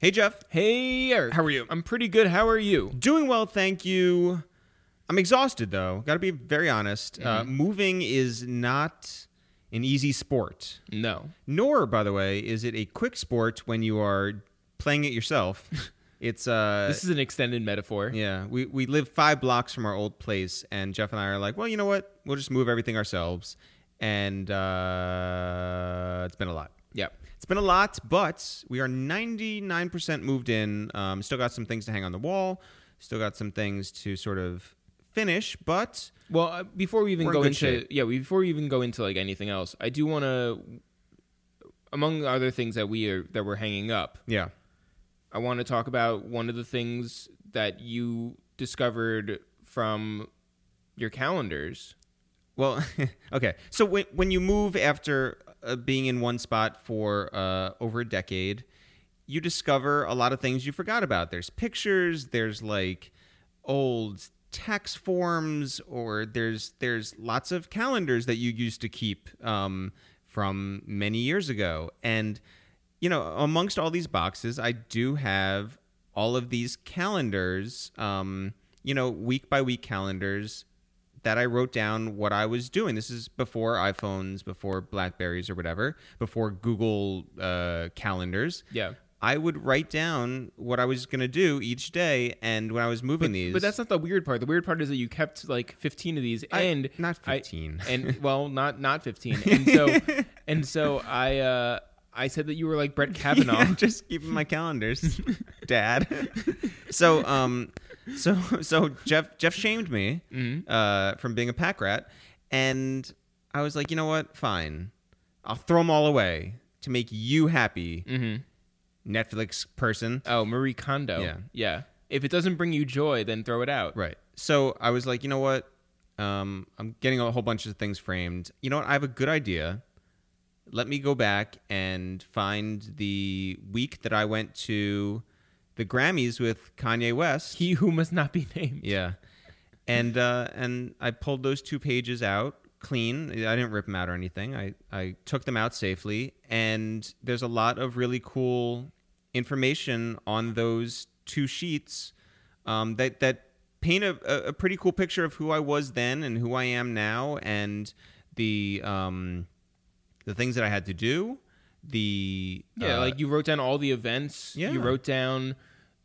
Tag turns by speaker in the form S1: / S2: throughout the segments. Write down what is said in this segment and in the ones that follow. S1: Hey, Jeff.
S2: Hey, Eric.
S1: How are you?
S2: I'm pretty good. How are you?
S1: Doing well, thank you. I'm exhausted, though. Got to be very honest. Uh,
S2: Mm-hmm.
S1: moving is not an easy sport.
S2: No.
S1: Nor, by the way, is it a quick sport when you are playing it yourself. It's uh,
S2: This is an extended metaphor.
S1: yeah. We we live five blocks from our old place, and Jeff and I are like, well, you know what? We'll just move everything ourselves, and uh, it's been a lot.
S2: Yeah.
S1: It's been a lot, but we are 99% moved in. Um, still got some things to hang on the wall. Still got some things to sort of finish, but
S2: Well, uh, before we even
S1: We're in
S2: go
S1: good
S2: into
S1: shape.
S2: yeah, we- before we even go into like anything else, I do want to among other things that we are that we're hanging up,
S1: yeah.
S2: I want to talk about one of the things that you discovered from your calendars.
S1: Well, okay. So when when you move after uh, being in one spot for uh, over a decade, you discover a lot of things you forgot about. There's pictures. There's like old tax forms, or there's there's lots of calendars that you used to keep um, from many years ago. And you know, amongst all these boxes, I do have all of these calendars. Um, you know, week by week calendars that I wrote down what I was doing. This is before iPhones, before Blackberries or whatever, before Google uh, calendars.
S2: Yeah.
S1: I would write down what I was going to do each day. And when I was moving these.
S2: But that's not the weird part. The weird part is that you kept like 15 of these
S1: I-
S2: and
S1: not
S2: I-
S1: 15.
S2: and well, not not 15. And so and so I uh I said that you were like Brett Kavanaugh.
S1: Yeah, just keeping my calendars, Dad. so, um, so, so Jeff Jeff shamed me
S2: Mm. Mm-hmm.
S1: uh, from being a pack rat, and I was like, you know what? Fine, I'll throw them all away to make you happy,
S2: Mm.
S1: Netflix person.
S2: Mm-hmm. Oh, Marie Kondo.
S1: Yeah.
S2: Yeah. If it doesn't bring you joy, then throw it out.
S1: Right. So I was like, you know what? Um, I'm getting a whole bunch of things framed. You know what? I have a good idea. Let me go back and find the week that I went to the Grammys with Kanye West.
S2: He who must not be named.
S1: yeah. And uh, and I pulled those two pages out clean. I didn't rip them out or anything. I, I took them out safely. And there's a lot of really cool information on those two sheets um, that that paint a, a- a pretty cool picture of who I was then and who I am now, and the um, the things that I had to do. The
S2: Yeah,
S1: uh,
S2: like you wrote down all the events.
S1: Yeah.
S2: You wrote down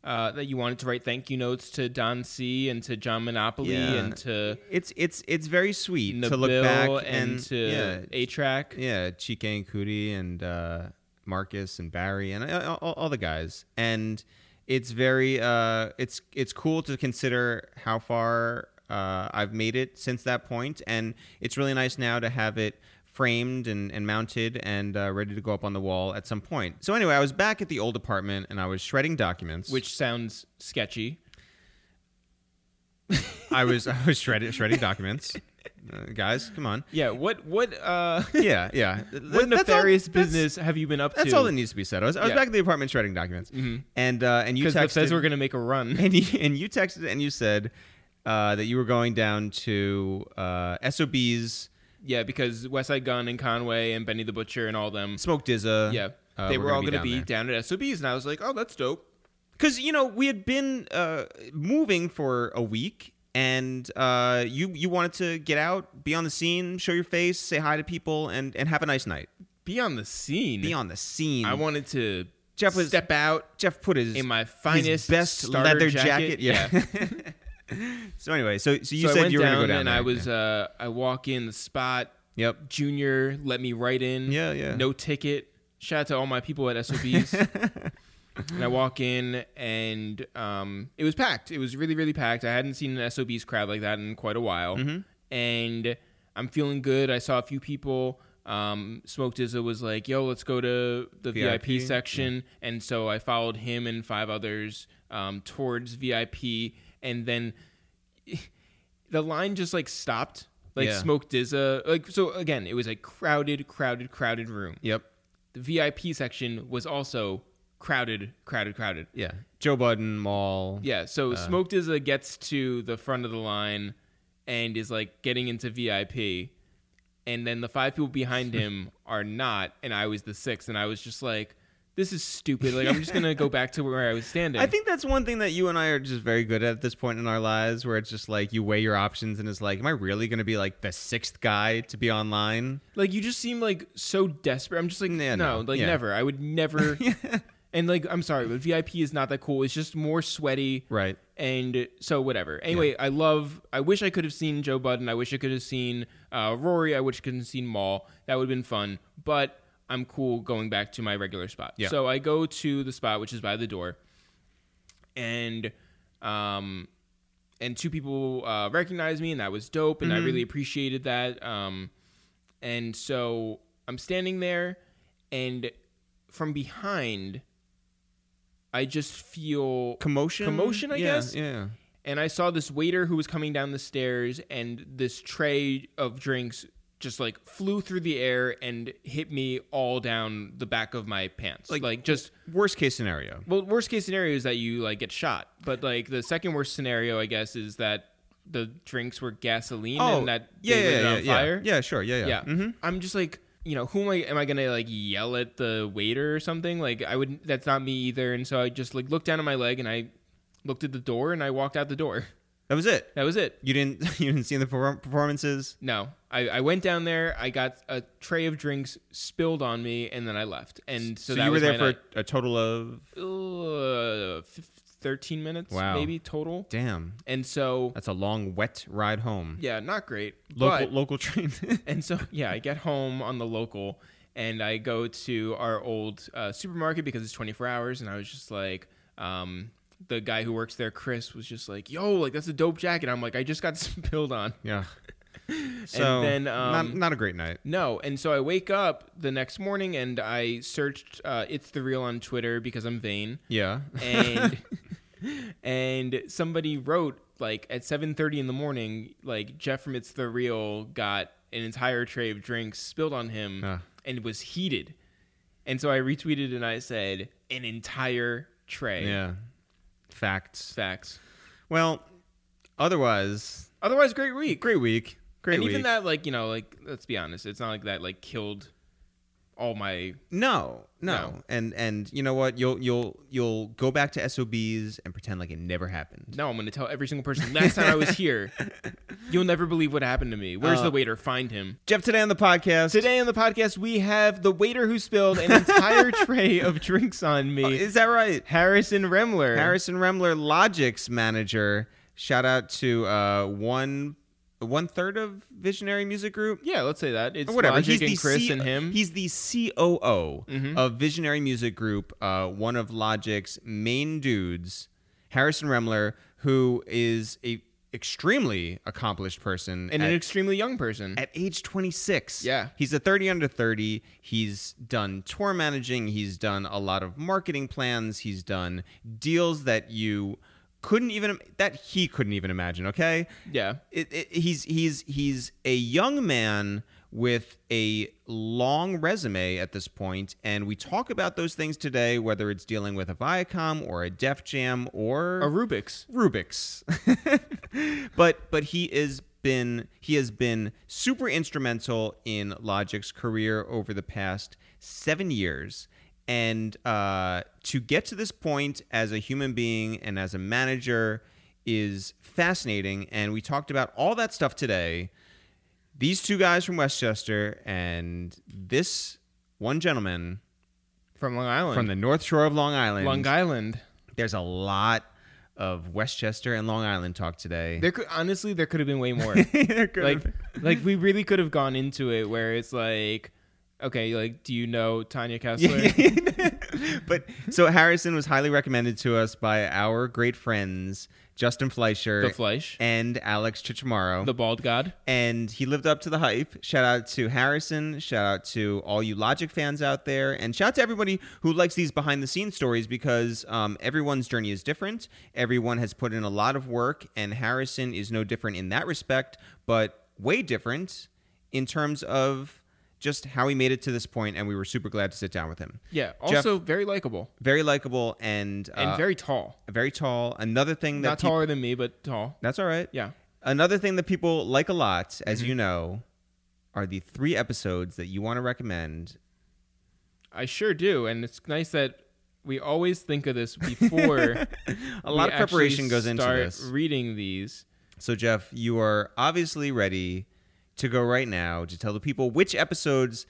S2: uh, that you wanted to write thank you notes to Don C and to John Monopoly
S1: Yeah.
S2: and to
S1: it's it's it's very sweet
S2: Nabil
S1: to look back
S2: and, to
S1: yeah,
S2: A Track.
S1: Yeah, Chike and Cootie and uh, Marcus and Barry and uh, all, all the guys. And it's very uh, it's it's cool to consider how far uh, I've made it since that point, and it's really nice now to have it framed and, and mounted and uh, ready to go up on the wall at some point. So anyway, I was back at the old apartment and I was shredding documents,
S2: Which sounds sketchy.
S1: I was I was shredding shredding documents. Uh, guys, come on.
S2: Yeah, what what uh
S1: Yeah, yeah.
S2: what
S1: That's all-
S2: nefarious
S1: that's-
S2: business have you been up
S1: That's
S2: to?
S1: all that needs to be said. I was, I was
S2: Yeah. Mm-hmm.
S1: back at the apartment shredding documents, and uh, and you
S2: because
S1: texted
S2: Liv says we're gonna make a run.
S1: and you, and you texted and you said uh, that you were going down to uh, SOB's
S2: yeah, because West Side Gun and Conway and Benny the Butcher and all them.
S1: Smoke Dizza.
S2: Yeah,
S1: uh,
S2: they were, all
S1: gonna
S2: gonna be down at SOBs, and I was like, oh, that's dope.
S1: because you know we had been uh, moving for a week. And uh, you you wanted to get out, be on the scene, show your face, say hi to people, and, and have a nice night.
S2: Be on the scene.
S1: Be on the scene.
S2: I wanted to
S1: Jeff was-
S2: step out
S1: Jeff put his
S2: in my
S1: his
S2: finest
S1: best
S2: starter
S1: leather jacket. Yeah. so anyway, so so you
S2: so I
S1: said
S2: went
S1: you were
S2: down
S1: gonna go down
S2: and
S1: there.
S2: I was uh, I walk in the spot.
S1: Yep.
S2: Junior let me right in.
S1: Yeah, yeah.
S2: No ticket. Shout out to all my people at SOBs. and I walk in and um, it was packed. It was really really packed. I hadn't seen an SOBs crowd like that in quite a while. And I'm feeling good. I saw a few people. Um, Smoke Dizza was like, "Yo, let's go to the VIP,
S1: VIP,
S2: section," and so I followed him and five others um, towards VIP, and then the line just like stopped. Like
S1: Yeah.
S2: Smoke Dizza, like so again, it was a crowded, crowded, crowded room.
S1: Yep.
S2: The VIP section was also crowded, crowded, crowded.
S1: Yeah. Joe Budden, Mall.
S2: Yeah, so
S1: Uh.
S2: Smoke Dizza gets to the front of the line and is like getting into VIP. And then the five people behind him are not, and I was the sixth, and I was just like, this is stupid. Like, I'm just gonna go back to where I was standing.
S1: I think that's one thing that you and I are just very good at at this point in our lives, where it's just like you weigh your options and it's like, am I really going to be like the sixth guy to be online?
S2: like you just seem like so desperate. I'm just like,
S1: Yeah,
S2: no,
S1: no.
S2: like
S1: Yeah.
S2: never. I would never. and like, I'm sorry, but VIP is not that cool. It's just more sweaty,
S1: Right.
S2: And so whatever. Anyway, I love. I wish I could have seen Joe Budden. I wish I could have seen uh, Rory. I wish I could have seen Maul. That would have been fun. But I'm cool going back to my regular spot.
S1: Yeah.
S2: So I go to the spot which is by the door, and um, and two people uh, recognized me, and that was dope, and I really appreciated that. Um, and so I'm standing there, and from behind, I just feel
S1: Commotion?
S2: Commotion, I
S1: Yeah,
S2: guess?
S1: Yeah.
S2: and I saw this waiter who was coming down the stairs, and this tray of drinks just like flew through the air and hit me all down the back of my pants. Like,
S1: Like-
S2: like just
S1: Worst case scenario.
S2: well, worst case scenario is that you like get shot, but like the second worst scenario, I guess, is that the drinks were gasoline and that
S1: Oh, yeah,
S2: they
S1: yeah,
S2: lit it
S1: yeah,
S2: on
S1: yeah.
S2: fire.
S1: Yeah, sure, yeah, yeah.
S2: Yeah.
S1: Mhm.
S2: I'm just like, you know, who am I? Am I gonna like yell at the waiter or something? Like, I would. That's not me either. And so I just like looked down at my leg and I looked at the door and I walked out the door.
S1: That was it.
S2: That was it.
S1: You didn't you didn't see the perform- performances.
S2: No, I, I went down there. I got a tray of drinks spilled on me, and then I left. And so,
S1: So,
S2: that
S1: you were
S2: was
S1: there
S2: my
S1: for a, a total of
S2: night. uh, f- thirteen minutes,
S1: Wow.
S2: maybe total.
S1: damn.
S2: And so
S1: That's a long wet ride home.
S2: Yeah, not great.
S1: Local
S2: but,
S1: local train.
S2: and so yeah, I get home on the local, and I go to our old uh, supermarket because it's 24 hours, and I was just like, um, the guy who works there, Chris, was just like, "Yo, like that's a dope jacket." I'm like, I just got spilled on.
S1: yeah. So
S2: then,
S1: not
S2: um,
S1: not a great night.
S2: No, and so I wake up the next morning and I searched uh, "It's the Real" on Twitter because I'm vain.
S1: Yeah.
S2: and and somebody wrote like at 7:30 in the morning like Jeff from It's the Real got an entire tray of drinks spilled on him
S1: Ah.
S2: and was heated. And so I retweeted and I said an entire tray.
S1: yeah. Facts.
S2: Facts.
S1: Well, otherwise,
S2: Otherwise great week.
S1: great week. Great
S2: and
S1: week.
S2: even that like, you know, like let's be honest, it's not like that like killed all my
S1: no, no,
S2: No.
S1: and and you know what? You'll you'll you'll go back to sobs and pretend like it never happened.
S2: No, I'm going to tell every single person last time I was here. You'll never believe what happened to me. Where's
S1: Uh,
S2: the waiter? Find him.
S1: Jeff, today on the podcast,
S2: Today on the podcast, we have the waiter who spilled an entire tray of drinks on me,
S1: Oh, is that right?
S2: Harrison Remler.
S1: Harrison Remler, Logic's manager. Shout out to uh, one one third of Visionary Music Group.
S2: yeah, let's say that. It's
S1: Or whatever.
S2: Logic
S1: the
S2: and Chris
S1: C-
S2: and him. Mm-hmm.
S1: He's the COO of Visionary Music Group, uh, one of Logic's main dudes, Harrison Remler, who is a extremely accomplished person
S2: and
S1: at,
S2: an extremely young person.
S1: at age 26.
S2: Yeah.
S1: He's a 30 under 30. He's done tour managing. He's done a lot of marketing plans. He's done deals that you couldn't even that he couldn't even imagine, okay?
S2: yeah.
S1: It, it, he's he's he's a young man with a long resume at this point, and we talk about those things today, whether it's dealing with a Viacom or a Def Jam or
S2: A Rubik's.
S1: Rubik's. but but he is been he has been super instrumental in Logic's career over the past seven years. And uh, to get to this point as a human being and as a manager is fascinating. And we talked about all that stuff today. These two guys from Westchester and this one gentleman
S2: From Long Island.
S1: from the North Shore of Long Island
S2: Long Island.
S1: there's a lot of Westchester and Long Island talk today.
S2: There could, honestly, there could have been way more.
S1: There could
S2: like,
S1: have-
S2: like we really could have gone into it where it's like, okay, like, do you know Tanya Kessler?
S1: but so Harrison was highly recommended to us by our great friends Justin Fleischer
S2: The Fleisch.
S1: and Alex Chichamaro.
S2: The Bald God.
S1: and he lived up to the hype. Shout out to Harrison. Shout out to all you Logic fans out there, and shout out to everybody who likes these behind the scenes stories because um, everyone's journey is different. Everyone has put in a lot of work, and Harrison is no different in that respect, but way different in terms of just how he made it to this point, and we were super glad to sit down with him.
S2: Yeah.
S1: Jeff-
S2: Also, very likable
S1: Very likable and, uh,
S2: and
S1: very
S2: very tall.
S1: tall. Another thing that
S2: Not
S1: peop-
S2: taller than me, but tall.
S1: that's all right.
S2: Yeah.
S1: Another thing that people like a lot,
S2: Mm-hmm.
S1: as you know, are the three episodes that you want to recommend
S2: I sure do, and it's nice that we always think of this before.
S1: A lot
S2: we
S1: of preparation
S2: actually
S1: goes into
S2: start
S1: this.
S2: Reading these.
S1: So, Jeff, you are obviously ready to go right now to tell the people which episodes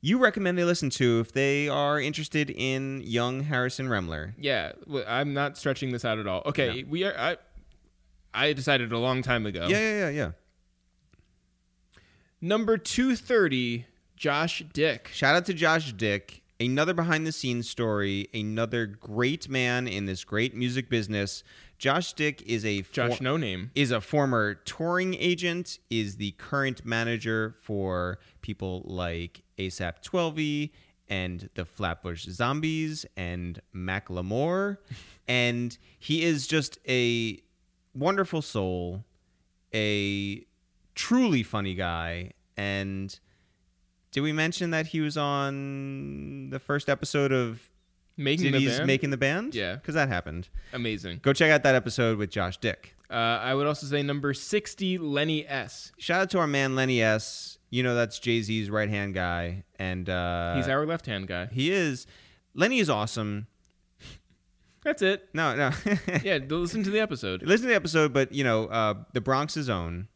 S1: you recommend they listen to if they are interested in young Harrison Remler.
S2: Yeah, well, I'm not stretching this out at all. Okay, we are. I, I decided a long time ago.
S1: Yeah, yeah, yeah, yeah.
S2: Number two thirty, Josh Dick.
S1: Shout out to Josh Dick, another behind the scenes story, another great man in this great music business. Josh Dick is a for-
S2: Josh, no name.
S1: is a former touring agent, is the current manager for people like ASAP 12 E and the Flatbush Zombies and Macklemore. and he is just a wonderful soul, a truly funny guy. And did we mention that he was on the first episode of
S2: Making the
S1: Diddy's
S2: band.
S1: Making the Band?
S2: Yeah.
S1: Because that happened.
S2: Amazing.
S1: Go check out that episode with Josh Dick.
S2: Uh, I would also say number sixty, Lenny S.
S1: shout out to our man Lenny S. You know that's Jay Z's right hand guy, and uh,
S2: He's our left hand guy.
S1: he is. Lenny is awesome.
S2: That's it.
S1: No, no.
S2: Yeah, go listen to the episode.
S1: Listen to the episode, but you know uh, the Bronx's own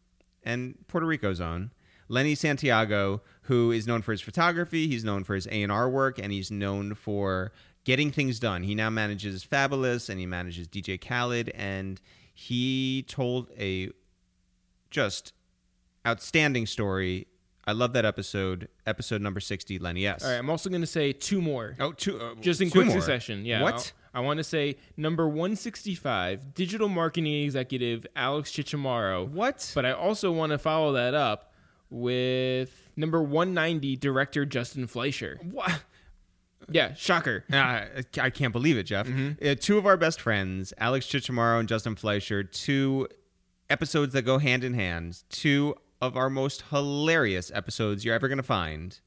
S1: and Puerto Rico's own Lenny Santiago, who is known for his photography, he's known for his A and R work, and he's known for getting things done. He now manages Fabulous, and he manages DJ Khaled, and he told a just outstanding story. I love that episode, episode number 60, Lenny S.
S2: All right, I'm also going to say two more.
S1: Oh, two, uh,
S2: Just in
S1: two
S2: quick
S1: more.
S2: succession. Yeah.
S1: What?
S2: I, I want to say number 165, digital marketing executive Alex Chichamaro.
S1: What?
S2: But I also want to follow that up with number 190, director Justin Fleischer.
S1: what?
S2: Yeah, shocker.
S1: Ah, I I can't believe it, Jeff. Uh, two of our best friends, Alex Chichamaro and Justin Fleischer, two episodes that go hand in hand, two of our most hilarious episodes you're ever going to find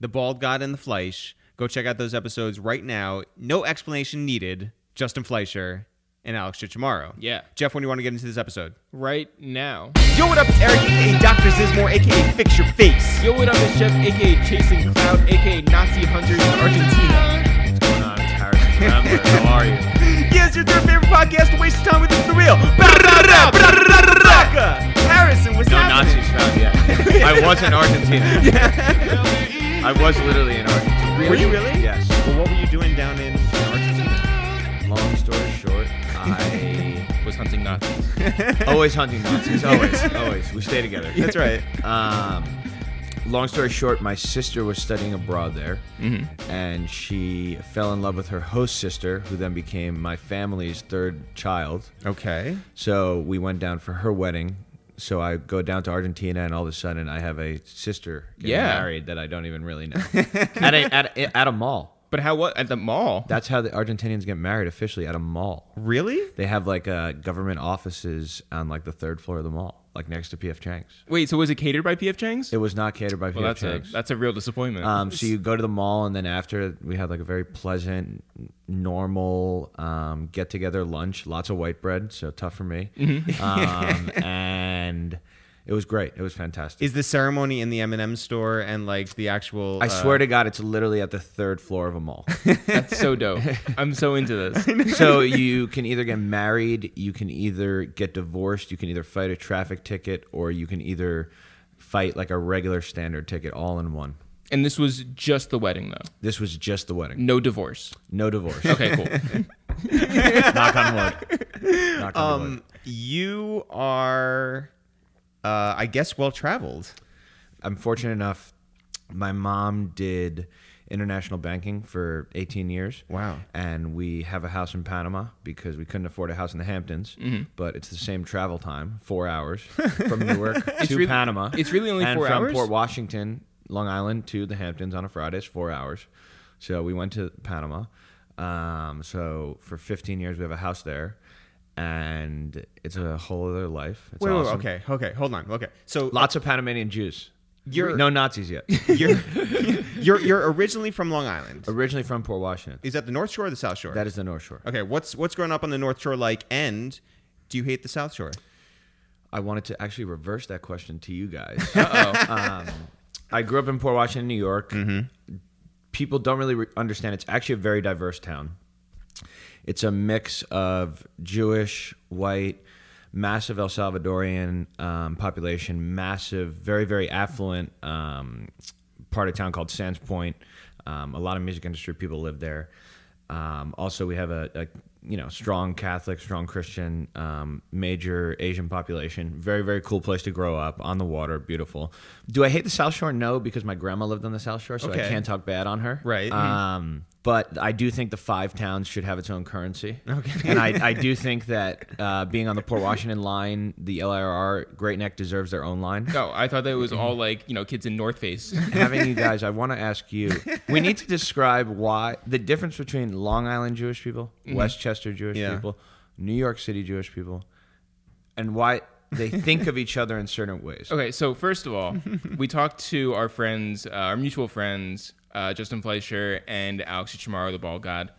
S1: The Bald God and the Fleisch. Go check out those episodes right now. No explanation needed. Justin Fleischer and Alex Chichamaro.
S2: Yeah.
S1: Jeff, when do you want to get into this episode?
S2: Right now.
S1: Yo, what up? It's Eric, aka Dr. Zismore, aka Fix Your Face.
S2: Yo, what up? It's Jeff, aka Chasing Cloud, aka Nazi Hunters in Argentina.
S3: going on? It's Harrison Rambler. How are you?
S1: Yes, your third favorite podcast to waste time with is the real. Harrison, what's
S3: No
S1: happening?
S3: Nazis found yet. I was in Argentina. I was literally in Argentina.
S1: Were you really?
S3: Yes.
S1: Well, what were you doing down in Argentina?
S3: Long story short, I
S2: Was hunting Nazis.
S3: always hunting Nazis. Always, always. We stay together.
S1: That's right.
S3: Um, long story short, my sister was studying abroad there,
S1: Mm-hmm.
S3: and she fell in love with her host sister, who then became my family's third child.
S1: Okay.
S3: So we went down for her wedding. So I go down to Argentina, and all of a sudden, I have a sister getting
S2: Yeah.
S3: married that I don't even really know at, a, at, a, at a mall.
S2: But how what? At the mall?
S3: That's how the Argentinians get married officially at a mall.
S1: Really?
S3: They have like uh, government offices on like the third floor of the mall, like next to PF Chang's.
S2: Wait, so was it catered by PF Chang's?
S3: It was not catered by
S2: well,
S3: PF
S2: that's a,
S3: Chang's.
S2: that's a real disappointment.
S3: um, so you go to the mall, and then after we had like a very pleasant, n- normal um, get together lunch. Lots of white bread, so tough for me.
S1: Mm-hmm.
S3: Um, and it was great. It was fantastic.
S1: Is the ceremony in the M&M store and like the actual?
S3: I swear to God, it's literally at the third floor of a mall.
S2: That's so dope. I'm so into this.
S3: so you can either get married, you can either get divorced, you can either fight a traffic ticket, or you can either fight like a regular standard ticket all in one.
S2: And this was just the wedding, though.
S3: This was just the wedding,
S2: No divorce.
S3: no divorce.
S2: Okay, cool.
S3: Knock on wood. Knock on wood.
S1: Um, you are, uh, I guess, well traveled.
S3: I'm fortunate enough. My mom did international banking for 18 years.
S1: Wow.
S3: And we have a house in Panama because we couldn't afford a house in the Hamptons.
S2: Mm-hmm.
S3: But it's the same travel time, four hours from Newark to
S2: really-
S3: Panama.
S2: it's really only
S3: and
S2: four
S3: from
S2: hours?
S3: Port Washington, Long Island to the Hamptons on a Friday is four hours. So we went to Panama. Um, so for 15 years we have a house there, and it's a whole other life. It's
S1: Wait, wait,
S3: awesome.
S1: okay, okay, hold on. Okay, so
S3: Lots of Panamanian Jews.
S1: You're-
S3: no Nazis yet.
S1: you're you're you're originally from Long Island.
S3: Originally from Port Washington.
S1: Is that the North Shore or the South Shore?
S3: That is the North Shore.
S1: Okay, what's what's growing up on the North Shore like, and do you hate the South Shore?
S3: I wanted to actually reverse that question to you guys. Um,
S2: Uh oh.
S3: I grew up in Port Washington, New York. people don't really re- understand. It's actually a very diverse town. It's a mix of Jewish, white, massive El Salvadorian um, population, massive, very, very affluent um, part of town called Sands Point. Um, a lot of music industry people live there. Um, also, we have a, a you know strong Catholic, strong Christian, um, major Asian population. Very, very cool place to grow up on the water. Beautiful. Do I hate the South Shore? No, because my grandma lived on the South Shore, so
S1: Okay.
S3: I can't talk bad on her.
S1: Right. Mhm.
S3: Um, but I do think the five towns should have its own currency. Okay. And I, I do think that uh, being on the Port Washington line, the LIRR, Great Neck deserves their own line.
S2: No, I thought that it was all like you know kids in North Face.
S3: Having you guys, I want to ask you. We need to describe why the difference between Long Island Jewish people, Westchester Jewish
S1: Yeah.
S3: people, New York City Jewish people, and why they think of each other in certain ways.
S2: Okay, so first of all, we talked to our friends, uh, our mutual friends, uh, Justin Fleischer and Alex Chamaro, the ball god,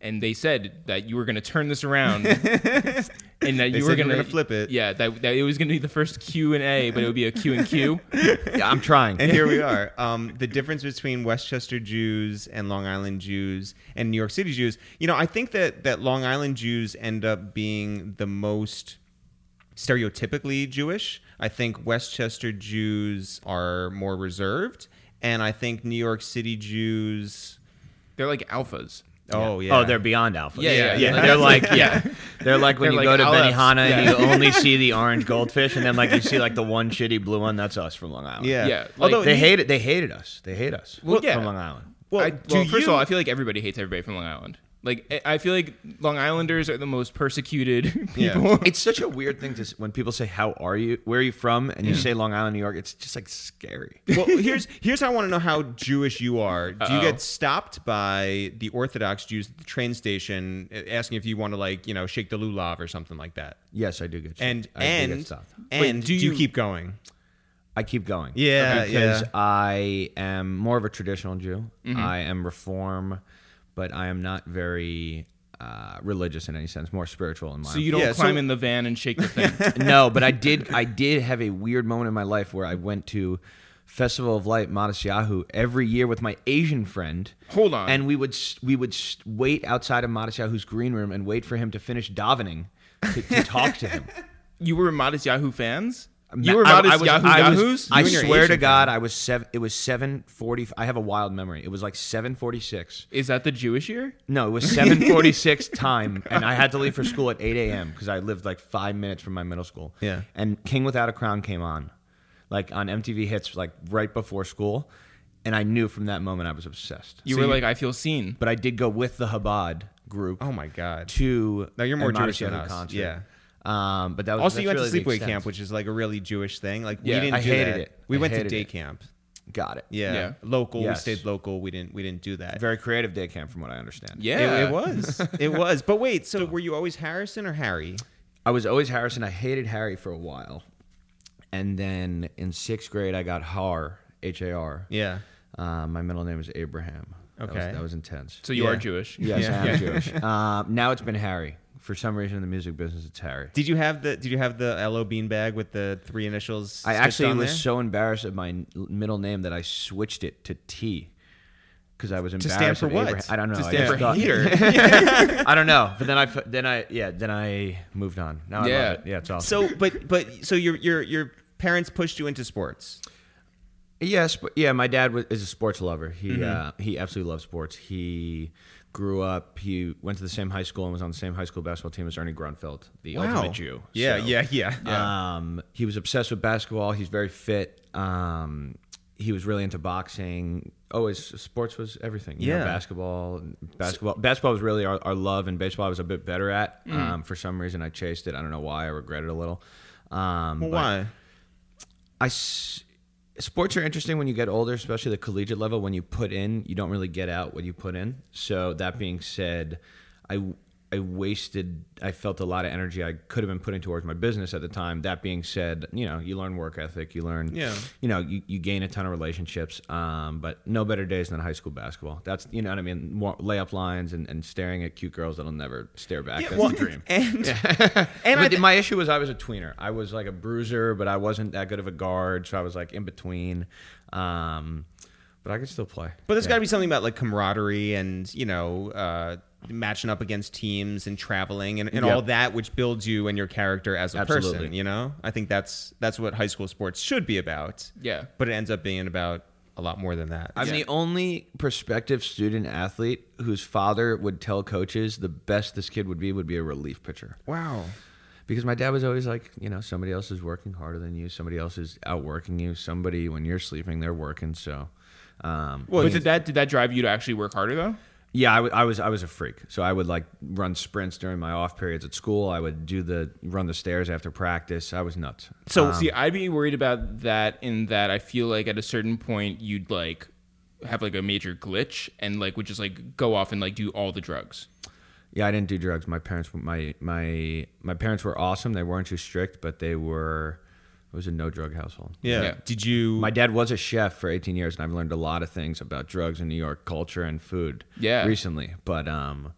S2: and they said that you were going to turn this around, and that you were
S1: said you
S2: going
S1: were
S2: to
S1: gonna flip it.
S2: Yeah, that, that it was going to be the first Q and A, but it would be a Q and Q.
S3: Yeah, I'm trying.
S1: And here we are. Um, the difference between Westchester Jews and Long Island Jews and New York City Jews. You know, I think that that Long Island Jews end up being the most stereotypically Jewish. I think Westchester Jews are more reserved, and I think New York City Jews.
S2: They're like alphas.
S1: Oh yeah.
S3: Oh, they're beyond alpha.
S2: Yeah, yeah,
S1: yeah.
S3: They're like, yeah, they're like when
S2: They're
S3: you
S2: like
S3: go to
S2: olives.
S3: Benihana
S2: Yeah.
S3: and you only see the orange goldfish, and then like you see like the one shitty blue one. That's us from Long Island.
S1: yeah.
S2: yeah, like-
S1: Although
S3: they
S1: you-
S3: hated. They hated us. They hate us.
S2: Well, yeah.
S3: from Long Island.
S1: Well,
S2: I,
S1: do
S2: well first of
S1: you-
S2: all, I feel like everybody hates everybody from Long Island. Like I- I feel like Long Islanders are the most persecuted
S1: Yeah.
S2: people.
S3: It's such a weird thing to s- when people say, "How are you? Where are you from?" and you say Long Island, New York. It's just like scary.
S1: well, here's here's how I want to know how Jewish you are. Do you
S2: Uh-oh.
S1: get stopped by the Orthodox Jews at the train station uh, asking if you want to like you know shake the lulav or something like that?
S3: Yes, I do get shot.
S1: And
S3: I do get
S1: and
S3: stopped.
S1: and
S2: Wait,
S1: do,
S2: do
S1: you,
S2: you-
S1: keep going?
S3: I keep going.
S1: Yeah,
S3: because
S1: yeah.
S3: I am more of a traditional Jew.
S2: Mm-hmm.
S3: I am Reform, but I am not very uh, religious in any sense. More spiritual in my.
S2: So you don't
S1: Yeah, so-
S2: climb in the van and shake the thing.
S3: no, but I did. I did have a weird moment in my life where I went to Festival of Light Modest Yahoo every year with my Asian friend.
S2: Hold on.
S3: and we would s- we would s- wait outside of Modest Yahoo's green room and wait for him to finish davening to, to talk to him.
S2: You were modest Yahoo fans. You
S3: Ma-
S2: were
S3: I-
S2: modest
S3: I was-
S2: Yahoo
S3: I was-
S2: Yahoos.
S3: I
S1: You and your
S3: swear to
S1: Asian
S3: God, I was seven. It was seven forty. I have a wild memory. It was like seven forty six.
S2: Is that the Jewish year?
S3: No, it was seven forty six time, and I had to leave for school at eight a.m. because I lived like five minutes from my middle school.
S1: Yeah.
S3: And King Without a Crown came on, like on MTV Hits, like right before school, and I knew from that moment I was obsessed.
S2: You
S1: So
S2: were
S1: you-
S2: like, I feel seen.
S3: But I did go with the Habad group
S1: Oh my god!
S3: to
S1: Now you're more
S3: a Modest
S1: Jewish than
S3: Yahoo
S1: us,
S3: concert.
S1: yeah.
S3: Um, but that was
S1: Also,
S3: that's
S1: you went
S3: really
S1: to
S3: the
S1: sleepaway
S3: extent.
S1: camp, which is like a really Jewish thing. Like
S2: Yeah.
S1: we didn't.
S3: I
S1: do
S3: hated
S1: that.
S3: it.
S1: We
S3: I
S1: went to
S3: hated
S1: day
S3: it.
S1: camp.
S3: Got it.
S1: Yeah.
S2: Yeah.
S1: local.
S3: Yes.
S1: We stayed local. We didn't. We didn't do that.
S3: Very creative day camp, from what I understand.
S1: It,
S2: Yeah,
S1: it was. it was. But wait. So were you always Harrison or Harry?
S3: I was always Harrison. I hated Harry for a while, and then in sixth grade I got Har H A R.
S1: Yeah.
S3: Uh, my middle name is Abraham. That was-
S1: Okay.
S3: that was intense.
S2: So you
S1: Yeah.
S2: are Jewish.
S3: Yes,
S1: Yeah.
S3: I am Jewish. Uh, now it's been Harry. For some reason in the music business, it's Harry.
S1: Did you have the Did you have the LO beanbag with the three initials?
S3: I
S1: stitched
S3: actually
S1: on
S3: was
S1: there?
S3: so embarrassed of my n- middle name that I switched it to T because I was embarrassed.
S1: stand for
S3: of
S1: what?
S3: Abraham. I don't know.
S2: To
S3: I
S2: stand
S3: just
S2: for
S3: thought-
S2: hater.
S3: I don't know. But then I f- then I yeah then I moved on. Now I
S2: Yeah.
S3: love it. Yeah, it's awesome.
S1: So, but but so your your your parents pushed you into sports.
S3: Yes, but yeah, my dad was, is a sports lover. He
S1: Mm-hmm.
S3: uh, he absolutely loves sports. He grew up. He went to the same high school and was on the same high school basketball team as Ernie Grunfeld, the ultimate Jew.
S1: Yeah,
S3: So,
S1: yeah, yeah, Uh,
S3: Um, he was obsessed with basketball. He's very fit. Um, he was really into boxing. Always sports was everything. You know,
S1: Yeah.
S3: basketball, basketball, basketball was really our, our love, and baseball I was a bit better at.
S1: Mm.
S3: Um, for some reason, I chased it. I don't know why. I regret it a little. Um,
S1: Well,
S3: but-
S1: why?
S3: I s- sports are interesting when you get older, especially the collegiate level. When you put in, you don't really get out what you put in. So that being said, I I wasted. I felt a lot of energy I could have been putting towards my business at the time. That being said, you know, you learn work ethic, you learn,
S1: Yeah.
S3: you know, you, you gain a ton of relationships. Um, but no better days than high school basketball. That's you know what I mean. More layup lines and, and staring at cute girls that'll never stare back. That's
S1: Well,
S3: the dream
S1: And
S3: and my issue was I was a tweener. I was like a bruiser, but I wasn't that good of a guard, so I was like in between. Um, but I could still play.
S1: But there's
S3: Yeah.
S1: got to be something about like camaraderie and you know uh, matching up against teams and traveling and, and all
S3: Yep.
S1: that, which builds you and your character as a person.
S3: Absolutely.
S1: You know, I think that's that's what high school sports should be about.
S2: Yeah.
S1: but it ends up being about a lot more than that.
S3: I'm
S2: Yeah.
S3: the only prospective student athlete whose father would tell coaches the best this kid would be would be a relief pitcher.
S1: wow.
S3: Because my dad was always like, you know, somebody else is working harder than you, somebody else is outworking you, somebody when you're sleeping they're working. So, um,
S2: but did that did that drive you to actually work harder though?
S3: yeah, I, w- I was I was a freak. So I would like run sprints during my off periods at school. I would do the run the stairs after practice. I was nuts.
S2: So see, I'd be worried about that in that I feel like at a certain point you'd like have like a major glitch and like would just like go off and like do all the drugs.
S3: Yeah, I didn't do drugs. My parents, were- my my my parents were awesome. They weren't too strict, but they were. It was a no drug household.
S1: Yeah.
S2: Yeah.
S1: Did you?
S3: My dad was a chef for 18 years, and I've learned a lot of things about drugs and New York culture and food.
S2: Yeah.
S3: recently, but um,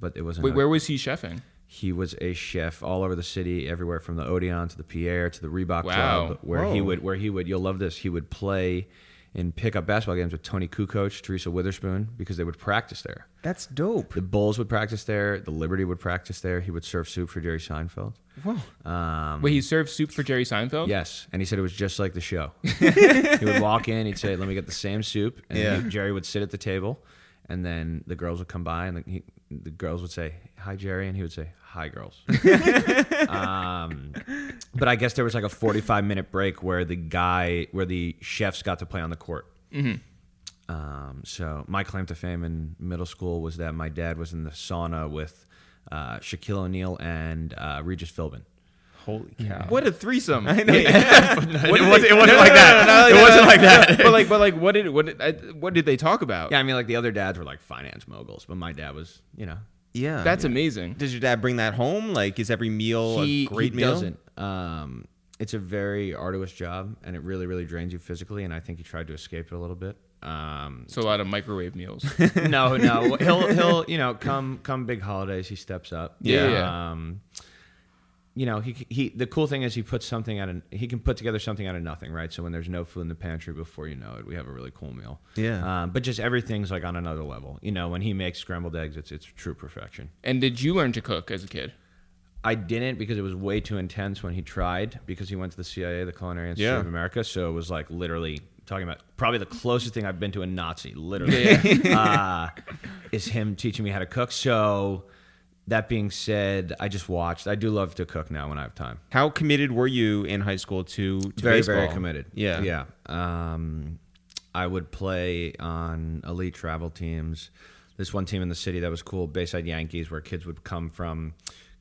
S3: but it wasn't.
S2: Wait, where was he chefing?
S3: he was a chef all over the city, everywhere from the Odeon to the Pierre to the Reebok
S2: Wow.
S3: Club, where he
S1: Whoa.
S3: would where he would. You'll love this. He would play in pickup basketball games with Tony Kukoc, Teresa Witherspoon, because they would practice there.
S1: that's dope.
S3: The Bulls would practice there. The Liberty would practice there. He would serve soup for Jerry Seinfeld.
S1: Whoa.
S3: Um,
S2: Wait, he served soup for Jerry Seinfeld?
S3: yes, and he said it was just like the show. he would walk in. He'd say, "Let me get the same soup." And
S1: Yeah.
S3: Jerry would sit at the table, and then the girls would come by, and the, he, the girls would say, "Hi, Jerry," and he would say, "Hi, girls." um, but I guess there was like a forty-five minute break where the guy, where the chefs got to play on the court. Um, so my claim to fame in middle school was that my dad was in the sauna with uh, Shaquille O'Neal and uh, Regis Philbin.
S1: Holy cow.
S2: What a threesome!
S3: it wasn't, it wasn't like that. it wasn't like that.
S2: but like, but like, what did what did, I, what did they talk about?
S3: Yeah, I mean, like the other dads were like finance moguls, but my dad was, you know,
S1: Yeah.
S2: that's amazing.
S1: Does your dad bring that home? Like, is every meal
S3: he,
S1: a great
S3: he
S1: meal?
S3: doesn't. Um, it's a very arduous job, and it really, really drains you physically. And I think he tried to escape it a little bit. Um,
S2: So a lot of microwave meals.
S3: no, no, he'll he'll you know come come big holidays, he steps up.
S2: Yeah. Yeah.
S3: Um, you know, he he. The cool thing is he puts something out of he can put together something out of nothing, right? So when there's no food in the pantry, before you know it, we have a really cool meal.
S1: Yeah.
S3: Um, but just everything's like on another level. You know, when he makes scrambled eggs, it's it's true perfection.
S2: and did you learn to cook as a kid?
S3: I didn't because it was way too intense when he tried because he went to the CIA, the Culinary Institute
S1: Yeah.
S3: of America. So it was like literally talking about probably the closest thing I've been to a Nazi, literally, uh, is him teaching me how to cook. So that being said, I just watched. I do love to cook now when I have time.
S1: How committed were you in high school to, to
S3: very,
S1: baseball?
S3: very committed.
S1: Yeah.
S3: yeah. Um, I would play on elite travel teams. This one team in the city that was cool, Bayside Yankees, where kids would come from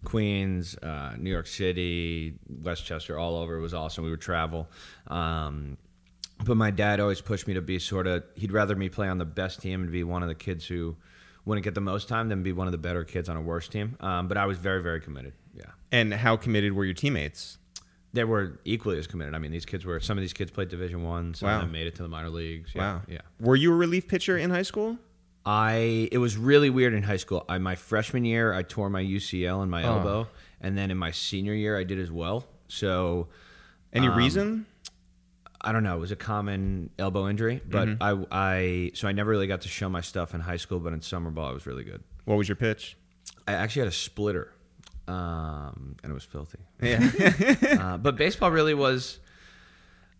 S3: Queens, uh, New York City, Westchester, all over. It was awesome. We would travel. Um, but my dad always pushed me to be sort of. He'd rather me play on the best team and be one of the kids who wouldn't get the most time than be one of the better kids on a worse team. Um, but I was very, very committed. Yeah
S1: And how committed were your teammates?
S3: they were equally as committed. I mean, these kids were. Some of these kids played Division One. Some
S1: Wow.
S3: of them made it to the minor leagues. Yeah,
S1: Wow.
S3: Yeah.
S1: Were you a relief pitcher in high school?
S3: I. It was really weird in high school. I, my freshman year, I tore my UCL in my
S1: Oh.
S3: elbow, and then in my senior year, I did as well. So
S1: Any
S3: Um,
S1: reason?
S3: I don't know. It was a common elbow injury, but
S1: Mm-hmm.
S3: I. I. So I never really got to show my stuff in high school, but in summer ball, I was really good.
S1: What was your pitch?
S3: I actually had a splitter, um, and it was filthy.
S1: Yeah.
S3: uh, but baseball really was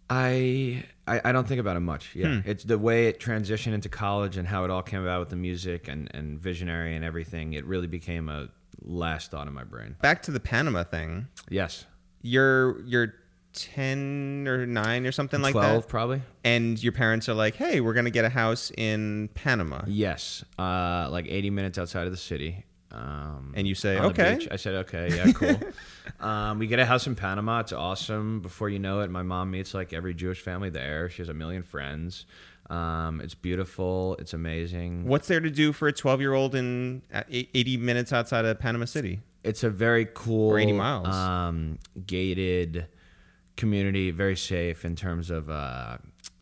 S3: I, I I don't think about it much. Yeah,
S1: Hmm.
S3: it's the way it transitioned into college and how it all came about with the music and and visionary and everything. It really became a last thought in my brain.
S1: Back to the Panama thing.
S3: Yes,
S1: You're you're ten or nine or something like
S3: twelve
S1: that,
S3: probably.
S1: and your parents are like, "Hey, we're gonna get a house in Panama,"
S3: Yes, uh, like eighty minutes outside of the city. Um,
S1: and you say,
S3: on the
S1: "Okay."
S3: beach. I said, okay, yeah, cool. um, we get a house in Panama. It's awesome. Before you know it, my mom meets like every Jewish family there. She has a million friends. Um, it's beautiful. It's amazing.
S1: What's there to do for a twelve-year-old in uh, eight- eighty minutes outside of Panama City?
S3: it's a very cool
S1: Or 80 miles.
S3: um, gated community very safe in terms of uh,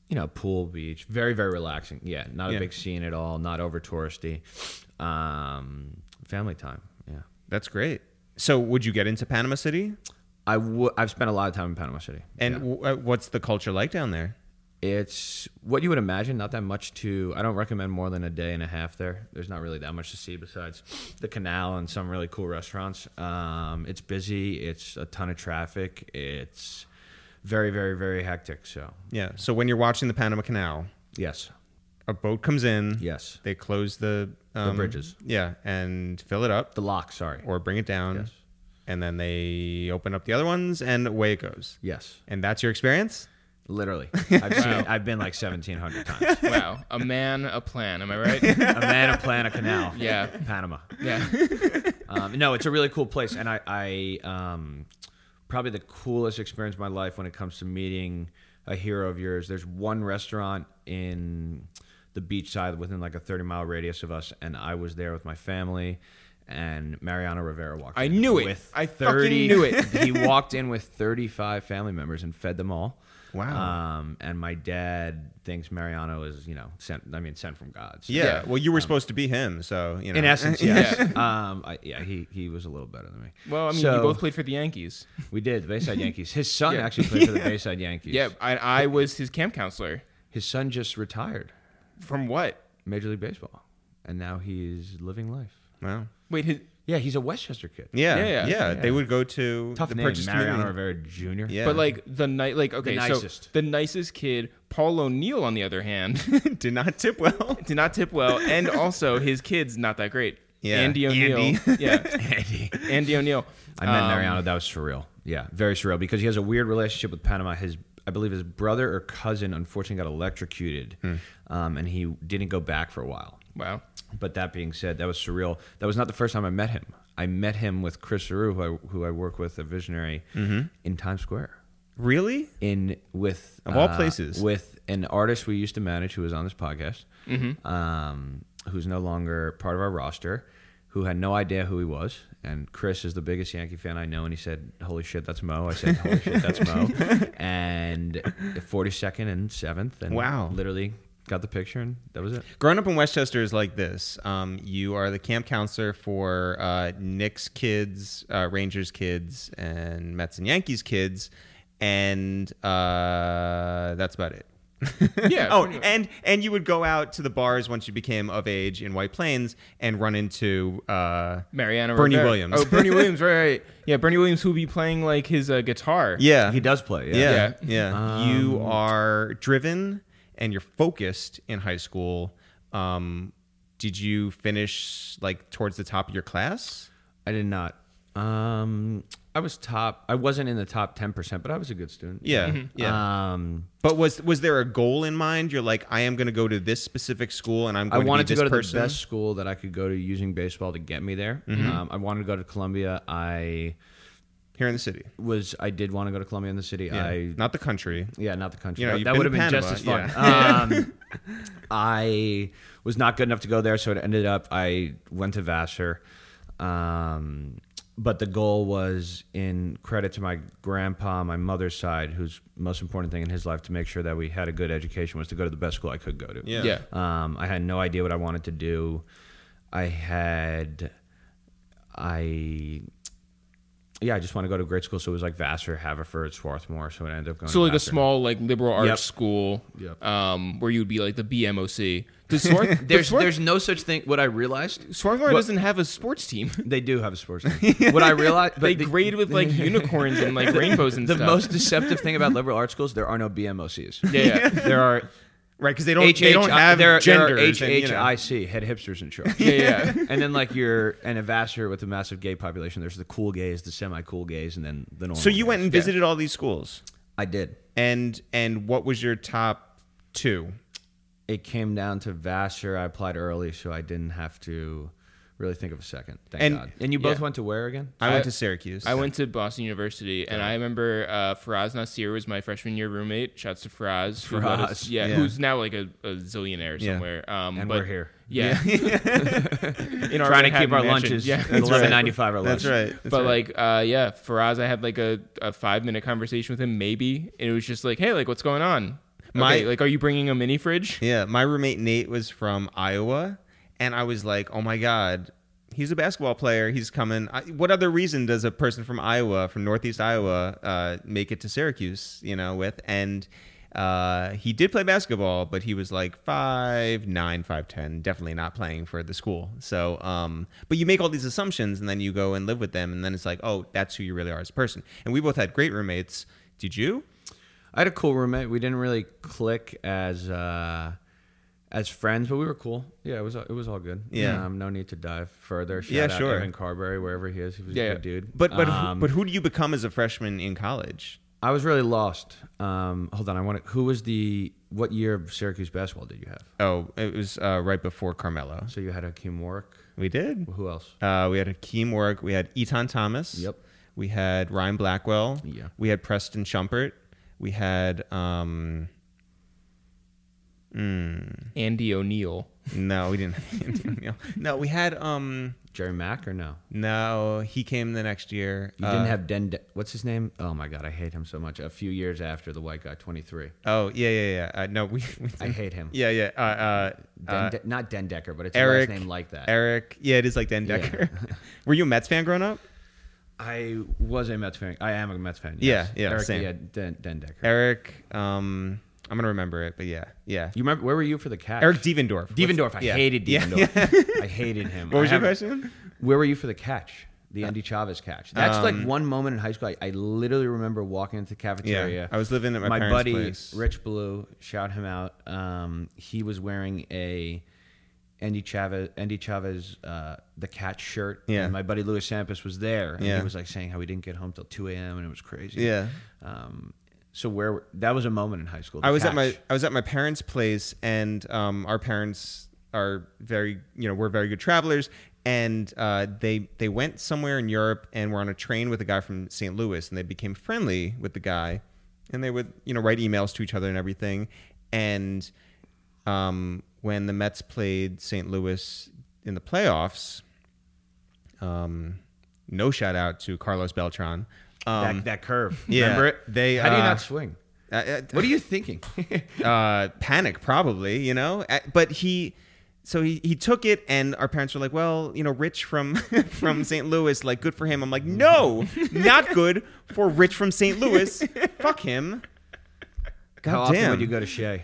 S3: you know pool beach very very relaxing yeah not
S1: Yeah.
S3: a big scene at all not over touristy um, family time yeah
S1: That's great. So, would you get into Panama City?
S3: I w- i've spent a lot of time in panama city
S1: And
S3: Yeah.
S1: w- uh, what's the culture like down there?
S3: It's what you would imagine, not that much to. I don't recommend more than a day and a half there. There's not really that much to see besides the canal and some really cool restaurants. Um, it's busy, it's a ton of traffic, it's very, very, very hectic. So,
S1: Yeah. So when you're watching the Panama Canal,
S3: yes,
S1: a boat comes in.
S3: yes.
S1: They close the, um,
S3: bridges.
S1: Yeah, and fill it up
S3: The lock, sorry.
S1: or bring it down,
S3: Yes.
S1: and then they open up the other ones, and away it goes.
S3: yes,
S1: And that's your experience.
S3: literally. I've, seen, it- I've been like 1,700 times.
S2: Wow, a man, a plan. Am I right?
S3: a man, a plan, a canal.
S2: Yeah.
S3: Panama.
S2: Yeah.
S3: Um, no, it's a really cool place, and I, I um, probably the coolest experience of my life when it comes to meeting a hero of yours. There's one restaurant in the beachside within like a 30 mile radius of us, and I was there with my family. And Mariano Rivera walked.
S2: I
S3: in
S2: knew it.
S3: With
S2: I fucking knew it.
S3: he walked in with 35 family members and fed them all.
S1: Wow.
S3: Um, and my dad thinks Mariano is, you know, sent. I mean, sent from God. So-
S1: Yeah. Well, you were supposed to be him, so you know.
S3: Um, in essence, yes. Um, I, yeah, he he was a little better than me.
S2: Well, I mean,
S3: So,
S2: you both played for the Yankees.
S3: We did the Bayside Yankees. His son
S2: Yeah.
S3: actually played for the Bayside Yankees.
S2: Yeah, I, I was his camp counselor.
S3: His son just retired
S2: From what?
S3: Major League Baseball, and now he's living life.
S1: Wow.
S2: Wait, his,
S3: Yeah, he's a Westchester kid.
S1: Yeah,
S2: Yeah,
S1: yeah,
S2: yeah.
S1: They would go to
S3: Tough
S1: the
S3: name,
S1: purchase
S3: Mariano
S1: community.
S3: Rivera Jr.
S1: Yeah.
S2: but like the night, like okay, so
S3: nicest.
S2: the nicest kid, Paul O'Neill, on the other hand,
S1: did not tip well.
S2: did not tip well, and also his kids not that great.
S1: Yeah.
S2: Andy O'Neill.
S1: Andy.
S2: Yeah, Andy O'Neill.
S3: I met
S2: Um,
S3: Mariano. That was surreal. Yeah, very surreal because he has a weird relationship with Panama. His, I believe, his brother or cousin unfortunately got electrocuted,
S1: Hmm.
S3: um, and he didn't go back for a while.
S2: Wow.
S3: But that being said, that was surreal. That was not the first time I met him. I met him with Chris Aru, who I, who I work with, a visionary,
S1: Mm-hmm.
S3: in Times Square.
S1: Really?
S3: In with uh,
S1: Of all places.
S3: with an artist we used to manage who was on this podcast,
S1: Mm-hmm.
S3: um, who's no longer part of our roster, who had no idea who he was. And Chris is the biggest Yankee fan I know, and he said, "Holy shit, that's Mo." I said, "Holy shit, that's Mo." And forty second and seventh, and
S1: Wow.
S3: literally got the picture, and that was it.
S1: Growing up in Westchester is like this. Um, you are the camp counselor for uh, Knicks kids, uh, Rangers kids, and Mets and Yankees kids, and uh, that's about it.
S2: Yeah,
S1: oh,
S2: pretty much.
S1: and and you would go out to the bars once you became of age in White Plains and run into uh,
S2: Mariano
S1: Bernie
S2: Rivera.
S1: Williams.
S2: Oh, Bernie Williams, right, right. Yeah, Bernie Williams who will be playing like his uh, guitar.
S1: yeah,
S3: He does play.
S1: Yeah,
S2: Yeah. Um,
S1: yeah. you are driven and you're focused in high school. Um, did you finish like towards the top of your class?
S3: I did not. Um, I was top. I wasn't in the top ten percent, but I was a good student.
S1: Yeah, yeah.
S3: Um,
S1: but was was there a goal in mind? You're like, I am going to go to this specific school, and I'm
S3: I
S1: going
S3: wanted
S1: to
S3: to
S1: be
S3: go to
S1: this person. Mm-hmm.
S3: the best school that I could go to using baseball to get me there. Um, I wanted to go to Columbia. I
S1: here in the city.
S3: was. I did want to go to Columbia in the city.
S1: Yeah.
S3: I
S1: Not the country.
S3: Yeah, not the country.
S1: You know,
S3: that
S1: you've
S3: that
S1: been
S3: would have
S1: to
S3: been just as
S1: Panama,
S3: fun. Um, I was not good enough to go there, so it ended up I went to Vassar. Um, but the goal was, in credit to my grandpa, my mother's side, whose most important thing in his life to make sure that we had a good education was to go to the best school I could go to.
S1: Yeah.
S2: Yeah.
S3: Um, I had no idea what I wanted to do. I had, I, yeah, I just want to go to a great school. So it was like Vassar, Haverford, Swarthmore. So it ended up going.
S2: So
S3: to
S2: like a
S3: Vassar.
S2: small like liberal arts
S3: Yep.
S2: school,
S3: Yep.
S2: um, where you would be like the BMOC. Does Swarth-
S3: There's
S2: Swarth-
S3: there's no such thing. What I realized,
S2: Swarthmore
S3: What-
S2: doesn't have a sports team.
S3: they do have a sports. team. what I realized, but
S2: they
S3: the,
S2: grade with like unicorns and like rainbows and
S3: the
S2: stuff.
S3: most deceptive thing about liberal arts schools, there are no BMOCs.
S2: yeah, yeah.
S3: There are
S1: Right, because they don't
S3: H
S1: they don't have
S3: there, there are
S1: genders. and, you know.
S3: HHIC head hipsters in charge.
S2: Yeah, yeah.
S3: and then like you're an ambassador with a massive gay population. There's the cool gays, the semi-cool gays, and then the normal.
S1: So you
S3: gays.
S1: went and
S2: Yeah.
S1: visited all these schools,
S3: I did.
S1: and and what was your top two?
S3: It came down to Vassar. I applied early, so I didn't have to really think of a second. Thank
S1: And-
S3: God. And you both
S2: yeah.
S3: went to where again?
S1: I,
S2: I-
S1: went to Syracuse.
S2: I went to Boston University, and I remember uh, Faraz Nasir was my freshman year roommate. Shouts to Faraz, who let us-
S3: Faraz,
S2: yeah,
S1: yeah.
S2: who's now like a, a zillionaire
S1: Yeah.
S2: somewhere. Um,
S3: And
S2: but-
S3: we're here.
S2: yeah, in our
S3: Trying to
S2: Manhattan
S3: keep our
S2: mansion.
S3: lunches
S2: Yeah,
S3: at eleven ninety five or lunch.
S1: That's right. That's
S2: but
S1: right.
S2: like, uh, yeah, Faraz, I had like a, a five minute conversation with him, maybe, and it was just like, hey, like, what's going on?
S1: My-
S2: Okay, like, are you bringing a mini fridge?
S1: Yeah, my roommate Nate was from Iowa, and I was like, "Oh my god, he's a basketball player. He's coming." I, what other reason does a person from Iowa, from Northeast Iowa, uh, make it to Syracuse? You know, with and Uh, he did play basketball, but he was like five nine, five ten, definitely not playing for the school. So, um, but you make all these assumptions, and then you go and live with them, and then it's like, oh, that's who you really are as a person. And we both had great roommates. Did you?
S3: I had a cool roommate. We didn't really click as uh, as friends, but we were cool. Yeah, it was it was all good.
S1: Yeah.
S3: um, no need to dive further. Shout
S1: Yeah,
S3: out
S1: sure.
S3: Evan Carberry, wherever he is, he was
S2: Yeah,
S3: a good
S2: yeah.
S3: dude.
S1: But but who-
S3: Um,
S1: but who do you become as a freshman in college?
S3: I was really lost. Um, hold on, I want to. Who was the what year of Syracuse basketball did you have?
S1: Oh, it was uh, right before Carmelo.
S3: So you had Hakeem Warwick.
S1: We did.
S3: Who else?
S1: Uh, we had Hakeem Warwick. We had Eton Thomas.
S3: Yep.
S1: We had Ryan Blackwell.
S3: Yeah.
S1: We had Preston Shumpert. We had um,
S2: Andy O'Neill.
S1: no, we didn't. have Antonio. no, we had um,
S3: Jerry Mack or no?
S1: no, he came the next year. Uh,
S3: You didn't have Den. What's his name? Oh my god, I hate him so much. A few years after the white guy, twenty three.
S1: Oh yeah yeah yeah. Uh, no, we. we
S3: I
S1: didn't-
S3: hate him.
S1: Yeah yeah. Uh, uh,
S3: Den,
S1: uh,
S3: De- not Den Decker, but it's
S1: Eric
S3: a last name like that.
S1: Eric. Yeah, it is like Dan
S3: Yeah.
S1: Decker. Were you a Mets fan growing up?
S3: I was a Mets fan. I am a Mets fan. yes.
S1: Yeah, yeah,
S3: Eric,
S1: same.
S3: Yeah, Den, Den Decker.
S1: Eric. Um, I'm gonna remember it, but yeah yeah.
S3: You remember where were you for the catch?
S1: Eric Devendorf.
S3: Dievendorf. I
S1: Yeah.
S3: hated
S1: Yeah.
S3: Dievendorf. I hated him.
S1: What was
S3: I
S1: your
S3: haven't-
S1: question?
S3: Where were you for the catch?
S1: Uh,
S3: The Andy Chavez catch. That's
S1: um,
S3: like one moment in high school. I, I literally remember walking into the cafeteria.
S1: I was living at my parents'
S3: buddy
S1: place.
S3: Rich Blue. Shout him out. Um, he was wearing a Andy Chavez, Andy Chavez, uh, the catch shirt.
S1: Yeah.
S3: And my buddy Louis Sampis was there, and
S1: Yeah.
S3: he was like saying how he didn't get home till two a.m. and it was crazy.
S1: Yeah.
S3: Um, so where that was a moment in high school. the
S1: I was at
S3: catch.
S1: my I was at my parents' place, and um, our parents are very you know we're very good travelers, and uh, they they went somewhere in Europe and were on a train with a guy from St. Louis, and they became friendly with the guy, and they would you know write emails to each other and everything, and um, when the Mets played St. Louis in the playoffs, um, no shout out to Carlos Beltran.
S3: that,
S1: Um,
S3: that curve.
S1: yeah,
S3: Remember it?
S1: they,
S3: how do you
S1: uh,
S3: not swing?
S1: uh, uh,
S3: What are you thinking?
S1: uh, panic probably you know Uh, but he so he, he took it and our parents were like well you know rich from from st louis like good for him i'm like no not good for rich from st louis fuck him god
S3: how often
S1: damn
S3: would you go to Shea?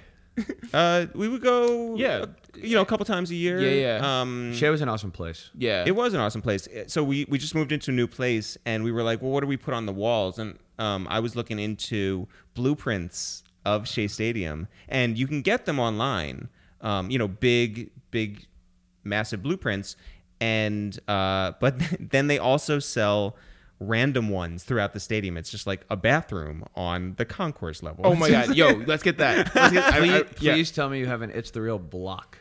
S1: uh we would go uh,
S2: Yeah.
S1: you know a couple times a year
S2: Yeah, yeah.
S1: um
S3: Shea was an awesome place.
S2: Yeah.
S1: it was an awesome place. Eh, So we we just moved into a new place, and we were like, well, what do we put on the walls? And um, I was looking into blueprints of Shea Stadium, and you can get them online. Um, you know, big, big, massive blueprints, and uh, but then they also sell random ones throughout the stadium. It's just like a bathroom on the concourse level.
S2: oh my god. Yo, let's get that. Let's get- I- I-
S3: Please,
S2: yeah.
S3: please tell me you have an It's the Real block,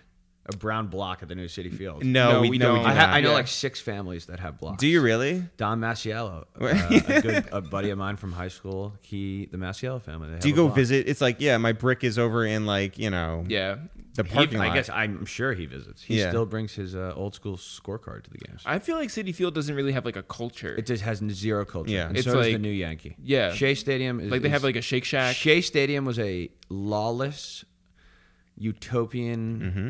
S3: a brown block at the new City Field.
S1: No,
S2: No,
S1: we,
S2: we
S1: no, we
S2: don't.
S1: do
S3: I, ha-
S1: not.
S3: I know
S2: Yeah.
S3: like six families that have blocks.
S1: do you really?
S3: Don Massiello, uh, a, good, a buddy of mine from high school, he the Massiello family. they
S1: Do you
S3: have
S1: go
S3: a block.
S1: visit? It's like, yeah, my brick is over in like, you know,
S2: Yeah.
S1: the
S3: He-
S1: parking lot.
S3: I guess I'm sure he visits. He
S1: Yeah.
S3: still brings his uh, old school scorecard to the games.
S2: I feel like City Field doesn't really have like a culture.
S3: it just has zero culture.
S1: Yeah.
S3: and
S2: It's
S3: so does the
S2: like-
S3: new Yankee.
S2: yeah.
S3: Shea Stadium is
S2: like they
S3: is-
S2: have like a Shake Shack.
S3: Shea Stadium was a lawless, utopian,
S2: Mm-hmm.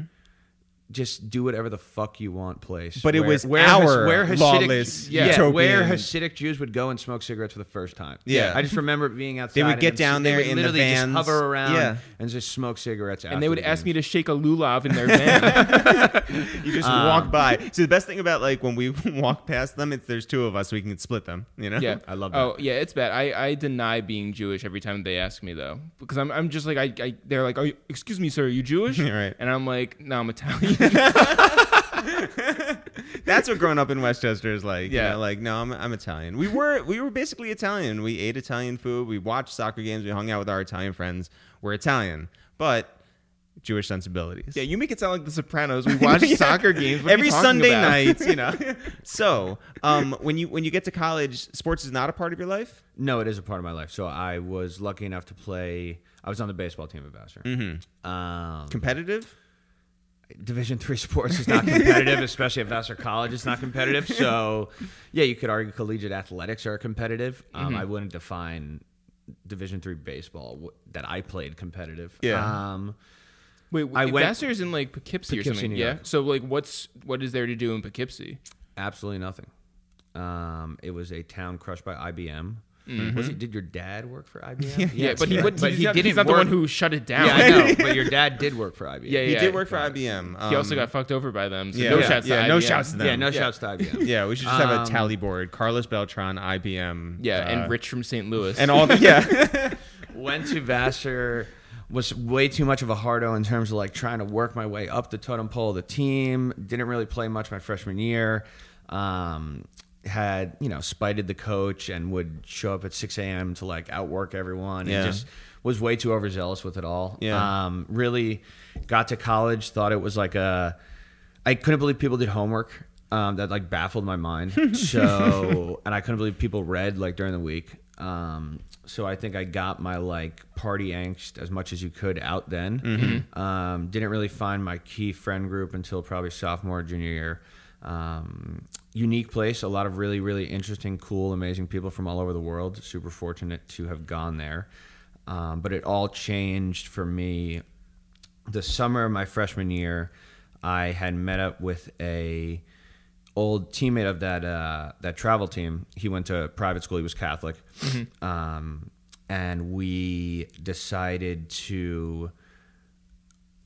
S3: just do whatever the fuck you want place.
S1: But it was our lawless,
S3: yeah, where
S1: utopian-
S3: Hasidic Jews would go and smoke cigarettes for the first time.
S1: Yeah.
S3: I just remember being outside.
S1: would
S3: and
S1: get
S3: them-
S1: down
S3: they
S1: there
S3: would
S1: in the
S3: literally
S1: vans.
S3: just hover around
S1: Yeah.
S3: and just smoke cigarettes.
S2: and they would ask me to shake a lulav in their van.
S1: You just
S2: Uh,
S1: walk by. So the best thing about like when we walk past them, it's there's two of us, we can split them. You know?
S2: yeah,
S3: I love
S2: Oh yeah, it's bad. I, I deny being Jewish every time they ask me though, because I'm, I'm just like I, I they're like, oh, excuse me, sir, are you Jewish?
S1: Right.
S2: And I'm like, no, I'm Italian.
S1: That's what growing up in Westchester is like. Yeah.
S2: Yeah.
S1: like no, I'm, I'm Italian. We were we were basically Italian. We ate Italian food. We watched soccer games. We hung out with our Italian friends. We're Italian, but Jewish sensibilities.
S2: yeah, you make it sound like The Sopranos. We watch
S1: Yeah.
S2: soccer games What are you
S1: every
S2: talking
S1: Sunday
S2: about?
S1: night. You know. so um, when you when you get to college, sports is not a part of your life.
S3: No, it is a part of my life. So I was lucky enough to play. I was on the baseball team at Vassar. Mm-hmm. Um,
S1: Competitive.
S3: Division three sports is not competitive, especially if Vassar College is not competitive. So, yeah, you could argue collegiate athletics are competitive. Um,
S2: Mm-hmm.
S3: I wouldn't define Division three baseball w- that I played competitive.
S1: Yeah.
S3: Um,
S2: Wait, I
S3: I went-
S2: Vassar's in like Poughkeepsie,
S3: Poughkeepsie,
S2: or something.
S3: New
S2: yeah.
S3: York.
S2: So like, what's what is there to do in Poughkeepsie?
S3: absolutely nothing. Um, it was a town crushed by IBM. Was it, did your dad work for IBM? Yeah,
S2: Mm-hmm. but he,
S3: yeah.
S2: would, but
S3: he's
S2: he
S3: not-
S2: didn't.
S3: He's
S2: He's not the one
S3: work-
S2: who shut it down.
S3: Yeah, I know. But your dad did work for IBM.
S2: Yeah,
S1: He
S2: yeah.
S1: did work for IBM.
S2: He also
S1: um,
S2: got fucked over by them. So
S1: yeah.
S2: no
S1: Yeah.
S2: shots. to
S1: Yeah, no
S2: IBM.
S1: shots to them.
S3: Yeah, no
S1: Yeah.
S3: shouts to IBM.
S1: Yeah, we should just have
S3: Um,
S1: a tally board. Carlos Beltran, IBM.
S2: Yeah,
S1: uh,
S2: and Rich from St. Louis.
S1: and all. The, yeah,
S3: went to Vassar was way too much of a hardo in terms of like trying to work my way up the totem pole of the team. Didn't really play much my freshman year. Um, had you know spited the coach and would show up at 6 a.m. to like outwork everyone.
S1: Yeah.
S3: And just was way too overzealous with it all.
S1: Yeah.
S3: Um, really got to college, thought it was like a. I couldn't believe people did homework. Um, that like baffled my mind. So, and I couldn't believe people read like during the week. Um, so I think I got my like party angst as much as you could out then. Um, didn't really find my key friend group until probably sophomore, junior year. Um, unique place, a lot of really, really interesting, cool, amazing people from all over the world. Super fortunate to have gone there. Um, but it all changed for me the summer of my freshman year, I had met up with a old teammate of that uh, that travel team. He went to private school. He was Catholic,
S2: Mm-hmm.
S3: um, and we decided to.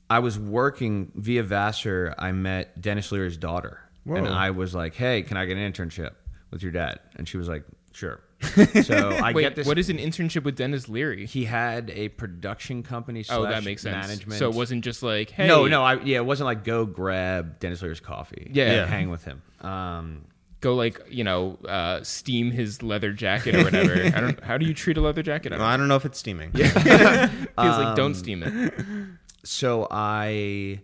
S3: I was working via Vassar. I met Dennis Leary's daughter, and
S1: Whoa.
S3: I was like, "Hey, can I get an internship with your dad?" And she was like, "Sure." So I
S2: Wait,
S3: get this.
S2: what is an internship with Dennis Leary?
S3: he had a production company.
S2: Oh,
S3: slash
S2: that makes sense.
S3: Management.
S2: So it wasn't just like, hey,
S3: No, no, I yeah, it wasn't like go grab Dennis Leary's coffee.
S2: Yeah.
S3: and
S2: Yeah.
S3: hang with him. Um,
S2: go like you know, uh, steam his leather jacket or whatever. I don't. How do you treat a leather jacket? I
S1: Well,
S2: don't,
S1: I don't know if it's steaming.
S2: feels
S3: Um,
S2: like don't steam it.
S3: so I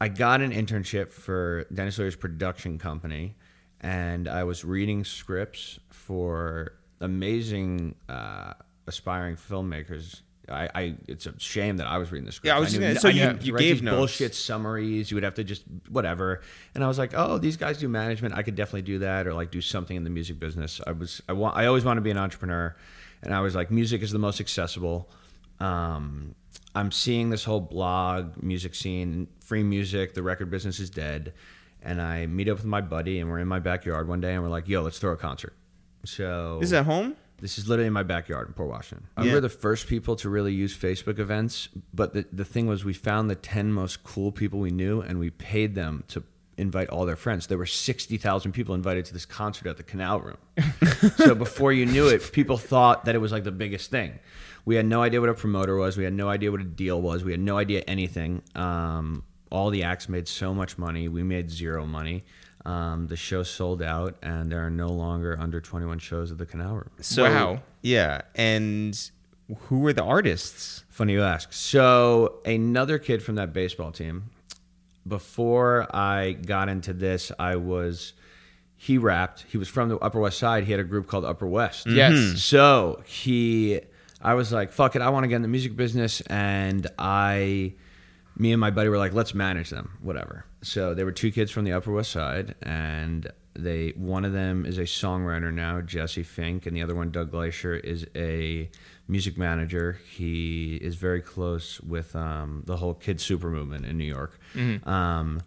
S3: I got an internship for Dennis Leary's production company, and I was reading scripts for amazing uh, aspiring filmmakers. I, I it's a shame that I was reading the script.
S1: Yeah, I was just
S3: knew
S1: gonna-
S3: no-
S1: so
S3: I
S1: you-
S3: knew-
S1: you
S3: read
S1: gave
S3: these
S1: notes.
S3: bullshit summaries. You would have to just whatever. And I was like, oh, these guys do management. I could definitely do that, or like do something in the music business. I was I want I always want to be an entrepreneur, and I was like, music is the most accessible. Um, I'm seeing this whole blog music scene, free music. The record business is dead, and I meet up with my buddy, and we're in my backyard one day, and we're like, yo, let's throw a concert. So
S1: This is at home.
S3: this is literally in my backyard in Port Washington. Uh, We
S1: Yeah.
S3: were the first people to really use Facebook events, but the, the thing was, we found the 10 most cool people we knew and we paid them to invite all their friends. There were 60,000 people invited to this concert at the Canal Room. so before you knew it, people thought that it was like the biggest thing. We had no idea what a promoter was, we had no idea what a deal was, we had no idea anything. Um, all the acts made so much money, we made zero money. Um, the show sold out, and there are no longer under 21 shows at the Canal Room.
S1: So,
S2: Wow.
S1: Yeah, and who were the artists?
S3: Funny you ask. So another kid from that baseball team. Before I got into this, I was he rapped. He was from the Upper West Side. He had a group called Upper West.
S2: Yes.
S3: So he, I was like, fuck it, I want to get in the music business, and I, me and my buddy were like, let's manage them, whatever. So there were two kids from the Upper West Side, and they one of them is a songwriter now, Jesse Fink, and the other one, Doug Gleischer, is a music manager. He is very close with um, the whole kid super movement in New York. Um,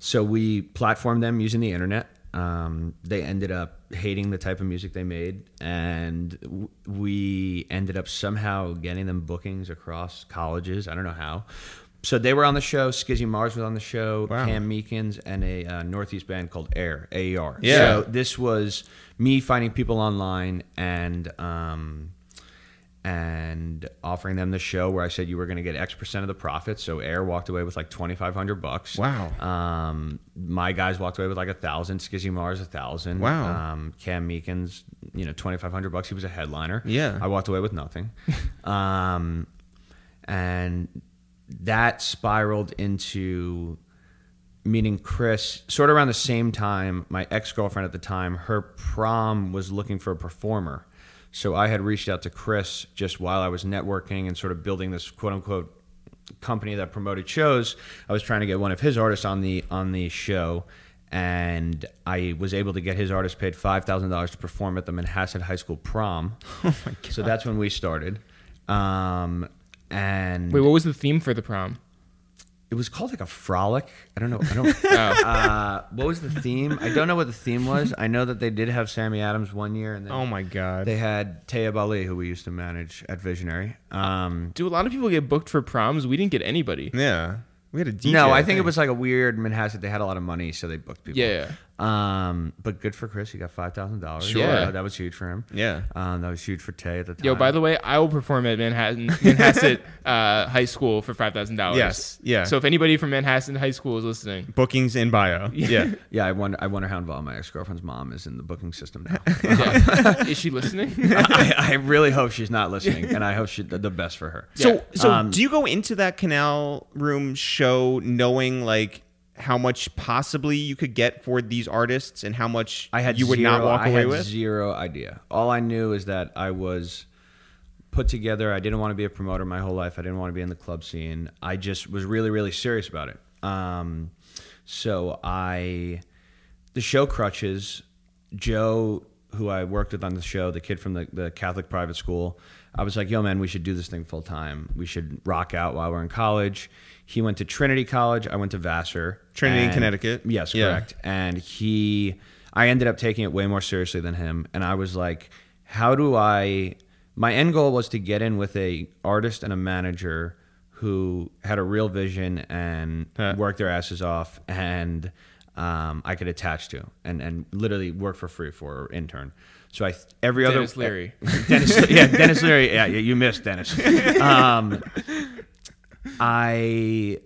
S3: so we platformed them using the internet um, they ended up hating the type of music they made, and w- we ended up somehow getting them bookings across colleges. I don't know how. So they were on the show. Skizzy Mars was on the show.
S1: Wow.
S3: Cam Meekins and a uh, Northeast band called Air AER.
S1: Yeah.
S3: So this was me finding people online and um, and offering them the show where I said you were going to get X percent of the profits. So Air walked away with like twenty five hundred bucks.
S1: Wow.
S3: Um, my guys walked away with like a thousand. Skizzy Mars a thousand.
S1: Wow.
S3: Um, Cam Meekins, you know, twenty five hundred bucks. He was a headliner.
S1: Yeah.
S3: I walked away with nothing. um, and that spiraled into meeting Chris sort of around the same time. My ex girlfriend at the time, her prom was looking for a performer. So I had reached out to Chris just while I was networking and sort of building this quote unquote company that promoted shows. I was trying to get one of his artists on the on the show and I was able to get his artist paid five thousand dollars to perform at the Manhasset High School prom. Oh my god. So that's when we started. Um and
S2: Wait, what was the theme for the prom?
S3: it was called like a frolic. I don't know. I don't. uh, what was the theme? I don't know what the theme was. I know that they did have Sammy Adams one year, and then
S2: Oh my god.
S3: they had Taya Bali, who we used to manage at Visionary. Um,
S2: Do a lot of people get booked for proms? We didn't get anybody.
S1: Yeah. We had a DJ.
S3: no, I think it was like a weird Manhasset. They had a lot of money, so they booked people.
S2: Yeah.
S3: Um, but good for Chris. He got five thousand dollars.
S2: Sure.
S3: that was huge for him.
S1: Yeah.
S3: Um, that was huge for Tay at the time.
S2: Yo, by the way, I will perform at Manhattan Manhasset uh, High School for five thousand dollars.
S1: Yes, yeah.
S2: So if anybody from Manhasset High School is listening,
S1: Bookings in bio. Yeah.
S3: yeah, I wonder. I wonder how involved my ex girlfriend's mom is in the booking system now.
S2: yeah. is she listening?
S3: I, I really hope she's not listening, and I hope she the best for her.
S1: So
S2: Yeah.
S1: so
S3: Um,
S1: do you go into that canal room show knowing like how much possibly you could get for these artists and how much
S3: I had
S1: you would not
S3: zero-
S1: walk
S3: I
S1: away
S3: had
S1: with?
S3: zero idea. All I knew is that I was put together. I didn't want to be a promoter my whole life. I didn't want to be in the club scene. I just was really, really serious about it. Um, so I, the show crutches, Joe, who I worked with on the show, the kid from the, the Catholic private school. I was like, yo, man, we should do this thing full time. We should rock out while we're in college. He went to Trinity College. I went to Vassar.
S1: Trinity, Connecticut.
S3: Yes,
S1: Yeah.
S3: correct and he i ended up taking it way more seriously than him and i was like how do i my end goal was to get in with a artist and a manager who had a real vision and
S1: Huh.
S3: worked their asses off and um, i could attach to and, and literally work for free for or intern so i every
S2: Dennis
S3: other
S2: Leary.
S3: Dennis, yeah, Dennis Leary. Yeah, yeah, you missed Dennis. Um, I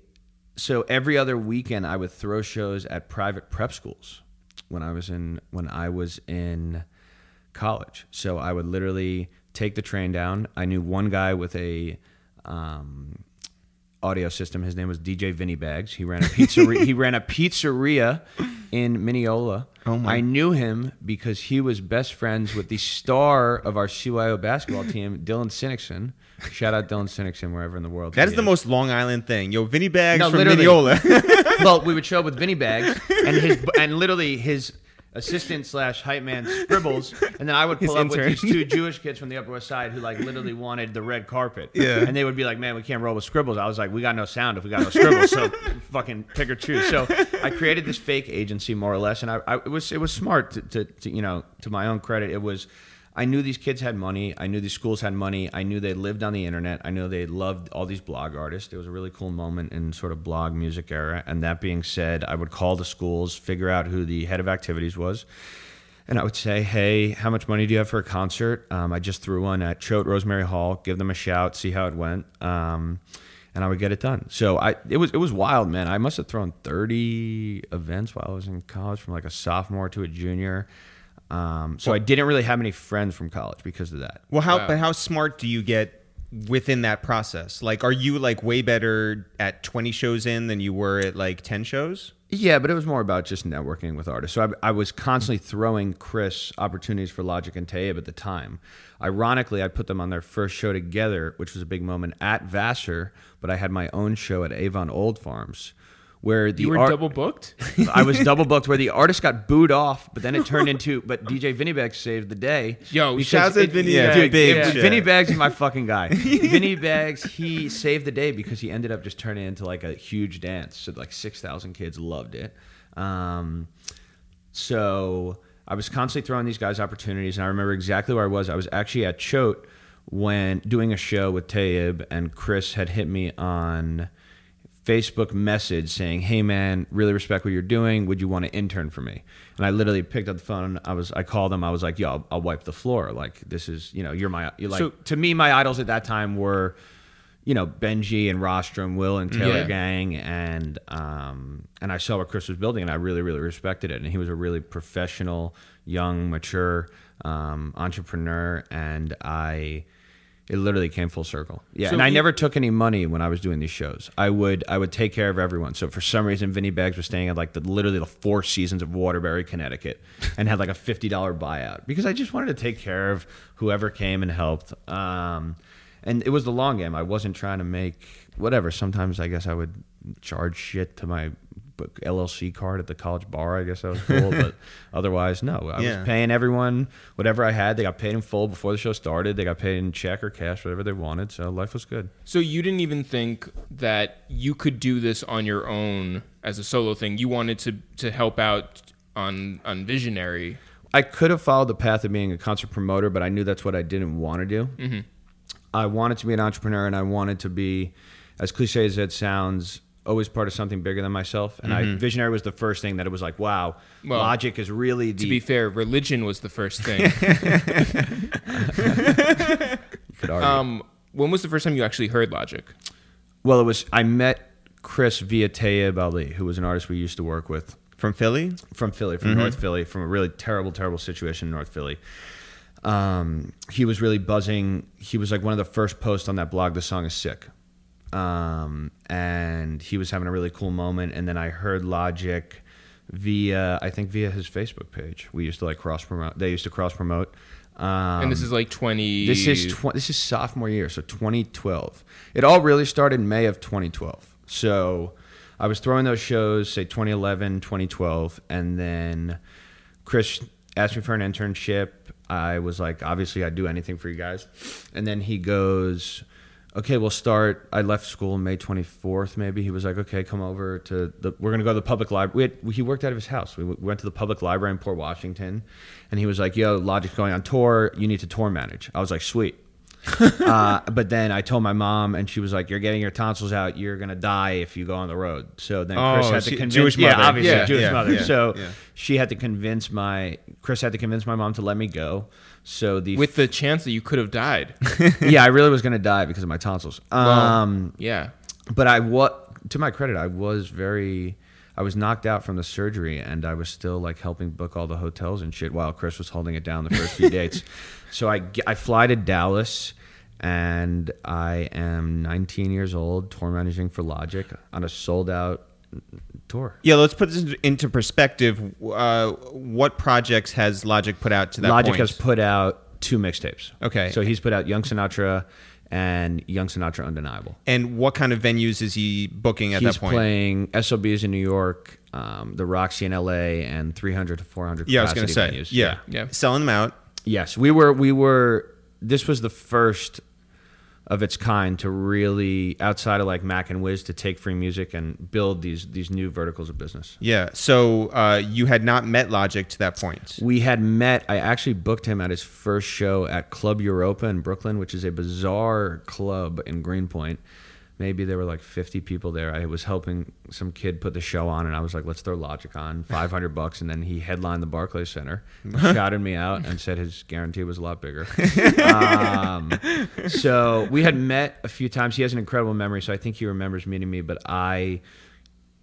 S3: so every other weekend I would throw shows at private prep schools when I was in when I was in college. So I would literally take the train down. I knew one guy with a um, audio system. His name was DJ Vinny Bags. He ran a pizzeria. he ran a pizzeria in Mineola. Oh my. I knew him because he was best friends with the star of our CYO basketball team, Dylan Sinnickson. Shout out Dylan Sinnickson wherever in the world.
S1: That
S3: he
S1: is the most Long Island thing. Yo, Vinny Bags
S3: No,
S1: from
S3: literally.
S1: Mineola.
S3: well, we would show up with Vinny bags and his and literally his assistant slash hype man scribbles, and then I would pull up
S1: intern.
S3: with these two Jewish kids from the Upper West Side who like literally wanted the red carpet.
S1: Yeah.
S3: and they would be like, "Man, we can't roll with scribbles." I was like, "We got no sound if we got no scribbles, so fucking pick or choose." So I created this fake agency more or less, and I, I it was it was smart to, to, to you know to my own credit, it was. I knew these kids had money. I knew these schools had money. I knew they lived on the internet. I knew they loved all these blog artists. It was a really cool moment in sort of blog music era. And that being said, I would call the schools, figure out who the head of activities was, and I would say, "Hey, how much money do you have for a concert? Um, I just threw one at Choate Rosemary Hall. Give them a shout, see how it went." Um, and I would get it done. So I, it was it was wild, man. I must have thrown thirty events while I was in college, from like a sophomore to a junior. Um, so I didn't really have any friends from college because of that.
S1: well, how
S2: Wow.
S1: but how smart do you get within that process? Like, are you like way better at twenty shows in than you were at like ten shows?
S3: Yeah, but it was more about just networking with artists. So I, I was constantly throwing Chris opportunities for Logic and Taib at the time. Ironically, I put them on their first show together, which was a big moment at Vassar, but I had my own show at Avon Old Farms. Where the
S2: You were
S3: art-
S2: double booked.
S3: I was double booked. Where the artist got booed off, but then it turned into. But DJ Vinny Bags saved the day.
S2: Yo,
S3: because
S2: shouts at
S3: it-
S2: Vinny
S3: yeah,
S2: Bags.
S3: dude, it
S2: Yeah.
S3: was-
S1: Shit.
S3: Vinny Bags is my fucking guy. Vinny Bags, he saved the day because he ended up just turning into like a huge dance. So like six thousand kids loved it. Um, so I was constantly throwing these guys opportunities, and I remember exactly where I was. I was actually at Choate when doing a show with Taib, and Chris had hit me on Facebook message saying, "Hey man, really respect what you're doing. Would you want to intern for me?" And I literally picked up the phone. I was, I called him. I was like, "Yo, I'll, I'll wipe the floor. Like this is, you know, you're my, you're like
S2: So-
S3: to me, my idols at that time were." You know Benji and Rostrum, Will and Taylor
S2: Yeah.
S3: Gang, and um, and I saw what Chris was building, and I really, really respected it. And he was a really professional, young, mature um, entrepreneur, and I, it literally came full circle. Yeah,
S2: So
S3: and I
S2: you-
S3: never took any money when I was doing these shows. I would I would take care of everyone. So for some reason, Vinny Bags was staying at like the literally the Four Seasons of Waterbury, Connecticut, and had like a fifty dollar buyout because I just wanted to take care of whoever came and helped. Um, and it was the long game. I wasn't trying to make whatever. Sometimes I guess I would charge shit to my but LLC card at the college bar. I guess that was cool, but otherwise, no. I
S1: Yeah.
S3: was paying everyone whatever I had. They got paid in full before the show started. They got paid in check or cash, whatever they wanted. So life was good.
S2: So you didn't even think that you could do this on your own as a solo thing. You wanted to to help out on on Visionary.
S3: I could have followed the path of being a concert promoter, but I knew that's what I didn't want to do.
S2: Mm-hmm.
S3: I wanted to be an entrepreneur, and I wanted to be, as cliche as it sounds, always part of something bigger than myself. And I, visionary was the first thing that it was like, wow,
S2: Mm-hmm. Well,
S3: logic is really the.
S2: To be fair, religion was the first thing.
S3: you could argue.
S2: um, when was the first time you actually heard Logic?
S3: well, it was. I met Chris via Tayyib Ali, who was an artist we used to work with.
S1: From Philly?
S3: from Philly, from North Philly, from a really terrible, terrible situation in North Philly. Um, he was really buzzing. He was like one of the first posts on that blog. The song is sick, um, and he was having a really cool moment. And then I heard Logic via, I think via his Facebook page. We used to like cross promote. They used to cross promote. Um,
S2: and this is like twenty.
S3: this is tw- this is sophomore year, so 2012. It all really started in May of 2012. So I was throwing those shows, say 2011, 2012, and then Chris asked me for an internship. I was like, obviously, I'd do anything for you guys. And then he goes, okay, we'll start. I left school on May 24th, maybe. He was like, okay, come over to the, we're going to go to the public library. We had, he worked out of his house. We w- went to the public library in Port Washington and he was like, yo, Logic's going on tour. You need to tour manage. I was like, sweet. uh, but then I told my mom, and she was like, "You're getting your tonsils out. You're gonna die if you go on the road." So then Chris
S1: Oh,
S3: had to
S1: she-
S3: convince
S1: Jewish
S3: yeah,
S1: mother.
S3: obviously
S2: Yeah,
S3: Jewish
S1: yeah,
S3: mother.
S1: yeah,
S3: so
S1: yeah.
S3: she had to convince my Chris had to convince my mom to let me go. So the
S2: with the chance that you could have died.
S3: yeah, I really was gonna die because of my tonsils. Um,
S2: yeah.
S3: but I what to my credit, I was very. I was knocked out from the surgery, and I was still like helping book all the hotels and shit while Chris was holding it down the first few dates. So I ge- I fly to Dallas, and I am 19 years old, tour managing for Logic on a sold out tour.
S1: Yeah, let's put this into perspective. Uh, what projects has Logic put out to that
S3: Logic
S1: point?
S3: has put out two mixtapes.
S1: Okay.
S3: so he's put out Young Sinatra and Young Sinatra Undeniable.
S1: and what kind of venues is he booking at
S3: he's
S1: that point?
S3: playing SOBs in New York, um, the Roxy in LA, and 300 to 400.
S1: yeah, I was gonna say.
S3: capacity venues.
S1: Yeah.
S2: Yeah.
S1: selling them out.
S3: Yes, we were. We were. This was the first of its kind to really outside of like Mac and Wiz to take free music and build these these new verticals of business.
S1: Yeah. So uh, you had not met Logic to that point.
S3: We had met. I actually booked him at his first show at Club Europa in Brooklyn, which is a bizarre club in Greenpoint. Maybe there were like 50 people there. I was helping some kid put the show on, and I was like, "Let's throw Logic on, 500 bucks." And then he headlined the Barclays Center, shouted me out, and said his guarantee was a lot bigger. um, so we had met a few times. He has an incredible memory, so I think he remembers meeting me. But I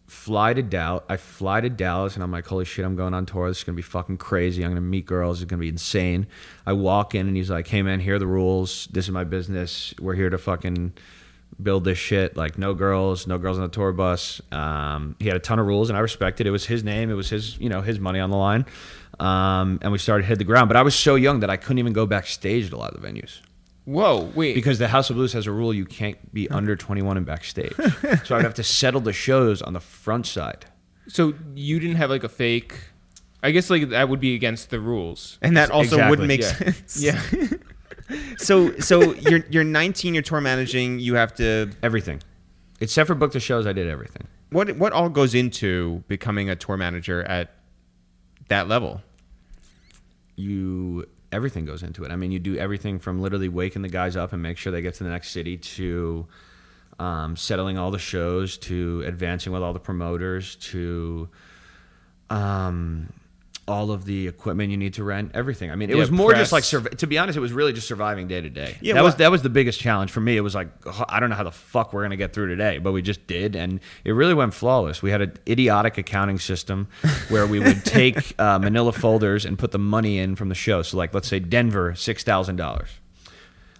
S3: fly to Dallas. I fly to Dallas, and I'm like, holy shit, I'm going on tour. This is gonna be fucking crazy. I'm gonna meet girls. It's gonna be insane. I walk in, and he's like, hey man, here are the rules. This is my business. We're here to fucking build this shit. Like, no girls, no girls on the tour bus. Um, he had a ton of rules, and I respected. It was his name. It was his, you know, his money on the line. Um, and we started to hit the ground. But I was so young that I couldn't even go backstage at a lot of the venues
S2: Whoa. Wait.
S3: because the House of Blues has a rule you can't be under 21 and backstage. so I would have to settle the shows on the front side.
S2: so you didn't have like a fake. I guess like that would be against the rules.
S1: and that also
S3: Exactly.
S1: wouldn't make
S2: Yeah.
S1: sense.
S2: Yeah.
S1: So, so you're you're 19. You're tour managing. You have to.
S3: Everything. Except for book the shows, I did everything.
S1: What what all goes into becoming a tour manager at that level?
S3: You everything goes into it. I mean, you do everything from literally waking the guys up and make sure they get to the next city to um, settling all the shows to advancing with all the promoters to um, all of the equipment you need to rent, everything. I mean, it
S2: Yeah,
S3: was more
S2: press.
S3: just like survi- to be honest, it was really just surviving day to day.
S1: Yeah,
S3: that was
S1: well-
S3: that was the biggest challenge for me. It was like "Ugh, I don't know how the fuck we're gonna get through today, but we just did, and it really went flawless. We had an idiotic accounting system where we would take uh, Manila folders and put the money in from the show. So like, let's say Denver, six thousand dollars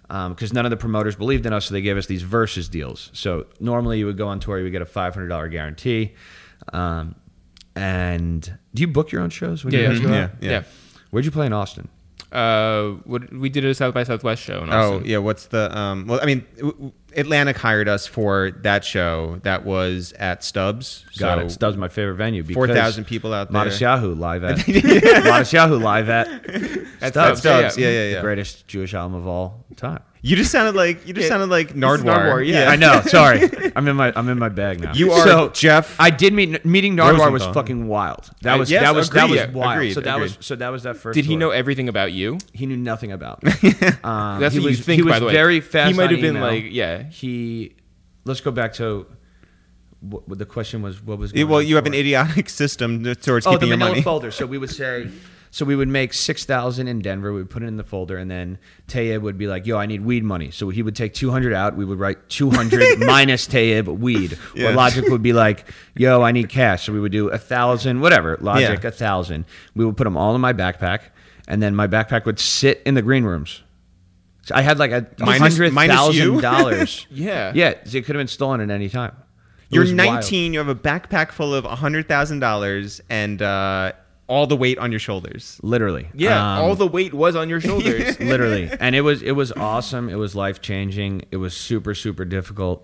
S3: because none of the promoters believed in us, so they gave us these versus deals. So normally you would go on tour, you would get a five hundred dollar guarantee. Um, and do you book your own shows? When
S2: Yeah.
S3: you guys go
S1: Yeah.
S3: out? Where'd you play in Austin?
S2: Uh, what we did a South by Southwest show. In Austin.
S1: Oh yeah, what's the um? Well, I mean, w- w- Atlantic hired us for that show that was at Stubbs.
S3: Got
S1: so
S3: it. Stubbs my favorite venue. because
S1: 4,000 people out there.
S3: Modest Yahoo live at. Modest Yahoo live at.
S2: That's
S3: Stubbs.
S2: Stubbs,
S1: Stubbs, yeah, yeah, yeah.
S3: The greatest Jewish album of all time.
S1: You just sounded like you just
S2: Yeah.
S1: sounded like
S2: This
S1: Nardwar.
S2: is Nardwar, yeah.
S3: I know. Sorry, I'm in my I'm in my bag now.
S1: You are
S3: So,
S1: Jeff.
S3: I did meet meeting Nardwar was
S1: Rosenthal.
S3: fucking wild. That was
S1: yes,
S3: that was
S1: agreed.
S3: that was wild.
S1: Agreed,
S3: so that was
S1: agreed.
S3: so that was that first.
S2: Did he
S3: tour.
S2: know everything about you?
S3: He knew nothing about. Um,
S2: That's
S3: he
S2: what
S3: was,
S2: you think,
S3: he was
S2: by the way.
S3: very fast.
S2: He might
S3: on
S2: have been
S3: email.
S2: like, yeah.
S3: He. Let's go back to. What, what the question was what was
S1: Yeah,
S3: going
S1: well,
S3: on
S1: you have
S3: before.
S1: an idiotic system towards
S3: Oh, the
S1: keeping your
S3: manila
S1: money.
S3: folder. So we would say, so we would make six thousand in Denver. We would put it in the folder, and then Tayeb would be like, "Yo, I need weed money." So he would take two hundred out. We would write two hundred minus Tayeb weed.
S1: Yeah.
S3: Or Logic would be like, "Yo, I need cash." So we would do a thousand, whatever. Logic
S1: Yeah.
S3: a thousand. We would put them all in my backpack, and then my backpack would sit in the green rooms. So I had like a
S1: Minus-
S3: hundred
S1: minus you?
S3: thousand dollars.
S2: Yeah.
S3: yeah. It could have been stolen at any time. It
S1: You're
S3: was wild.
S1: 19. You have a backpack full of hundred thousand dollars and uh, all the weight on your shoulders.
S3: literally.
S2: Yeah,
S3: Um,
S2: all the weight was on your shoulders.
S3: literally and it was it was awesome it was life changing it was super super difficult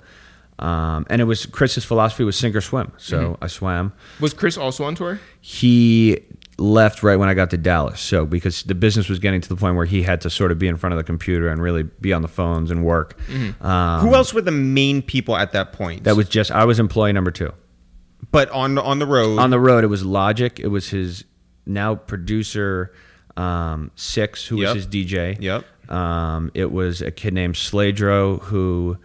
S3: um, and it was chris's philosophy was sink or swim so i swam
S2: was Chris also on tour?
S3: he left right when i got to dallas so because the business was getting to the point where he had to sort of be in front of the computer and really be on the phones and work um,
S1: Who else were the main people at that point?
S3: that was just i was employee number two
S1: but on on the road.
S3: on the road it was logic it was his now producer um, six who
S1: Yep.
S3: was his dj
S1: Yep.
S3: um, it was a kid named sladro who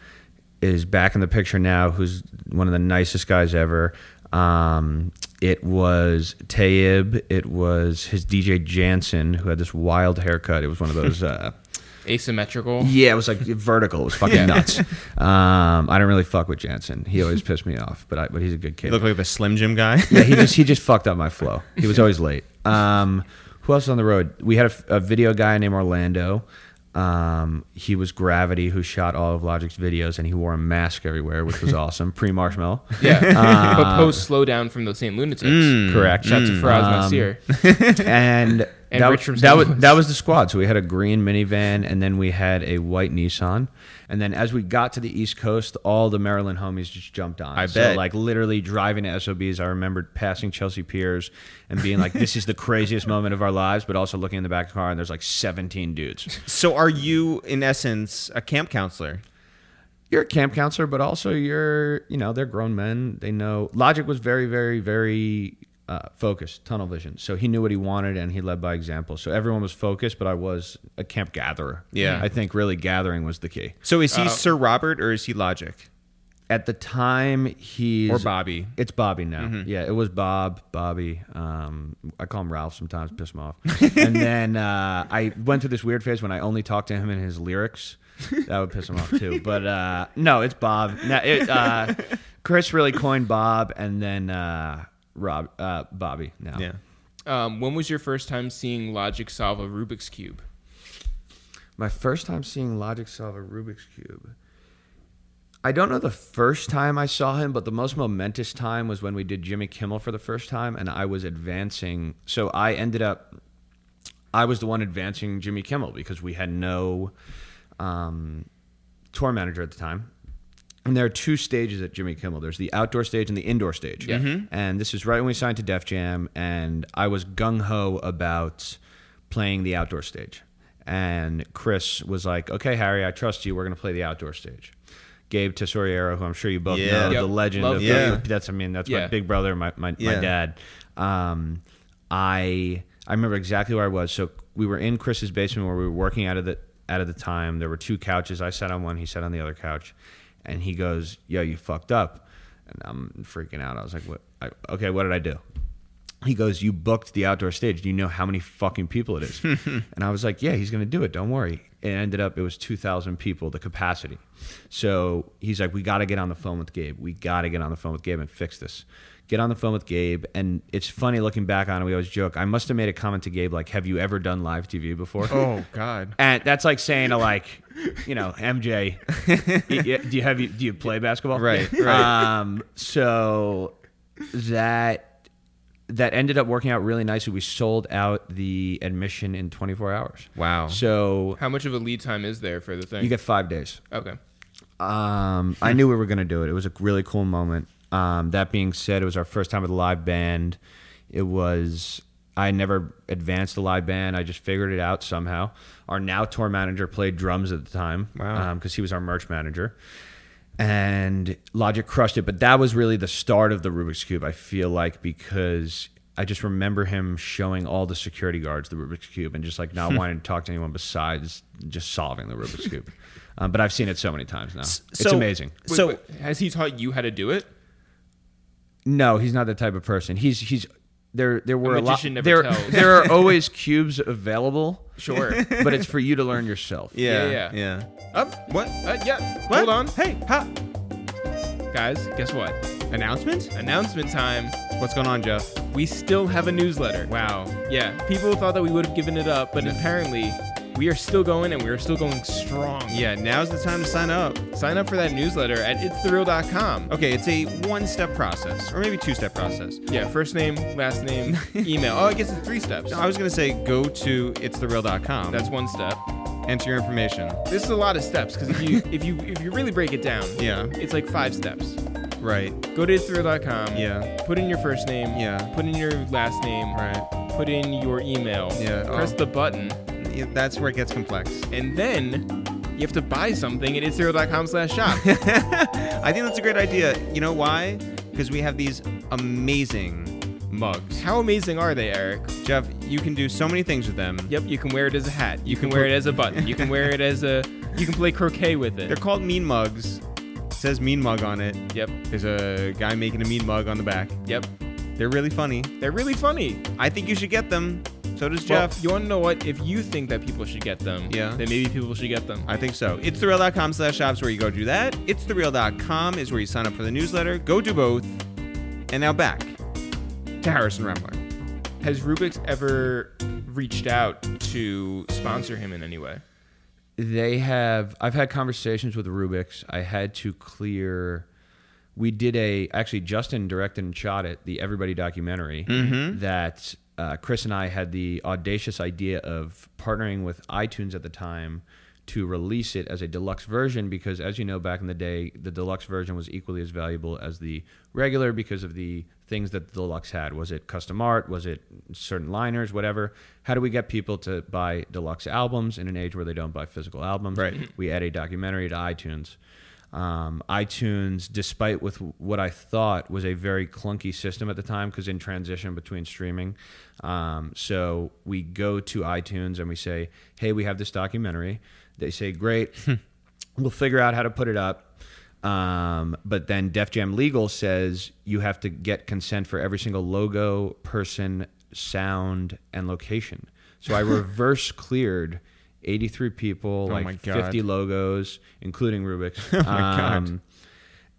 S3: is back in the picture now who's one of the nicest guys ever um, it was Tayib. It was his DJ Jansen, who had this wild haircut. It was one of those uh,
S2: Asymmetrical.
S3: yeah, it was like vertical. It was fucking nuts. Um, I don't really fuck with Jansen. He always pissed me off, but I, but he's a good
S1: you
S3: kid.
S1: look like the Slim Jim guy.
S3: yeah, he just he just fucked up my flow. He was always late. Um, who else was on the road? We had a, a video guy named Orlando. Um, he was Gravity, who shot all of Logic's videos, and he wore a mask everywhere, which was awesome. Pre Marshmallow,
S2: Yeah. Um, Mm, but post slowdown from those same lunatics.
S3: correct?
S2: Shout out to Faraz Nasir.
S3: and
S2: And
S3: that,
S2: Rich from
S3: was,
S2: St.
S3: that, was,
S2: Louis.
S3: that was the squad. So we had a green minivan, and then we had a white Nissan. And then as we got to the East Coast, all the Maryland homies just jumped on.
S1: I
S3: so
S1: bet.
S3: like literally driving to SOBs, I remembered passing Chelsea Piers and being like, "This is the craziest moment of our lives," but also looking in the back of the car and there's like 17 dudes.
S1: so are you in essence a camp counselor?
S3: You're a camp counselor, but also you're you know they're grown men. They know Logic was very very very. Uh, focused tunnel vision so he knew what he wanted and he led by example so everyone was focused but i was a camp gatherer
S1: Yeah.
S3: i think really gathering was the key
S1: So is he Sir Robert or is he Logic
S3: at the time he's
S1: or Bobby?
S3: It's Bobby now. Yeah, it was Bob, Bobby. Um, I call him Ralph sometimes, piss him off. and then uh, I went through this weird phase when I only talked to him in his lyrics. That would piss him off too. But uh, no, it's Bob. No, it, uh, Chris really coined Bob, and then uh, Rob, uh, Bobby. Now,
S1: Yeah.
S2: Um, when was your first time seeing Logic solve a Rubik's cube?
S3: my first time seeing Logic solve a Rubik's cube. I don't know the first time I saw him, but the most momentous time was when we did Jimmy Kimmel for the first time, and I was advancing. So I ended up, I was the one advancing Jimmy Kimmel because we had no um, tour manager at the time. And there are two stages at Jimmy Kimmel. There's the outdoor stage and the indoor stage.
S2: Yeah. Mm-hmm.
S3: And this is right when we signed to Def Jam, and I was gung ho about playing the outdoor stage. And Chris was like, "Okay, Harry, I trust you. We're going to play the outdoor stage." Gabe Tesoriero, who I'm sure you both
S1: Yeah.
S3: know,
S2: Yep.
S3: the legend
S2: Love
S3: of
S1: Yeah.
S3: the, that's I mean that's
S2: Yeah.
S3: my big brother, my my,
S1: Yeah.
S3: my dad. Um, I I remember exactly where I was. So we were in Chris's basement where we were working out of the out of the time. There were two couches. I sat on one. He sat on the other couch, and he goes, "Yo, you fucked up," and I'm freaking out. I was like, "What? I, okay, what did I do?" he goes, You booked the outdoor stage. Do you know how many fucking people it is? and I was like, Yeah, he's going to do it. Don't worry. It ended up, it was 2,000 people, the capacity. So he's like, We got to get on the phone with Gabe. We got to get on the phone with Gabe and fix this. Get on the phone with Gabe. And it's funny looking back on it. We always joke. I must have made a comment to Gabe, like, Have you ever done live TV before?
S1: Oh God.
S3: And that's like saying to like, you know, MJ, y- y- do you have you do you play basketball?
S1: Right, right.
S3: Um, so that that ended up working out really nicely. We sold out the admission in 24 hours.
S1: Wow.
S3: So
S2: How much of a lead time is there for the thing?
S3: you get five days.
S2: okay.
S3: um, I knew we were gonna do it. It was a really cool moment. Um, that being said, it was our first time with a live band. It was I never advanced the live band. I just figured it out somehow. Our now tour manager played drums at the time
S1: Wow.
S3: because he was our merch manager. And Logic crushed it, but that was really the start of the Rubik's Cube. I feel like because I just remember him showing all the security guards the Rubik's Cube and just like not wanting to talk to anyone besides just solving the Rubik's Cube. Um, but I've seen it so many times now. it's
S1: so-
S3: amazing.
S2: Wait,
S1: So-
S2: wait, has he taught you how to do it?
S3: No, he's not that type of person. He's he's there. There were a, lot.
S2: magician never
S3: there
S2: tells.
S3: there are always cubes available,
S2: Sure.
S3: but it's for you to learn yourself.
S1: Yeah,
S2: Yeah,
S1: yeah,
S2: Up.
S1: What?
S2: Uh, yeah.
S1: What?
S2: Hold on,
S1: Hey, ha!
S2: guys. Guess what?
S1: Announcement?
S2: Announcement time.
S1: What's going on, Jeff?
S2: We still have a newsletter.
S1: Wow.
S2: Yeah. People thought that we would have given it up, but apparently, we are still going and we are still going strong.
S1: Yeah, now's the time to sign up.
S2: Sign up for that newsletter at itsthereal.com.
S1: Okay, it's a one-step process, or maybe two-step process.
S2: Yeah. First name, last name, email. Oh, I guess it's three steps.
S1: I was gonna say go to itsthereal.com.
S2: That's one step.
S1: enter your information.
S2: This is a lot of steps because if you if you if you really break it down,
S1: Yeah.
S2: it's like five steps.
S1: Right.
S2: Go to itsthereal.com.
S1: Yeah.
S2: Put in your first name.
S1: Yeah.
S2: Put in your last name.
S1: Right.
S2: Put in your email.
S1: Yeah, oh.
S2: Press the button,
S1: Yeah, that's where it gets complex.
S2: and then you have to buy something at itsthereal.com slash shop.
S1: I think that's a great idea. You know why? Because we have these amazing mugs.
S2: How amazing are they, Eric?
S1: Jeff, you can do so many things with them.
S2: Yep, you can wear it as a hat. You,
S1: can
S2: can, wear
S1: put-
S2: it as a button. You can wear it as a. You can play croquet with
S1: They're
S2: it.
S1: called mean mugs. It says mean mug on it.
S2: Yep,
S1: There's a guy making a mean mug on the back.
S2: yep.
S1: They're really funny.
S2: They're really funny.
S1: I think you should get them. So does
S2: Well,
S1: Jeff.
S2: you want to know what? If you think that people should get them,
S1: Yeah.
S2: then maybe people should get them.
S1: I think so. It's thereal.com slash shops where you go do that. It's thereal.com is where you sign up for the newsletter. Go do both. And now back to Harrison Remler.
S2: Has Rubik's ever reached out to sponsor him in any way?
S3: They have. I've had conversations with Rubik's. I had to clear. We did a actually Justin directed and shot it the Everybody documentary that uh, Chris and I had the audacious idea of partnering with iTunes at the time to release it as a deluxe version because as you know back in the day the deluxe version was equally as valuable as the regular because of the things that the deluxe had was it custom art was it certain liners whatever how do we get people to buy deluxe albums in an age where they don't buy physical albums
S1: Right.
S3: we add a documentary to itunes um, itunes despite with what i thought was a very clunky system at the time because in transition between streaming um, so we go to itunes and we say hey we have this documentary they say great
S1: Hmm.
S3: we'll figure out how to put it up um, but then def jam legal says you have to get consent for every single logo person sound and location so i reverse cleared 83 people like
S1: Oh my God.
S3: 50 logos, including Rubik's.
S1: God.
S3: Um,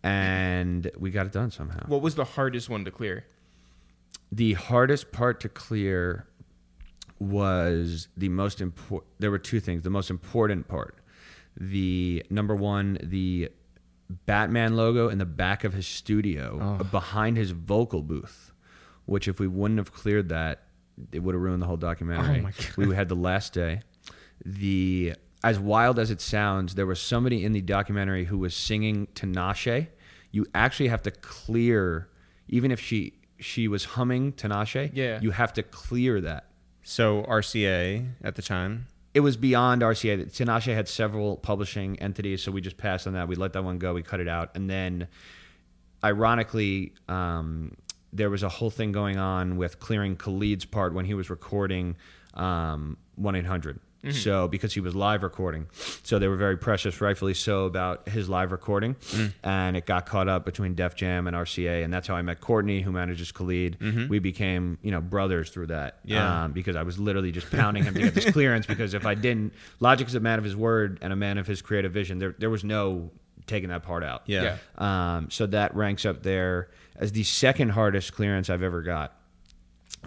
S3: and we got it done somehow.
S2: What was the hardest one to clear?
S3: the hardest part to clear was the most important. There were two things. The most important part, the number one, the Batman logo in the back of his studio behind his vocal booth, which if we wouldn't have cleared that, it would have ruined the whole documentary.
S1: Oh my God.
S3: We had the last day. The as wild as it sounds, there was somebody in the documentary who was singing Tinashe. You actually have to clear, even if she she was humming Tinashe.
S2: Yeah.
S3: you have to clear that.
S1: So RCA at the time.
S3: It was beyond RCA. Tinashe had several publishing entities, so we just passed on that. We let that one go. We cut it out, and then, ironically, um, there was a whole thing going on with clearing Khalid's part when he was recording um, one eight hundred. So because he was live recording, so they were very precious, rightfully so, about his live recording, and it got caught up between Def Jam and RCA, and that's how I met Courtney, who manages Khalid. We became, you know, brothers through that.
S1: Yeah.
S3: um, because I was literally just pounding him to get this clearance. Because if I didn't, Logic is a man of his word and a man of his creative vision. There, there was no taking that part out.
S1: Yeah.
S2: Yeah.
S3: Um, so that ranks up there as the second hardest clearance I've ever got.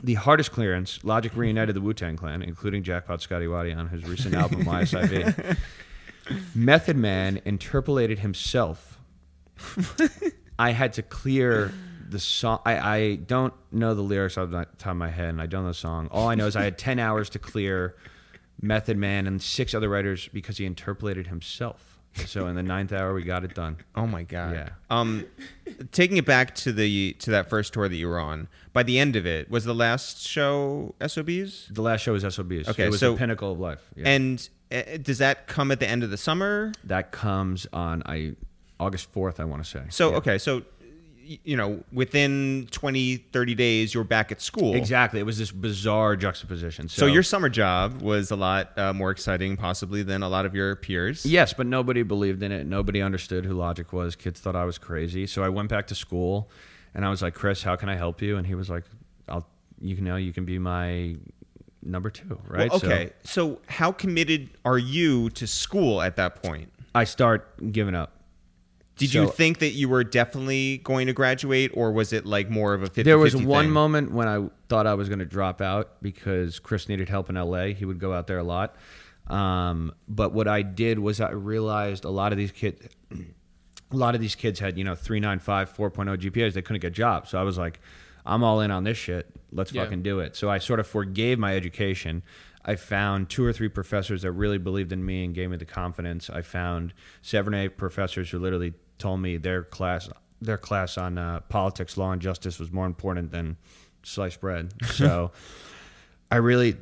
S3: The hardest clearance, Logic reunited the Wu Tang Clan, including Jackpot Scotty Waddy on his recent album YSIV. Method Man interpolated himself. I had to clear the song. I, I don't know the lyrics off the top of my head, and I don't know the song. All I know is I had 10 hours to clear Method Man and six other writers because he interpolated himself. So in the ninth hour, we got it done.
S1: Oh my god.
S3: Yeah.
S1: Um, taking it back to the to that first tour that you were on. By the end of it, was the last show SOBs?
S3: The last show was SOBs.
S1: Okay,
S3: it was
S1: so-
S3: the pinnacle of life. Yeah.
S1: And uh, does that come at the end of the summer?
S3: that comes on I August fourth, I want to say.
S1: So
S3: Yeah.
S1: okay, so y- you know, within 20, 30 days, you're back at school.
S3: Exactly. It was this bizarre juxtaposition. So,
S1: So your summer job was a lot uh, more exciting, possibly, than a lot of your peers.
S3: Yes, but nobody believed in it. Nobody understood who Logic was. Kids thought I was crazy. So I went back to school and I was like, Chris, how can I help you? And he was like, I'll you know, you can be my number two, right?
S1: Well,
S3: So
S1: okay. So, how committed are you to school at that point?
S3: I start giving up.
S1: Did you
S3: So-
S1: think that you were definitely going to graduate, or was it like more of a 50
S3: There was one moment when I thought I was going to drop out because Chris needed help in LA. He would go out there a lot. Um, but what I did was I realized a lot of these kids, a lot of these kids had you know 395, 4.0 GPAs. They couldn't get jobs. So I was like, I'm all in on this shit. Let's
S2: Yeah.
S3: fucking do it. So I sort of forgave my education. I found two or three professors that really believed in me and gave me the confidence. I found seven or eight professors who literally told me their class their class on uh, politics, law, and justice was more important than sliced bread. So I really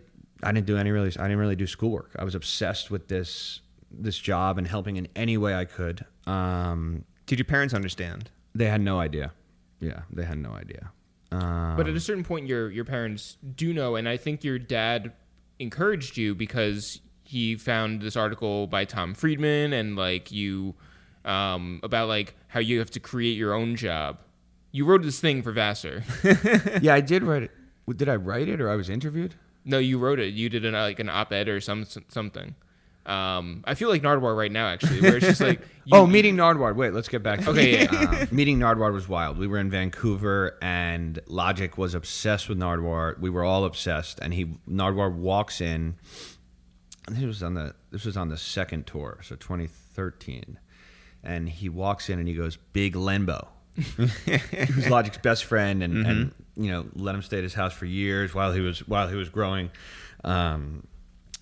S3: I didn't do any really I didn't really do schoolwork. I was obsessed with this this job and helping in any way I could. Um,
S1: Did your parents understand?
S3: they had no idea. Yeah, they had no idea. Um,
S2: But at a certain point, your your parents do know, and I think your dad encouraged you because he found this article by Tom Friedman and like you um, about like how you have to create your own job. You wrote this thing for Vassar.
S3: yeah, I did write it. Well, Did I write it or I was interviewed?
S2: no, you wrote it. You did an, uh, like an op-ed or some something. Um, I feel like Nardwar right now actually, where it's just like you-
S3: oh, meeting Nardward. Wait, let's get back. to
S2: Okay, yeah,
S3: Um, meeting Nardwar was wild. We were in Vancouver, and Logic was obsessed with Nardwar. We were all obsessed, and he Nardwar walks in. and This was on the this was on the second tour, so 2013, and he walks in and he goes, "Big Lenbo," who's Logic's best friend, and, and you know let him stay at his house for years while he was while he was growing. Um,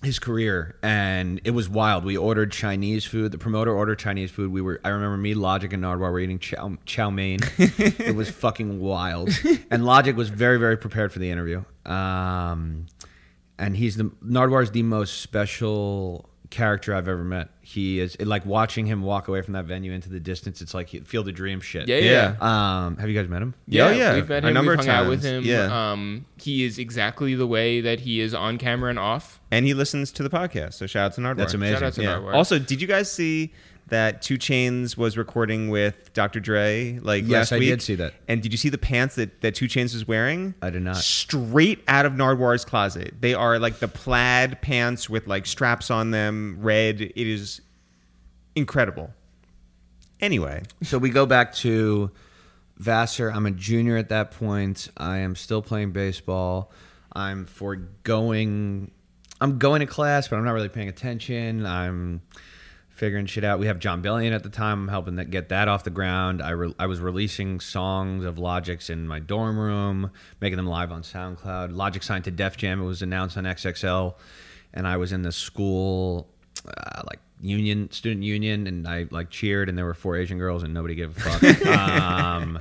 S3: his career and it was wild. We ordered Chinese food. The promoter ordered Chinese food. We were I remember me, Logic and Nardwar were eating chow, chow mein. it was fucking wild. And Logic was very very prepared for the interview. Um and he's the Nardwar is the most special character I've ever met. He is like watching him walk away from that venue into the distance. It's like he- Field of Dream shit.
S2: yeah, yeah.
S3: Um, have you guys met him?
S1: Yeah, Oh, yeah.
S2: We've met
S1: A
S2: him.
S1: number
S2: we've
S1: of
S2: hung out with him.
S1: times. Yeah.
S2: Um, he is exactly the way that he is on camera and off.
S1: And he listens to the podcast, so shout out to Nardwar.
S3: That's amazing.
S2: Shout out to
S1: Yeah.
S2: Nardwar.
S1: Also, did you guys see that Two Chains was recording with Dr. Dre like
S3: Yes,
S1: last
S3: I
S1: week?
S3: did see that.
S1: And did you see the pants that, that Two Chains was wearing?
S3: I did not.
S1: Straight out of Nardwar's closet. They are like the plaid pants with like straps on them, red. It is incredible. Anyway,
S3: So we go back to Vassar. I'm a junior at that point. I am still playing baseball. I'm foregoing. I'm going to class, but I'm not really paying attention. I'm figuring shit out. We have John Bellion at the time. I'm helping that get that off the ground. I, re- I was releasing songs of Logic's in my dorm room, making them live on SoundCloud. Logic signed to Def Jam. It was announced on XXL, and I was in the school uh, like union student union and i like cheered and there were four asian girls and nobody gave a fuck um,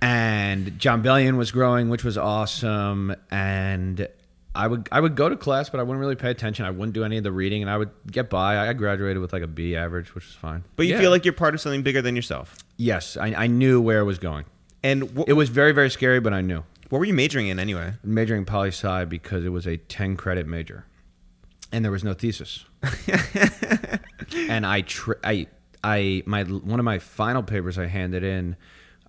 S3: and john bellion was growing which was awesome and i would i would go to class but i wouldn't really pay attention i wouldn't do any of the reading and i would get by i graduated with like a b average which was fine
S1: but you
S2: Yeah.
S1: feel like you're part of something bigger than yourself.
S3: yes i, I knew where it was going
S1: And wh-
S3: it was very very scary but i knew
S1: what were you majoring in anyway?
S3: majoring poli sci because it was a 10 credit major and there was no thesis and I, tr I i my one of my final papers i handed in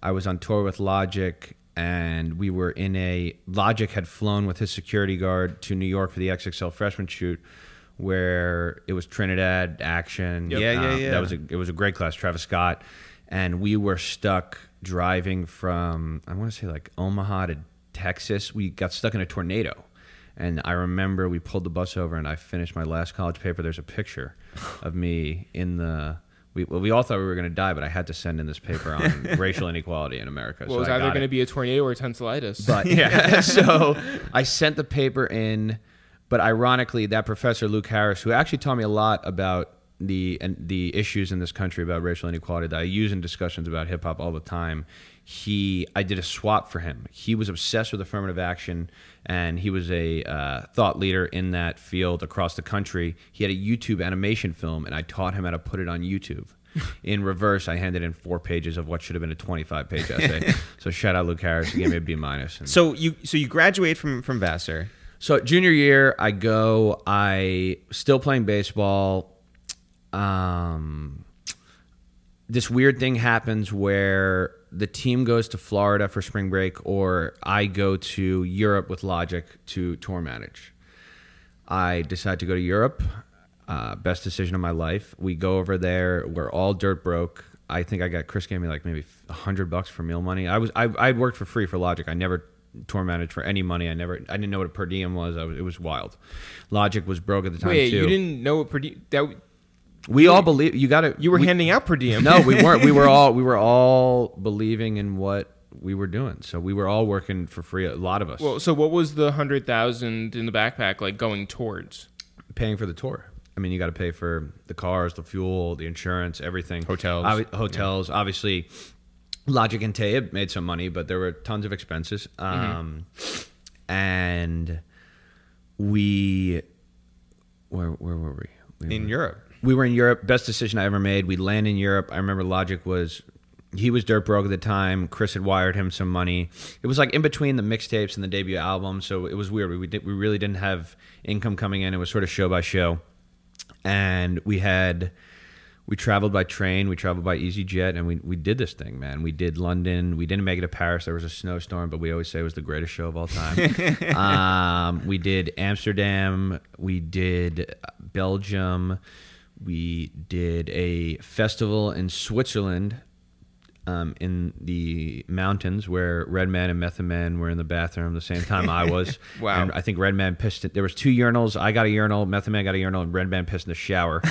S3: i was on tour with logic and we were in a logic had flown with his security guard to new york for the xxl freshman shoot where it was trinidad action um,
S1: Yep. Yeah, yeah, yeah.
S3: that was a, it was a great class travis scott and we were stuck driving from i want to say like omaha to texas we got stuck in a tornado and I remember we pulled the bus over, and I finished my last college paper. There's a picture of me in the. We, well, we all thought we were going to die, but I had to send in this paper on racial inequality in America.
S2: Well, it
S3: so
S2: was
S3: I
S2: either
S3: got
S2: going to
S3: it.
S2: be a tornado or tonsillitis.
S3: But yeah, so I sent the paper in. But ironically, that professor Luke Harris, who actually taught me a lot about the and the issues in this country about racial inequality that I use in discussions about hip hop all the time. He, I did a swap for him. He was obsessed with affirmative action, and he was a uh, thought leader in that field across the country. He had a YouTube animation film, and I taught him how to put it on YouTube. In reverse, I handed in four pages of what should have been a twenty-five page essay. so shout out Luke Harris. He gave me a B minus. and-
S1: So you so you graduate from from Vassar.
S3: so junior year, I go. I still playing baseball. Um, this weird thing happens where the team goes to Florida for spring break, or I go to Europe with Logic to tour manage. I decide to go to Europe. Uh, best decision of my life. We go over there. We're all dirt broke. I think I got Chris gave me like maybe a hundred bucks for meal money. I was I, I worked for free for Logic. I never tour managed for any money. I never I didn't know what a per diem was. I was it was wild. Logic was broke at the time
S2: Wait,
S3: too.
S2: you didn't know what per diem, that
S3: we all believe you got to
S2: you were
S3: we,
S2: handing out per diem.
S3: no, we weren't. We were all we were all believing in what we were doing. So we were all working for free. A lot of us
S2: Well, so what was the hundred thousand in the backpack like going towards?
S3: paying for the tour. I mean, you got to pay for the cars, the fuel, the insurance, everything.
S1: Hotels.
S3: Obvi- hotels. Obviously, Logic and Taib made some money, but there were tons of expenses. Um, And we, where where were we? we
S1: in
S3: were,
S1: Europe.
S3: we were in Europe. Best decision I ever made. We land in Europe. I remember Logic was he was dirt broke at the time. Chris had wired him some money. It was like in between the mixtapes and the debut album, so it was weird. We did, we really didn't have income coming in. It was sort of show by show, and we had we traveled by train, we traveled by EasyJet, and we we did this thing, man. We did London. We didn't make it to Paris. There was a snowstorm, but we always say it was the greatest show of all time. um, we did Amsterdam. We did uh, Belgium. We did a festival in Switzerland. Um, in the mountains where Redman and Methaman were in the bathroom the same time I was.
S2: Wow.
S3: And I think Redman pissed. It. There was two urinals. I got a urinal. Methaman got a urinal, and Redman pissed in the shower.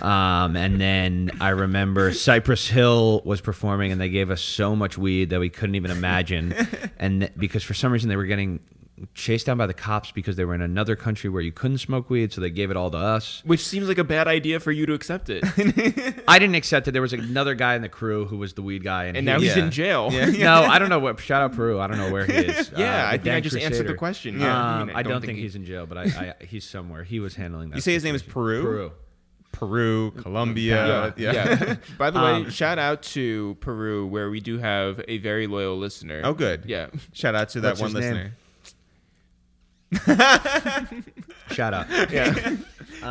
S3: Um, and then I remember Cypress Hill was performing, and they gave us so much weed that we couldn't even imagine. And th- because for some reason they were getting chased down by the cops because they were in another country where you couldn't smoke weed, so they gave it all to us.
S2: Which seems like a bad idea for you to accept it, and
S3: I didn't accept it. There was another guy in the crew who was the weed guy, and, he-
S2: now he's
S1: Yeah.
S2: in jail.
S1: Yeah.
S3: no, I don't know what. Shout out Peru. I don't know where he is.
S2: Yeah,
S3: Uh,
S2: I
S3: the
S2: think I
S3: Dang
S2: just answered the
S3: Crusader.
S2: question.
S3: Um,
S2: mean,
S3: I, don't think, he's in jail, but I, I he's somewhere. He was handling that.
S1: You say his name is Peru?
S3: Peru.
S1: Peru, Colombia.
S2: yeah.
S1: Yeah.
S2: Uh, yeah. Um, By the way, shout out to Peru, where we do have a very loyal listener.
S1: Oh, good.
S2: Yeah.
S1: Shout out to that
S3: What's
S1: one
S3: his name?
S1: listener.
S3: Shout out.
S2: Yeah.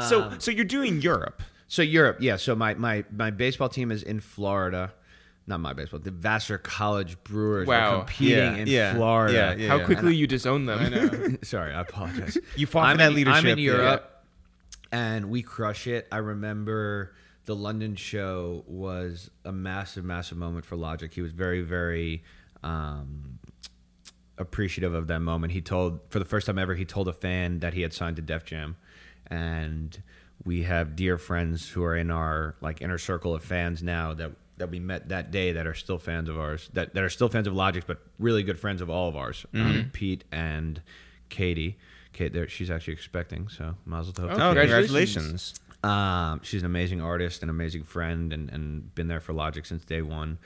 S1: so so you're doing Europe.
S3: So Europe, yeah. So my my my baseball team is in Florida. Not my baseball. The Vassar College Brewers
S2: Wow.
S3: are competing
S1: Yeah,
S3: in
S1: yeah,
S3: Florida.
S1: yeah,
S2: How quickly you disown them. I know.
S3: Sorry, I apologize.
S1: You fought for
S3: I'm
S1: that
S3: in,
S1: leadership.
S3: I'm in
S1: yeah.
S3: Europe, and we crush it. I remember the London show was a massive, massive moment for Logic. He was very, very. Um, appreciative of that moment. He told for the first time ever he told a fan that he had signed to Def Jam, and we have dear friends who are in our like inner circle of fans now that that we met that day that are still fans of ours that that are still fans of Logic's, but really good friends of all of ours. Um, Pete and Katie. Kate, there she's actually expecting, so Mazel Tov. to
S2: Oh,
S1: Oh,
S3: Katie.
S1: congratulations.
S3: Um, she's an amazing artist, an amazing friend, and, and been there for Logic since day one.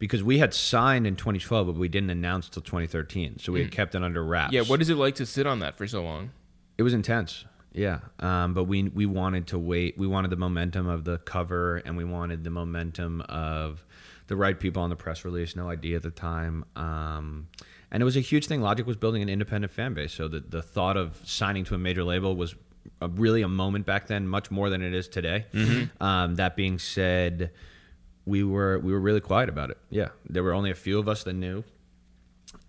S3: Because we had signed in 2012, but we didn't announce till 2013, so we had kept it under wraps.
S2: Yeah. What is it like to sit on that for so long?
S3: it was intense. Yeah, um, but we we wanted to wait. We wanted the momentum of the cover, and we wanted the momentum of the right people on the press release. No idea at the time, um, and it was a huge thing. Logic was building an independent fan base, so the the thought of signing to a major label was a, really a moment back then, much more than it is today. Um, that being said, we were we were really quiet about it. Yeah, there were only a few of us that knew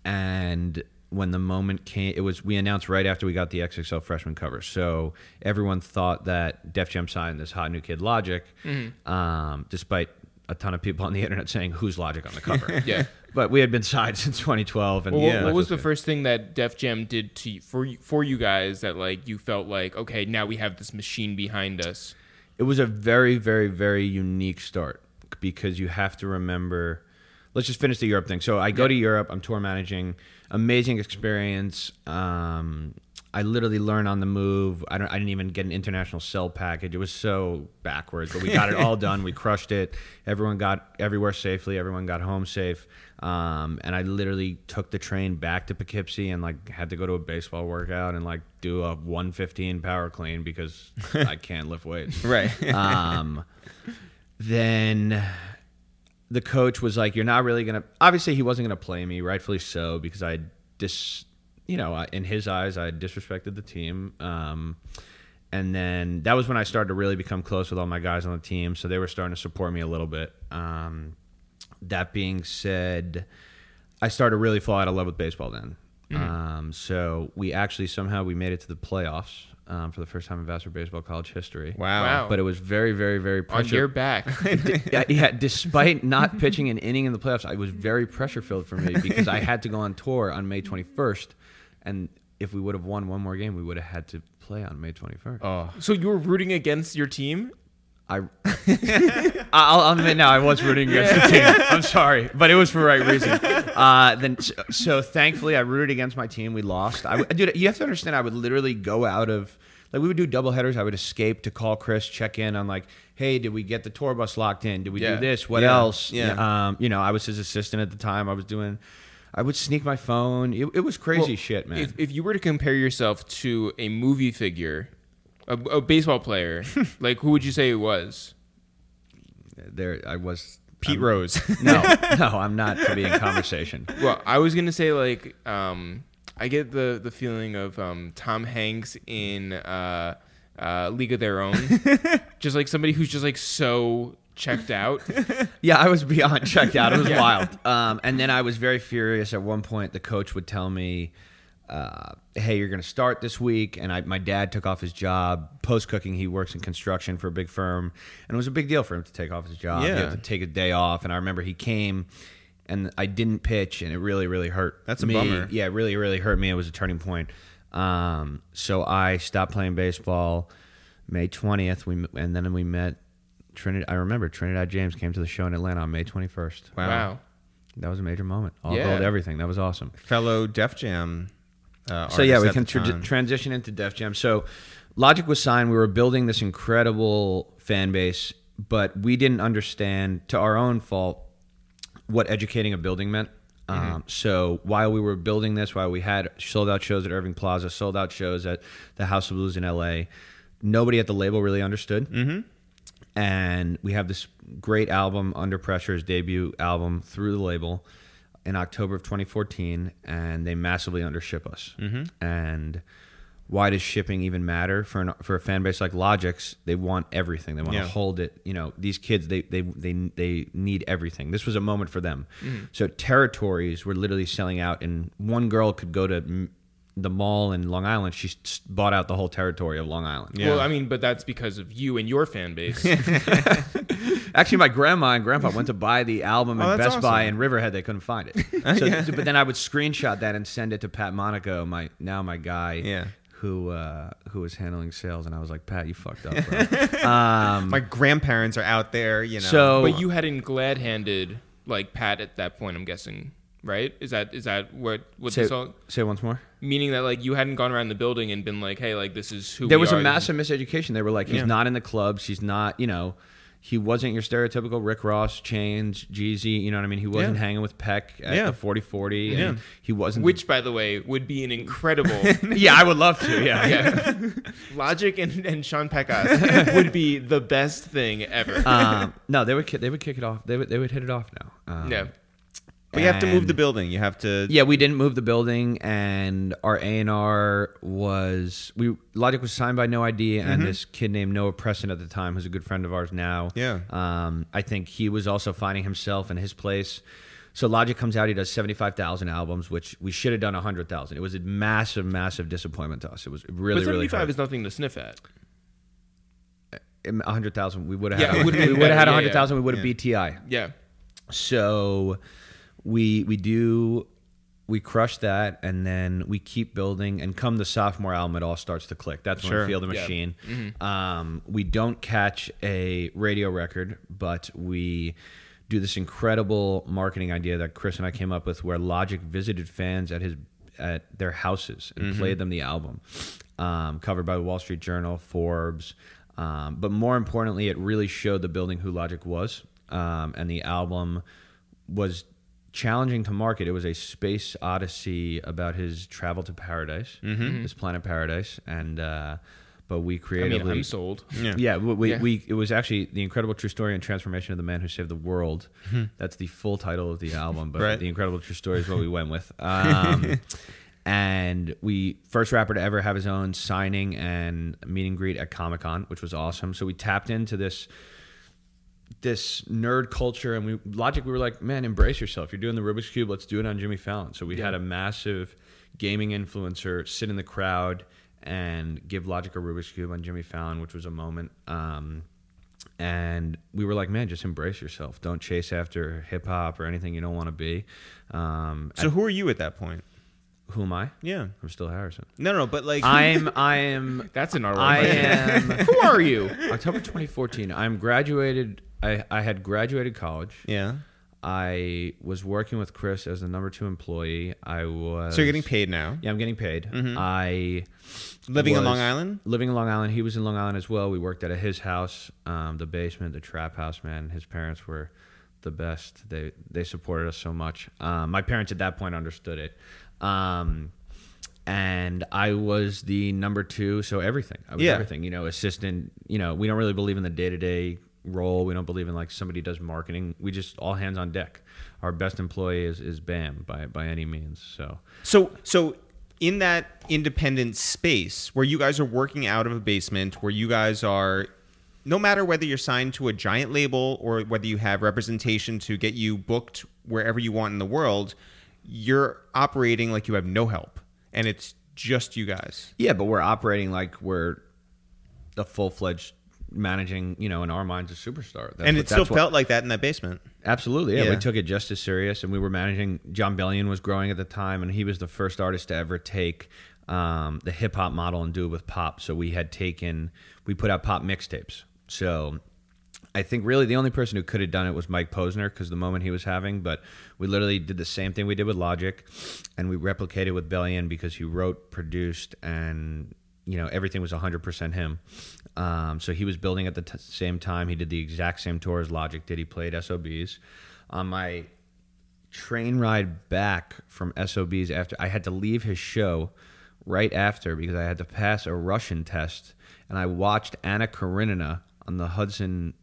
S3: and when the moment came it was we announced right after we got the xxl freshman cover so everyone thought that def jam signed this hot new kid logic
S2: Mm-hmm.
S3: um, despite a ton of people on the internet saying who's logic on the cover
S2: Yeah.
S3: but we had been signed since 2012 and
S2: Well,
S3: yeah,
S2: what, what was the
S3: Logic
S2: first thing that Def Jam did to you, for you, for you guys that like you felt like okay now we have this machine behind us?
S3: it was a very very very unique start because you have to remember let's just finish the europe thing so i go to europe i'm tour managing amazing experience um, I literally learn on the move. I don't. I didn't even get an international cell package. It was so backwards, but we got it all done. We crushed it. Everyone got everywhere safely. Everyone got home safe. Um, and I literally took the train back to Poughkeepsie and like had to go to a baseball workout and like do a 115 power clean because I can't lift weights
S1: Right.
S3: um, then the coach was like, "You're not really gonna." Obviously, he wasn't gonna play me, rightfully so, because I dis, you know, I- in his eyes, I disrespected the team. Um, and then that was when I started to really become close with all my guys on the team, so they were starting to support me a little bit. Um, that being said, I started to really fall out of love with baseball then. Um, so we actually somehow we made it to the playoffs um, for the first time in Vassar Baseball College history
S1: wow.
S2: Wow.
S3: but it was very, very, very
S2: Oh. on
S3: pressure.
S2: your back.
S3: yeah, yeah, despite not pitching an inning in the playoffs, I was very pressure filled for me because I had to go on tour on May 21st, and if we would have won one more game, we would have had to play on May 21st.
S1: Oh.
S2: so you were rooting against your team?
S3: I, I'll, I'll admit now I was rooting against the team. I'm sorry, but it was for the right reason. Uh, then, so, so thankfully, I rooted against my team. We lost. I, would- dude, you have to understand. I would literally go out of like we would do double headers. I would escape to call Chris, check in on like, hey, did we get the tour bus locked in? Did we
S2: Yeah.
S3: do this? What
S1: Yeah.
S3: else?
S1: Yeah.
S3: Um, you know, I was his assistant at the time. I was doing. I would sneak my phone. It, it was crazy
S2: Well,
S3: shit, man.
S2: If, if you were to compare yourself to a movie figure, a, a baseball player, like who would you say it was?
S3: there, I was.
S1: Pete
S3: I'm-
S1: Rose.
S3: no, no, I'm not to be in conversation.
S2: Well, I was gonna say like um, I get the the feeling of um, Tom Hanks in uh, uh, League of Their Own, just like somebody who's just like so checked out.
S3: Yeah, I was beyond checked out. It was wild. Um, and then I was very furious. At one point, the coach would tell me, uh, "Hey, you're going to start this week." And I, my dad took off his job. Post cooking, he works in construction for a big firm, and it was a big deal for him to take off his job. He
S1: Yeah.
S3: had to take a day off. And I remember he came, and I didn't pitch, and it really, really hurt.
S1: That's a
S3: me.
S1: bummer.
S3: Yeah, it really, really hurt me. It was a turning point. Um, so I stopped playing baseball May 20th. We and then we met Trinidad. I remember Trinidad James came to the show in Atlanta on May 21st.
S1: Wow.
S2: Wow.
S3: that was a major moment. All
S2: Yeah.
S3: gold, everything. That was awesome.
S1: Fellow Def Jam. Uh,
S3: So yeah,
S1: artist
S3: we
S1: at
S3: can
S1: the
S3: tra-
S1: time.
S3: transition into Def Jam. So Logic was signed. We were building this incredible fan base, but we didn't understand, to our own fault, what educating a building meant.
S1: Mm-hmm.
S3: Um, so while we were building this, while we had sold out shows at Irving Plaza, sold out shows at the House of Blues in L.A., nobody at the label really understood. Mm-hmm and we have this great album under pressure's debut album through the label in october of 2014 and they massively undership us and why does shipping even matter for an, for a fan base like logic's they want everything they want
S1: Yeah.
S3: to hold it you know these kids they they they, they need everything this was a moment for them so territories were literally selling out and one girl could go to mm, the mall in long island she s- bought out the whole territory of long island
S1: Yeah.
S2: Well, I mean, but that's because of you and your fan base.
S3: Actually, my grandma and grandpa went to buy the album
S1: Oh,
S3: at
S1: that's
S3: Best Buy
S1: awesome.
S3: in Riverhead. They couldn't find it. So, so- but then I would screenshot that and send it to Pat Monaco, my now my guy,
S1: Yeah.
S3: who uh, who was handling sales, and I was like, Pat, you fucked up. Bro. um,
S1: My grandparents are out there, you know.
S3: So-
S2: but you hadn't glad handed like Pat at that point. I'm guessing, right? Is that is that what what
S3: say,
S2: this all
S3: say once more.
S2: meaning that like you hadn't gone around the building and been like, hey, like this is who
S3: there
S2: we
S3: was
S2: are,
S3: a
S2: this
S3: massive miseducation. They were like, he's
S1: Yeah.
S3: not in the club. She's not, you know, he wasn't your stereotypical Rick Ross, Chains, Jeezy. You know what I mean? He wasn't
S1: Yeah.
S3: hanging with Peck at
S1: Yeah.
S3: the 40 40.
S1: Yeah.
S3: And he wasn't. the-
S2: Which, by the way, would be an incredible.
S3: yeah, I would love to. Yeah.
S2: yeah. Logic and, and Sean Peckas would be the best thing ever.
S3: um, no, they would ki- they would kick it off. They would they would hit it off now. Um,
S2: yeah.
S1: but you have to move the
S3: and-
S1: building. You have to.
S3: Yeah, we didn't move the building, and our A and R was we Logic was signed by No ID, and
S2: Mm-hmm.
S3: this kid named Noah Preston at the time, who's a good friend of ours now.
S1: Yeah.
S3: um, I think he was also finding himself in his place. So Logic comes out, he does seventy five thousand albums, which we should have done hundred thousand. It was a massive, massive disappointment to us. It was really,
S2: but 75
S3: really hard.
S2: is nothing to sniff at.
S3: hundred thousand. We would have
S2: Yeah,
S3: had
S2: it would've been
S3: we would have
S2: better.
S3: had
S2: Yeah, yeah.
S3: hundred thousand. We would have BTI.
S2: Yeah.
S3: So we we do we crush that and then we keep building and come the sophomore album it all starts to click. That's when
S1: Sure.
S3: we feel the
S2: Yeah.
S3: machine. Um, we don't catch a radio record, but we do this incredible marketing idea that Chris and I came up with where Logic visited fans at his at their houses and
S2: Mm-hmm.
S3: played them the album, um, covered by Wall Street Journal, Forbes. Um, but more importantly, it really showed the building who Logic was, um, and the album was challenging to market. It was a space odyssey about his travel to paradise, his planet paradise, and uh, but we
S2: Mm-hmm. I
S3: creatively
S2: mean, I'm sold.
S1: Yeah.
S3: yeah, we, we,
S2: Yeah.
S3: we it was actually the incredible true story and transformation of the man who saved the world. That's the full title of the album, but
S1: Mm-hmm. Right.
S3: the incredible true story is what we went with. Um, and we first rapper to ever have his own signing and meet and greet at Comic Con, which was awesome. So we tapped into this this nerd culture and we logic we were like man embrace yourself you're doing the rubik's cube let's do it on jimmy fallon so we had a massive gaming influencer sit in the crowd and give logic a rubik's cube on jimmy fallon which was a moment um, and we were like man just embrace yourself don't chase after hip-hop or anything you don't want to be um,
S1: So who are you at that point?
S3: who am i
S1: Yeah.
S3: i'm still harrison
S1: No, no, but like
S3: i'm i am
S2: That's an R
S3: i
S2: word.
S3: am
S2: Who are you?
S3: october 2014 i'm graduated I, I had graduated college
S1: yeah.
S3: I was working with Chris as the number two employee. I was.
S1: So you're getting Mm-hmm. paid now.
S3: Yeah, I'm getting paid. I
S1: Living in
S3: was
S1: Long Island?
S3: Living in Long Island. He was in Long Island as well. We worked out of his house, um, the basement, the trap house. Man, his parents were the best. They they supported us so much. Um, my parents at that point understood it. Um, and I was the number two, so everything. I was
S1: Yeah.
S3: everything. You know, assistant. You know, we don't really believe in the day to day role. We don't believe in like somebody does marketing. We just all hands on deck. Our best employee is is Bam by by any means. So
S1: So so in that independent space where you guys are working out of a basement, where you guys are no matter whether you're signed to a giant label or whether you have representation to get you booked wherever you want in the world, you're operating like you have no help and it's just you guys.
S3: Yeah, but we're operating like we're a full fledged managing, you know, in our minds a superstar. That's
S1: and
S3: what-
S1: it still
S3: that's what-
S1: felt like that in that basement.
S3: absolutely. Yeah,
S1: Yeah.
S3: we took it just as serious, and we were managing. John Bellion was growing at the time, and he was the first artist to ever take um, the hip hop model and do it with pop. So we had taken, we put out pop mixtapes. So I think really the only person who could have done it was Mike Posner because the moment he was having, but we literally did the same thing we did with Logic and we replicated with Bellion because he wrote, produced, and you know everything was 100% him. Um, so he was building at the t- same time. He did the exact same tour as Logic did. He played SOBs. On my train ride back from SOBs after I had to leave his show right after because I had to pass a Russian test and I watched Anna Karenina on the Hudson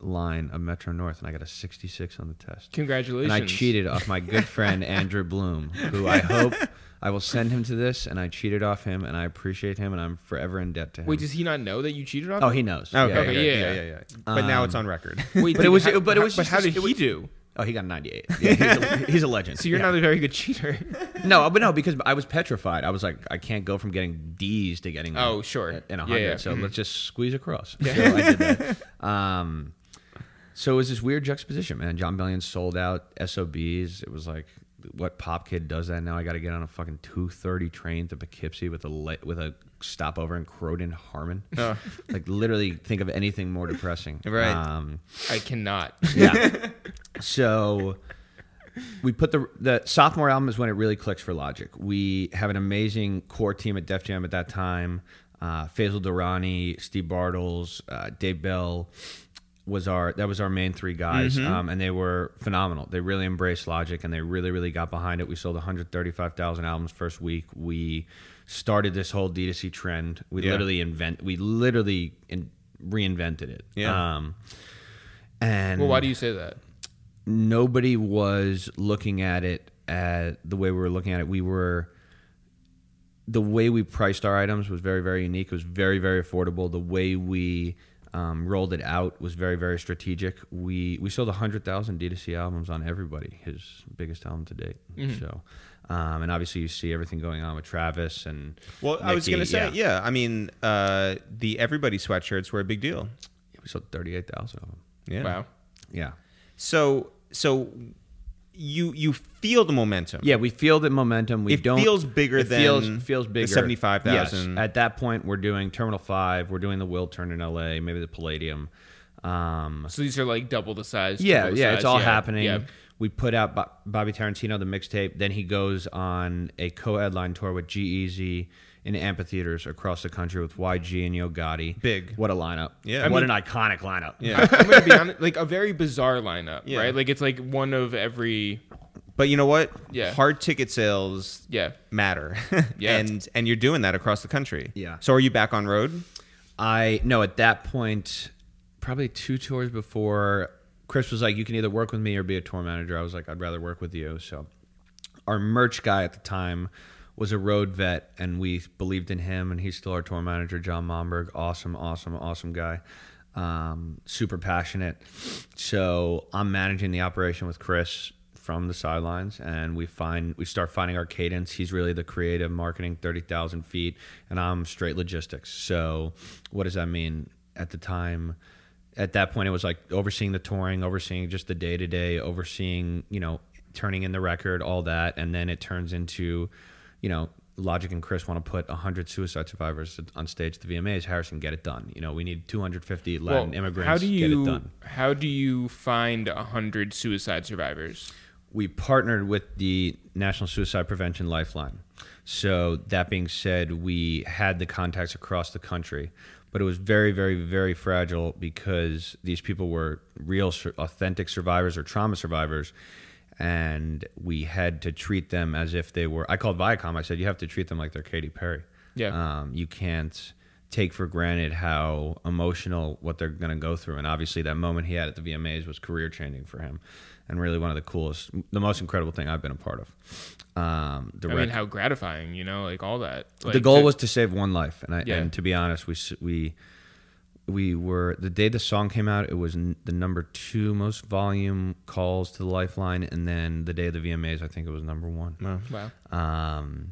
S3: line of Metro North and I got a 66 on the test.
S2: Congratulations.
S3: And I cheated off my good friend Andrew Bloom, who I hope I will send him to this and I cheated off him and I appreciate him and I'm forever in debt to him.
S2: Wait, does he not know that you cheated on?
S3: oh,
S2: him?
S3: he knows.
S1: Okay,
S3: Yeah, yeah,
S2: okay,
S3: yeah. Um,
S2: yeah.
S1: yeah, yeah, yeah. But now it's on record.
S2: Wait,
S3: But it
S2: did-
S3: was-
S2: how-
S3: but it was
S2: But
S3: just
S2: how
S3: this-
S2: did
S3: it
S2: he do?
S3: Oh, he got a 98. Yeah, he's, a, he's a legend.
S2: So you're
S3: Yeah.
S2: not a very good cheater.
S3: No, but no, because I was petrified. I was like, I can't go from getting D's to getting
S2: Oh, sure.
S3: and a
S2: Yeah,
S3: hundred.
S2: yeah. Mm-hmm.
S3: So let's just squeeze across. So I did that. Um, so it was this weird juxtaposition, man. John Bellion sold out SOBs. It was like, what pop kid does that now? I got to get on a fucking two thirty train to Poughkeepsie with a le- with a stopover in Croton Harmon.
S2: Oh.
S3: like literally, think of anything more depressing,
S1: Right.
S3: Um,
S2: I cannot.
S3: yeah. so we put the the sophomore album is when it really clicks for Logic. We have an amazing core team at Def Jam at that time. Uh, Faisal Durrani, Steve Bartles, uh, Dave Bell was our that was our main three guys, um, and they were phenomenal. They really embraced Logic and they really really got behind it. We sold 135,000 albums first week. We started this whole D2C trend. We
S1: Yeah.
S3: literally invent we literally in, reinvented it.
S1: Yeah.
S3: Um, and
S2: Well, why do you say that?
S3: nobody was looking at it at the way we were looking at it. We were the way we priced our items was very very unique. It was very very affordable. The way we um, rolled it out was very very strategic. We we sold hundred thousand D2C albums on everybody. His biggest album to date.
S1: Mm-hmm.
S3: So. Um, and obviously, you see everything going on with Travis and
S1: well, I was
S3: Nicki.
S1: going to say, yeah. I mean, uh, the everybody sweatshirts were a big deal.
S3: we sold thirty eight thousand of them.
S1: Yeah.
S2: Wow.
S3: Yeah,
S1: So so you you feel the momentum.
S3: Yeah, we feel the momentum. We
S1: It
S3: don't
S1: feels bigger
S3: it
S1: than
S3: feels feels
S1: the
S3: bigger.
S1: 75,000.
S3: Yes. At that point, we're doing Terminal Five. We're doing the Will Turn in L.A. Maybe the Palladium. Um,
S2: So these are like double the size.
S3: yeah,
S2: triple the
S3: yeah,
S2: size,
S3: it's all
S2: yeah,
S3: happening.
S2: Yeah.
S3: We put out Bo- Bobby Tarantino the mixtape. Then he goes on a co-headline tour with G-Eazy in amphitheaters across the country with YG and Yo Gotti.
S1: Big.
S3: What a lineup!
S1: Yeah.
S3: what an iconic lineup!
S1: Yeah.
S2: I'm gonna be honest, like a very bizarre lineup,
S1: Yeah.
S2: right? Like it's like one of every
S1: But you know what?
S2: Yeah.
S1: Hard ticket sales
S2: yeah.
S1: matter.
S2: Yeah.
S1: And and you're doing that across the country.
S3: Yeah.
S1: So are you back on road?
S3: I no at that point, probably two tours before Chris was like, "You can either work with me or be a tour manager." I was like, "I'd rather work with you." So, our merch guy at the time was a road vet, and we believed in him, and he's still our tour manager, John Momberg. Awesome, awesome, awesome guy. Um, super passionate. So I'm managing the operation with Chris from the sidelines and we find we start finding our cadence he's really the creative marketing 30,000 feet and I'm straight logistics so what does that mean at the time at that point it was like overseeing the touring overseeing just the day to day overseeing you know turning in the record all that and then it turns into you know logic and chris want to put 100 suicide survivors on stage at the vmas harrison get it done you know we need 250 latin immigrants
S2: how do you
S3: get it done
S2: how do you find a hundred suicide survivors?
S3: we partnered with the National Suicide Prevention Lifeline. So that being said, we had the contacts across the country, but it was very, very, very fragile because these people were real, sur- authentic survivors or trauma survivors, and we had to treat them as if they were. I called Viacom. I said, "You have to treat them like they're Katy Perry.
S2: Yeah.
S3: um, you can't." Take for granted how emotional what they're going to go through, and obviously that moment he had at the VMAs was career changing for him, and really one of the coolest, the most incredible thing I've been a part of. Um, the
S2: I
S3: rec-
S2: mean, how gratifying, you know, like all that.
S3: the
S2: Like,
S3: goal
S2: to-
S3: was to save one life, and I,
S2: Yeah.
S3: and to be honest, we s- we we were the day the song came out, it was n- the number two most volume calls to the Lifeline, and then the day of the VMAs, I think it was number one.
S2: wow.
S3: Um,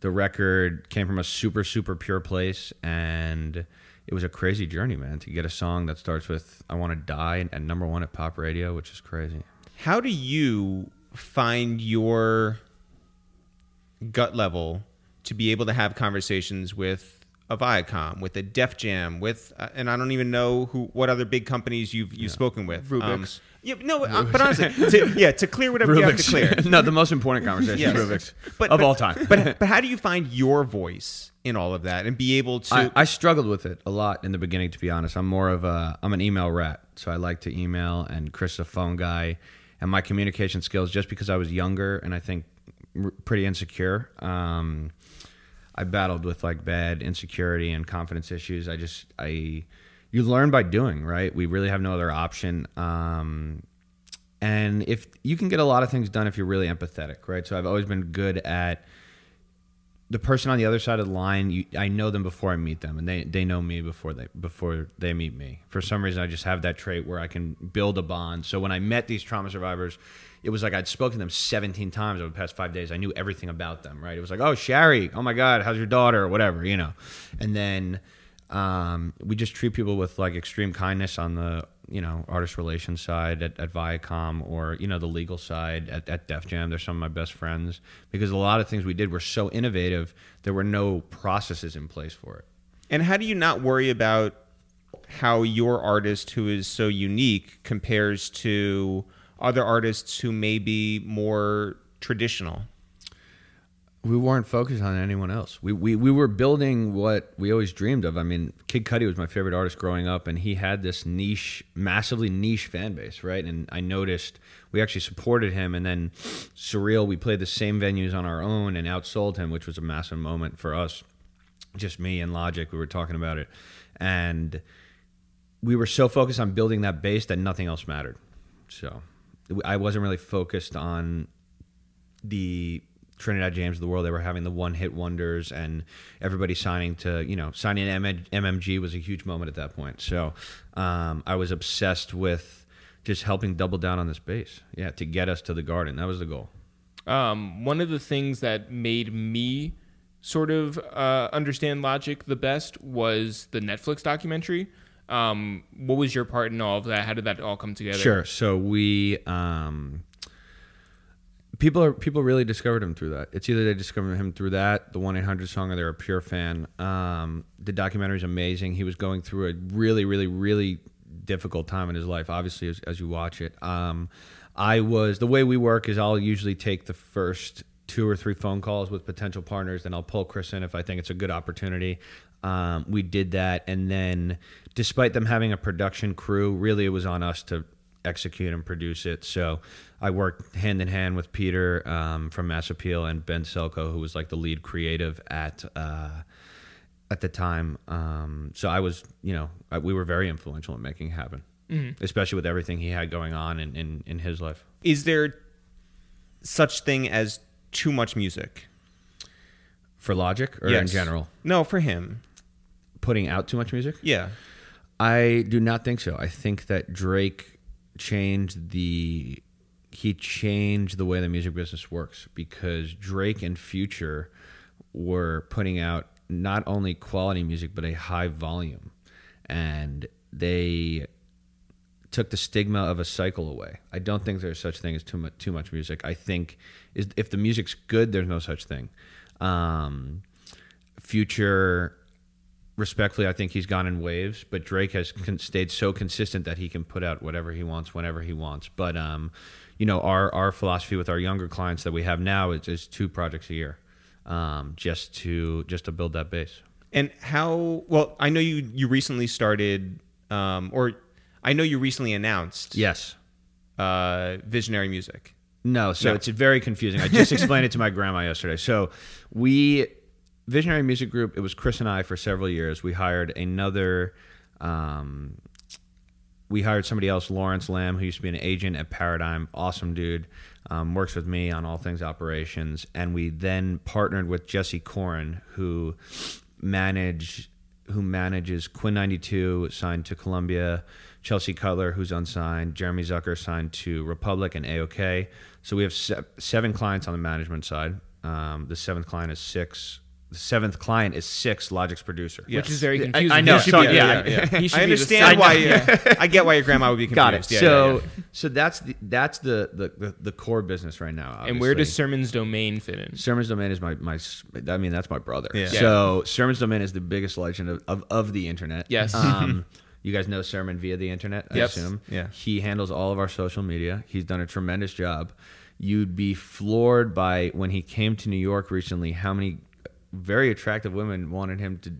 S3: the record came from a super, super pure place, and it was a crazy journey, man. To get a song that starts with "I want to die" and number one at pop radio, which is crazy.
S1: How do you find your gut level to be able to have conversations with a Viacom, with a Def Jam, with uh, and I don't even know who what other big companies you've you've spoken with. Um,
S2: Rubik's.
S1: yeah, no, uh, but honestly, to, yeah, to clear whatever you have to clear.
S3: no, the most important conversation.
S1: Yes.
S3: Rubik's
S1: But-
S3: of
S1: but-
S3: all time.
S1: But but how do you find your voice in all of that and be able to
S3: I, I struggled with it a lot in the beginning, to be honest. I'm more of a I'm an email rat, so I like to email, and Chris is a phone guy, and my communication skills, just because I was younger and I think r- pretty insecure, um, I battled with like bad insecurity and confidence issues. I just I you learn by doing, right? We really have no other option. Um, and if you can get a lot of things done if you're really empathetic, right? So I've always been good at the person on the other side of the line, you, I know them before I meet them, and they, they know me before they before they meet me. For some reason, I just have that trait where I can build a bond. So when I met these trauma survivors, it was like I'd spoken to them 17 times over the past five days. I knew everything about them, right? It was like, oh, Shari, oh my God, how's your daughter, or whatever, you know. And then um, we just treat people with like extreme kindness on the you know artist relations side at, at Viacom or you know the legal side at, at Def Jam. They're some of my best friends because a lot of things we did were so innovative there were no processes in place for it.
S1: And how do you not worry about how your artist, who is so unique, compares to other artists who may be more traditional?
S3: we weren't focused on anyone else. We, we we were building what we always dreamed of. I mean, Kid Cudi was my favorite artist growing up, and he had this niche, massively niche fan base, right? And I noticed we actually supported him, and then Surreal, we played the same venues on our own and outsold him, which was a massive moment for us. Just me and Logic, we were talking about it, and we were so focused on building that base that nothing else mattered. So I wasn't really focused on the Trinidad James of the world. They were having the one hit wonders, and everybody signing to you know signing to M- MMG was a huge moment at that point. So um, I was obsessed with just helping double down on this base, yeah, to get us to the Garden. That was the goal.
S2: um, one of the things that made me sort of uh, understand logic the best was the Netflix documentary. Um, what was your part in all of that? How did that all come together?
S3: Sure. So we um, people are people really discovered him through that. It's either they discovered him through that, the one eight hundred song, or they're a pure fan. Um, the documentary is amazing. He was going through a really, really, really difficult time in his life. Obviously, as, as you watch it, um, I was the way we work is I'll usually take the first two or three phone calls with potential partners, then I'll pull Chris in if I think it's a good opportunity. Um, we did that, and then despite them having a production crew, really it was on us to execute and produce it. So I worked hand in hand with Peter um, from Mass Appeal and Ben Selko, who was like the lead creative at uh, at the time. Um, so I was, you know, I, we were very influential in making it happen, especially with everything he had going on in, in, in his life.
S1: Is there such thing as too much music?
S3: For Logic or in
S1: Yes.
S3: general,
S1: No, for him.
S3: putting out too much music?
S1: Yeah.
S3: I do not think so. I think that Drake changed the he changed the way the music business works because Drake and Future were putting out not only quality music but a high volume and they took the stigma of a cycle away. I don't think there's such thing as too much too much music. I think is if the music's good, there's no such thing. Um, future, respectfully, I think he's gone in waves, but Drake has con- stayed so consistent that he can put out whatever he wants whenever he wants. But um, you know, our our philosophy with our younger clients that we have now is, is two projects a year, um, just to just to build that base.
S1: And how? Well, I know you you recently started, um, or I know you recently announced
S3: Yes.
S1: uh, Visionary Music.
S3: No, so it's very confusing. I just explained it to my grandma yesterday. So we Visionary Music Group, it was Chris and I for several years. We hired another um, we hired somebody else, Lawrence Lamb, who used to be an agent at Paradigm. Awesome dude. Um, works with me on all things operations. And we then partnered with Jesse Corin, who manage who manages Quinn 92, signed to Columbia, Chelsea Cutler, who's unsigned, Jeremy Zucker, signed to Republic and AOK. So we have se- seven clients on the management side. Um, the seventh client is six. The seventh client is six Logic's producer.
S1: Yeah.
S2: which is very
S3: I- I
S2: confusing.
S3: know,
S2: He should
S3: so-
S2: be-
S3: yeah,
S2: He should
S1: I
S2: be the
S1: understand
S2: second-
S1: why. uh, I get why your grandma would be confused.
S3: Got it.
S1: Yeah,
S3: so,
S1: yeah, yeah.
S3: so that's the that's the the, the, the core business right now.
S2: And where does
S3: obviously.
S2: Sermon's domain fit in?
S3: Sermons Domain is my my s- I mean that's my brother.
S1: Yeah. Yeah.
S3: So Sermons Domain is the biggest legend of of, of the internet.
S2: Yes.
S3: Um, you guys know Sermon via the internet. I
S2: Yep.
S3: assume.
S1: Mm-hmm. Yeah.
S3: He handles all of our social media. He's done a tremendous job. You'd be floored by when he came to New York recently how many very attractive women wanted him to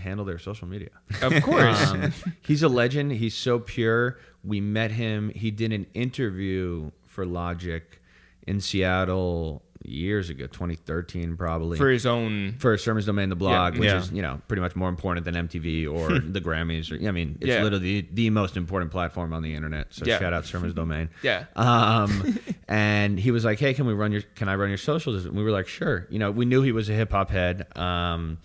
S3: handle their social media.
S2: Of course.
S3: Um, he's a legend. He's so pure. We met him. He did an interview for Logic in Seattle years ago, 2013 probably.
S2: for his own.
S3: for Sermons Domain, the blog,
S2: Yeah.
S3: which
S1: Yeah.
S3: is you know pretty much more important than MTV or the Grammys. Or, I mean, it's
S2: Yeah.
S3: literally the, the most important platform on the internet. So
S2: Yeah.
S3: shout out Sermons Domain.
S2: Yeah.
S3: Um, and he was like, "Hey, can we run your? Can I run your socials?" And we were like, "Sure." You know, we knew he was a hip hop head. Um,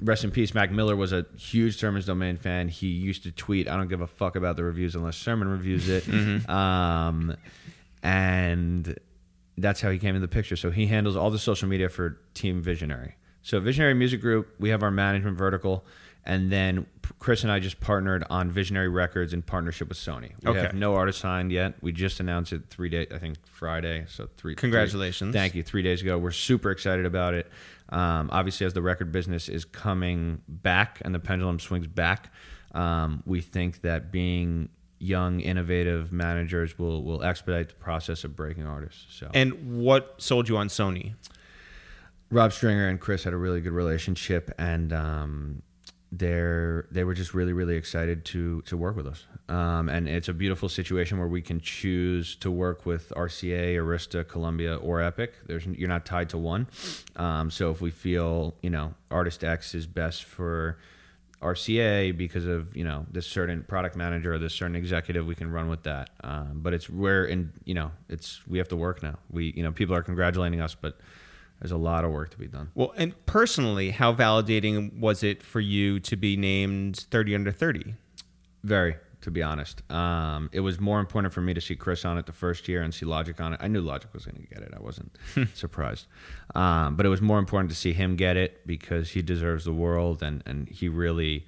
S3: rest in peace, Mac Miller was a huge Sermon's Domain fan. He used to tweet, "I don't give a fuck about the reviews unless Sermon reviews it." Um, and that's how he came into the picture. So he handles all the social media for Team Visionary. So Visionary Music Group, we have our management vertical. And then Chris and I just partnered on Visionary Records in partnership with Sony. We
S1: Okay.
S3: have no artist signed yet. We just announced it three days, I think Friday. So three.
S1: Congratulations.
S3: three- thank you. Three days ago, we're super excited about it. Um, obviously, as the record business is coming back and the pendulum swings back, um, we think that being young, innovative managers will will expedite the process of breaking artists. So
S1: And what sold you on Sony?
S3: Rob Stringer and Chris had a really good relationship, and um, they're they were just really really excited to to work with us. Um, and it's a beautiful situation where we can choose to work with RCA, Arista, Columbia, or Epic. There's you're not tied to one. Um, so if we feel you know artist X is best for RCA because of you know this certain product manager or this certain executive, we can run with that. Um, but it's where in you know it's we have to work now. We you know people are congratulating us, but there's a lot of work to be done.
S1: Well, and personally, how validating was it for you to be named 30 under 30?
S3: Very, to be honest. Um, it was more important for me to see Chris on it the first year and see Logic on it. I knew Logic was going to get it. I wasn't surprised. Um, but it was more important to see him get it because he deserves the world and, and he really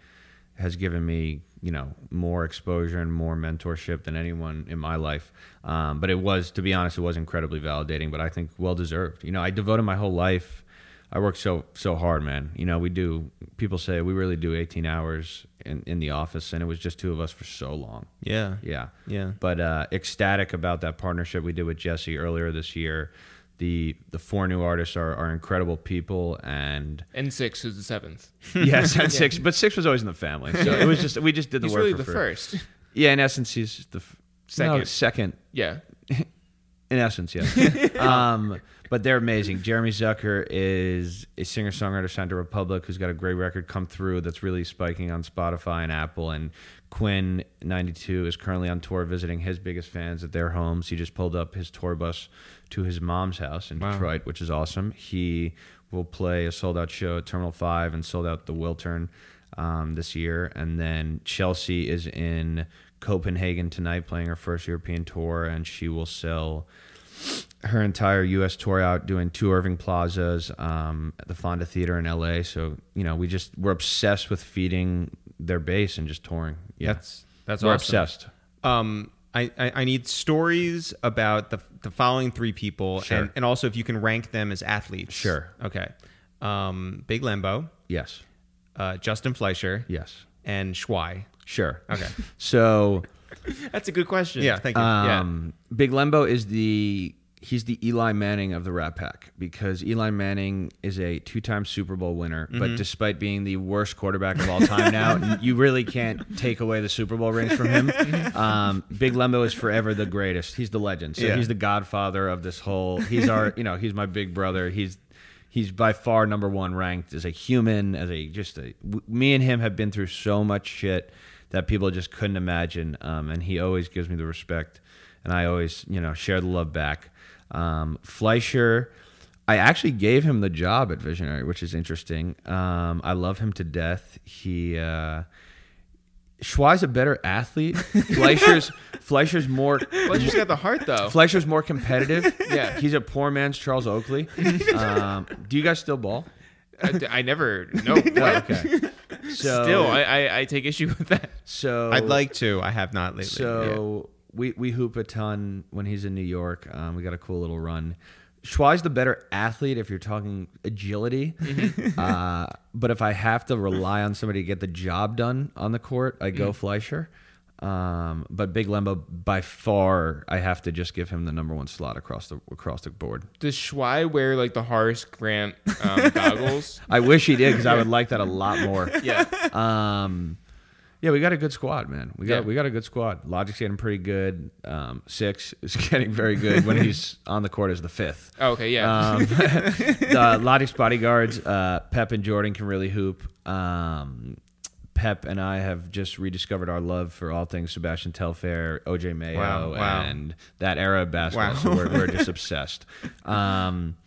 S3: has given me, you know, more exposure and more mentorship than anyone in my life. Um, but it was, to be honest, it was incredibly validating, but I think well deserved. You know, I devoted my whole life. I work so so hard, man. You know, we do. People say we really do 18 hours in in the office, and it was just two of us for so long.
S1: Yeah.
S3: Yeah.
S1: Yeah.
S3: But uh, ecstatic about that partnership we did with Jesse earlier this year. The the four new artists are, are incredible people and
S2: And six, who's the seventh?
S3: yes, and six. But six was always in the family, so it was just we just did the
S2: He's
S3: work
S2: really
S3: for
S2: the
S3: free.
S2: first.
S3: Yeah, in essence, he's the f-
S2: Second.
S3: no, second.
S2: Yeah.
S3: In essence, yes. um, but they're amazing. Jeremy Zucker is a singer songwriter signed to Republic who's got a great record come through that's really spiking on Spotify and Apple. And Quinn, 92, is currently on tour visiting his biggest fans at their homes. He just pulled up his tour bus to his mom's house in Detroit, which is awesome. He will play a sold out show at Terminal 5 and sold out the Wiltern um, this year. And then Chelsea is in Copenhagen tonight playing her first European tour, and she will sell her entire U.S. tour out doing two Irving Plazas, um, at the Fonda Theater in L.A. So you know, we just we're obsessed with feeding their base and just touring. Yeah,
S1: That's that's
S3: we're
S1: awesome.
S3: obsessed.
S1: Um, I, I, I need stories about the the following three people,
S3: Sure.
S1: and, and also if you can rank them as athletes.
S3: Sure.
S1: Okay. Um, Big Lembo,
S3: Yes,
S1: uh, Justin Fleischer,
S3: yes,
S1: and Schwei.
S3: sure.
S1: Okay.
S3: So
S2: That's a good question.
S1: Yeah. Thank you.
S3: Um, Big Lembo is the he's the Eli Manning of the Rat Pack because Eli Manning is a two-time Super Bowl winner, but despite being the worst quarterback of all time now, you really can't take away the Super Bowl rings from him. Um, Big Lembo is forever the greatest. He's the legend. So
S1: Yeah.
S3: he's the godfather of this whole. He's our, you know, he's my big brother. He's he's by far number one ranked as a human as a just a w- me and him have been through so much shit that people just couldn't imagine um, and he always gives me the respect and i always you know share the love back um, fleischer i actually gave him the job at visionary which is interesting um, i love him to death he uh, Schwei's a better athlete. Fleischer's Fleischer's more
S2: But you just got the heart, though.
S3: Fleischer's more competitive.
S2: Yeah.
S3: he's a poor man's Charles Oakley. Um, do you guys still ball?
S2: I, I never. No.
S3: Oh, okay. So,
S2: Still, I, I, I take issue with that.
S3: so
S1: I'd like to. I have not lately.
S3: So we we hoop a ton when he's in New York. Um, we got a cool little run. Schwai's the better athlete if you're talking agility.
S2: Mm-hmm.
S3: uh, but if I have to rely on somebody to get the job done on the court, I
S2: Mm.
S3: go Fleischer. Um, but Big Lembo by far, I have to just give him the number one slot across the across the board.
S2: Does Schwei wear like the Horace Grant um, goggles?
S3: I wish he did because I would like that a lot more.
S2: Yeah.
S3: Um, yeah, we got a good squad, man. We got
S2: Yeah.
S3: we got a good squad. Logic's getting pretty good. Um, Six is getting very good when he's on the court as the fifth.
S2: Oh, okay. Yeah.
S3: Um, the uh, Logic's bodyguards, uh, Pep and Jordan can really hoop. Um, Pep and I have just rediscovered our love for all things Sebastian Telfair, OJ Mayo,
S1: Wow, wow.
S3: and that era of basketball.
S1: Wow.
S3: So we're, we're just obsessed. Um,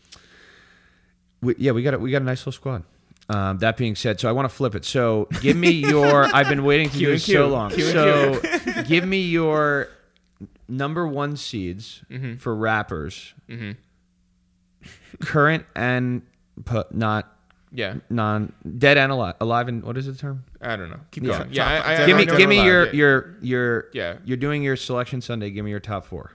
S3: we, yeah, we got a, we got a nice little squad. Um, that being said, so I want to flip it. So give me your. I've been waiting to do this
S2: Q.
S3: so long.
S2: Q and
S3: so give me your number one seeds
S2: Mm-hmm.
S3: for rappers, current and pu- not
S2: yeah.
S3: non dead and alive. Alive and what is the term?
S2: I don't know. Keep
S3: Yeah.
S2: going. Yeah. I, I, I
S3: give me
S2: don't know
S3: give me
S2: about
S3: your
S2: it.
S3: your your
S2: Yeah.
S3: You're doing your selection Sunday. Give me your top four.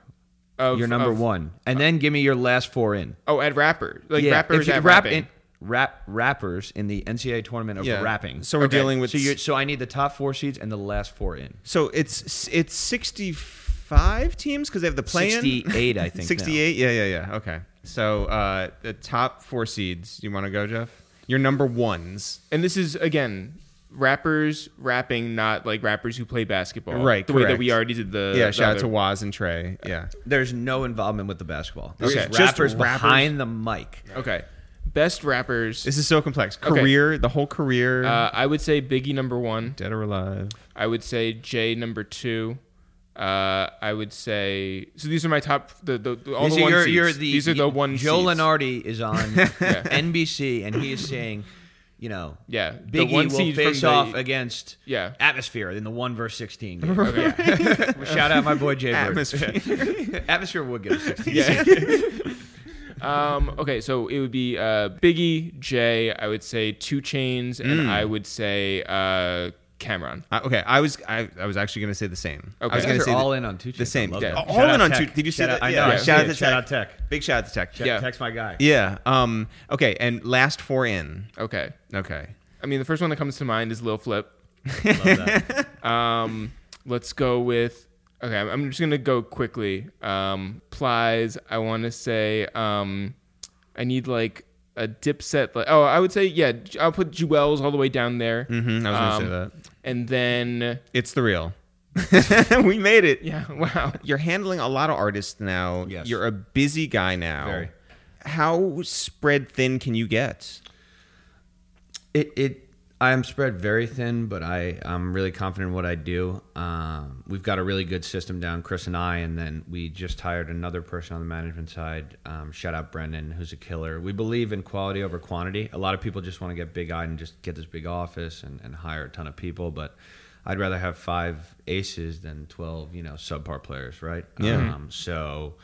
S2: Of-
S3: your number
S2: of- uh,
S3: one, and then give me your last four in.
S2: Oh, at rapper. Like
S3: Yeah,
S2: rappers
S3: if you
S2: at
S3: rap
S2: rapping.
S3: in- rap rappers in the NCAA tournament of
S1: Yeah.
S3: rapping.
S1: So we're
S2: Okay.
S1: dealing with.
S3: so you so I need the top four seeds and the last four in.
S1: So it's it's sixty five teams because they have the play
S3: Sixty eight, I think. now.
S1: Sixty eight. Yeah, yeah, yeah. Okay. So uh, the top four seeds. You want to go, Jeff? Your number ones.
S2: And this is again rappers rapping, not like rappers who play basketball.
S1: Right,
S2: The way that we
S1: correct.
S2: already did
S3: Uh,
S2: the
S1: yeah.
S2: the
S1: Shout out to
S2: other-
S1: Waz and Trey. Yeah.
S3: There's no involvement with the basketball. This
S2: Okay.
S3: is
S1: Just
S3: rappers
S1: rappers.
S3: behind the mic.
S2: Okay. Best rappers.
S1: This is so complex.
S2: Okay.
S1: Career, the whole career,
S2: Uh, I would say Biggie number one.
S1: dead or alive.
S2: I would say Jay number two. Uh, I would say so. These are my top. The, the, the all
S3: These
S2: the
S3: are
S2: one
S3: your-
S2: seeds.
S3: your-
S2: These are the one.
S3: Joe
S2: seeds.
S3: Lenardi is on NBC and he is saying, you know,
S2: Yeah, the
S3: Biggie
S2: one
S3: will
S2: seed from
S3: face
S2: the-
S3: off against
S2: Yeah.
S3: Atmosphere in the one verse sixteen. Game. Yeah. Shout out my boy Jay. Bird. Atmosphere would give us sixteen.
S2: Yeah. um, okay, so it would be
S3: Hmm.
S2: uh, Biggie, Jay. I would say Two Chains, and I would say uh, Cameron.
S1: I, okay, I was I, I was actually going to say the same. I
S2: Okay.
S1: was
S2: You
S1: going to
S3: Guys
S1: say
S3: are
S1: the-
S3: all in on Tucci.
S1: the same.
S3: I love
S1: Yeah.
S3: that.
S1: All
S3: Shout
S1: in
S3: out
S1: on
S3: Tech.
S1: Tucci. Did you see
S3: Shout out-
S1: that?
S3: I
S1: Yeah.
S3: know. I
S1: Shout out
S3: see
S1: to
S3: it. Shout
S1: Tech.
S3: out Tech.
S1: Big shout out to Tech.
S3: Tech-
S2: Yeah.
S3: Tech's my guy.
S1: Yeah. Um. Okay. And last four in.
S2: Okay.
S1: Okay.
S2: I mean, the first one that comes to mind is Lil Flip.
S3: Love that.
S2: Um, let's go with. Okay, I'm- I'm just gonna go quickly. Um, plies. I want to say. Um, I need like a dipset. Like, oh, I would say yeah. J- I'll put Jewels all the way down there.
S1: Mm-hmm, I was going to say
S2: Um,
S1: that.
S2: And then
S1: It's the real. we made it.
S2: yeah. Wow.
S1: You're handling a lot of artists now.
S3: Yes.
S1: You're a busy guy now.
S3: Very.
S1: How spread thin can you get?
S3: It it I am spread very thin, but I I'm really confident in what I do. Um, we've got a really good system down, Chris and I, and then we just hired another person on the management side. Um, shout out Brendan, who's a killer. We believe in quality over quantity. A lot of people just want to get big eyed and just get this big office and, and hire a ton of people, but I'd rather have five aces than twelve, you know, subpar players, right?
S1: Yeah.
S3: Um, so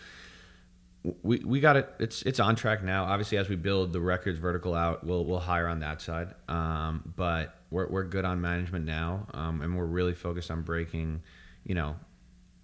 S3: we we got it. It's it's on track now. Obviously, as we build the records vertical out, we'll we'll hire on that side. Um, but we're we're good on management now, um, and we're really focused on breaking, you know,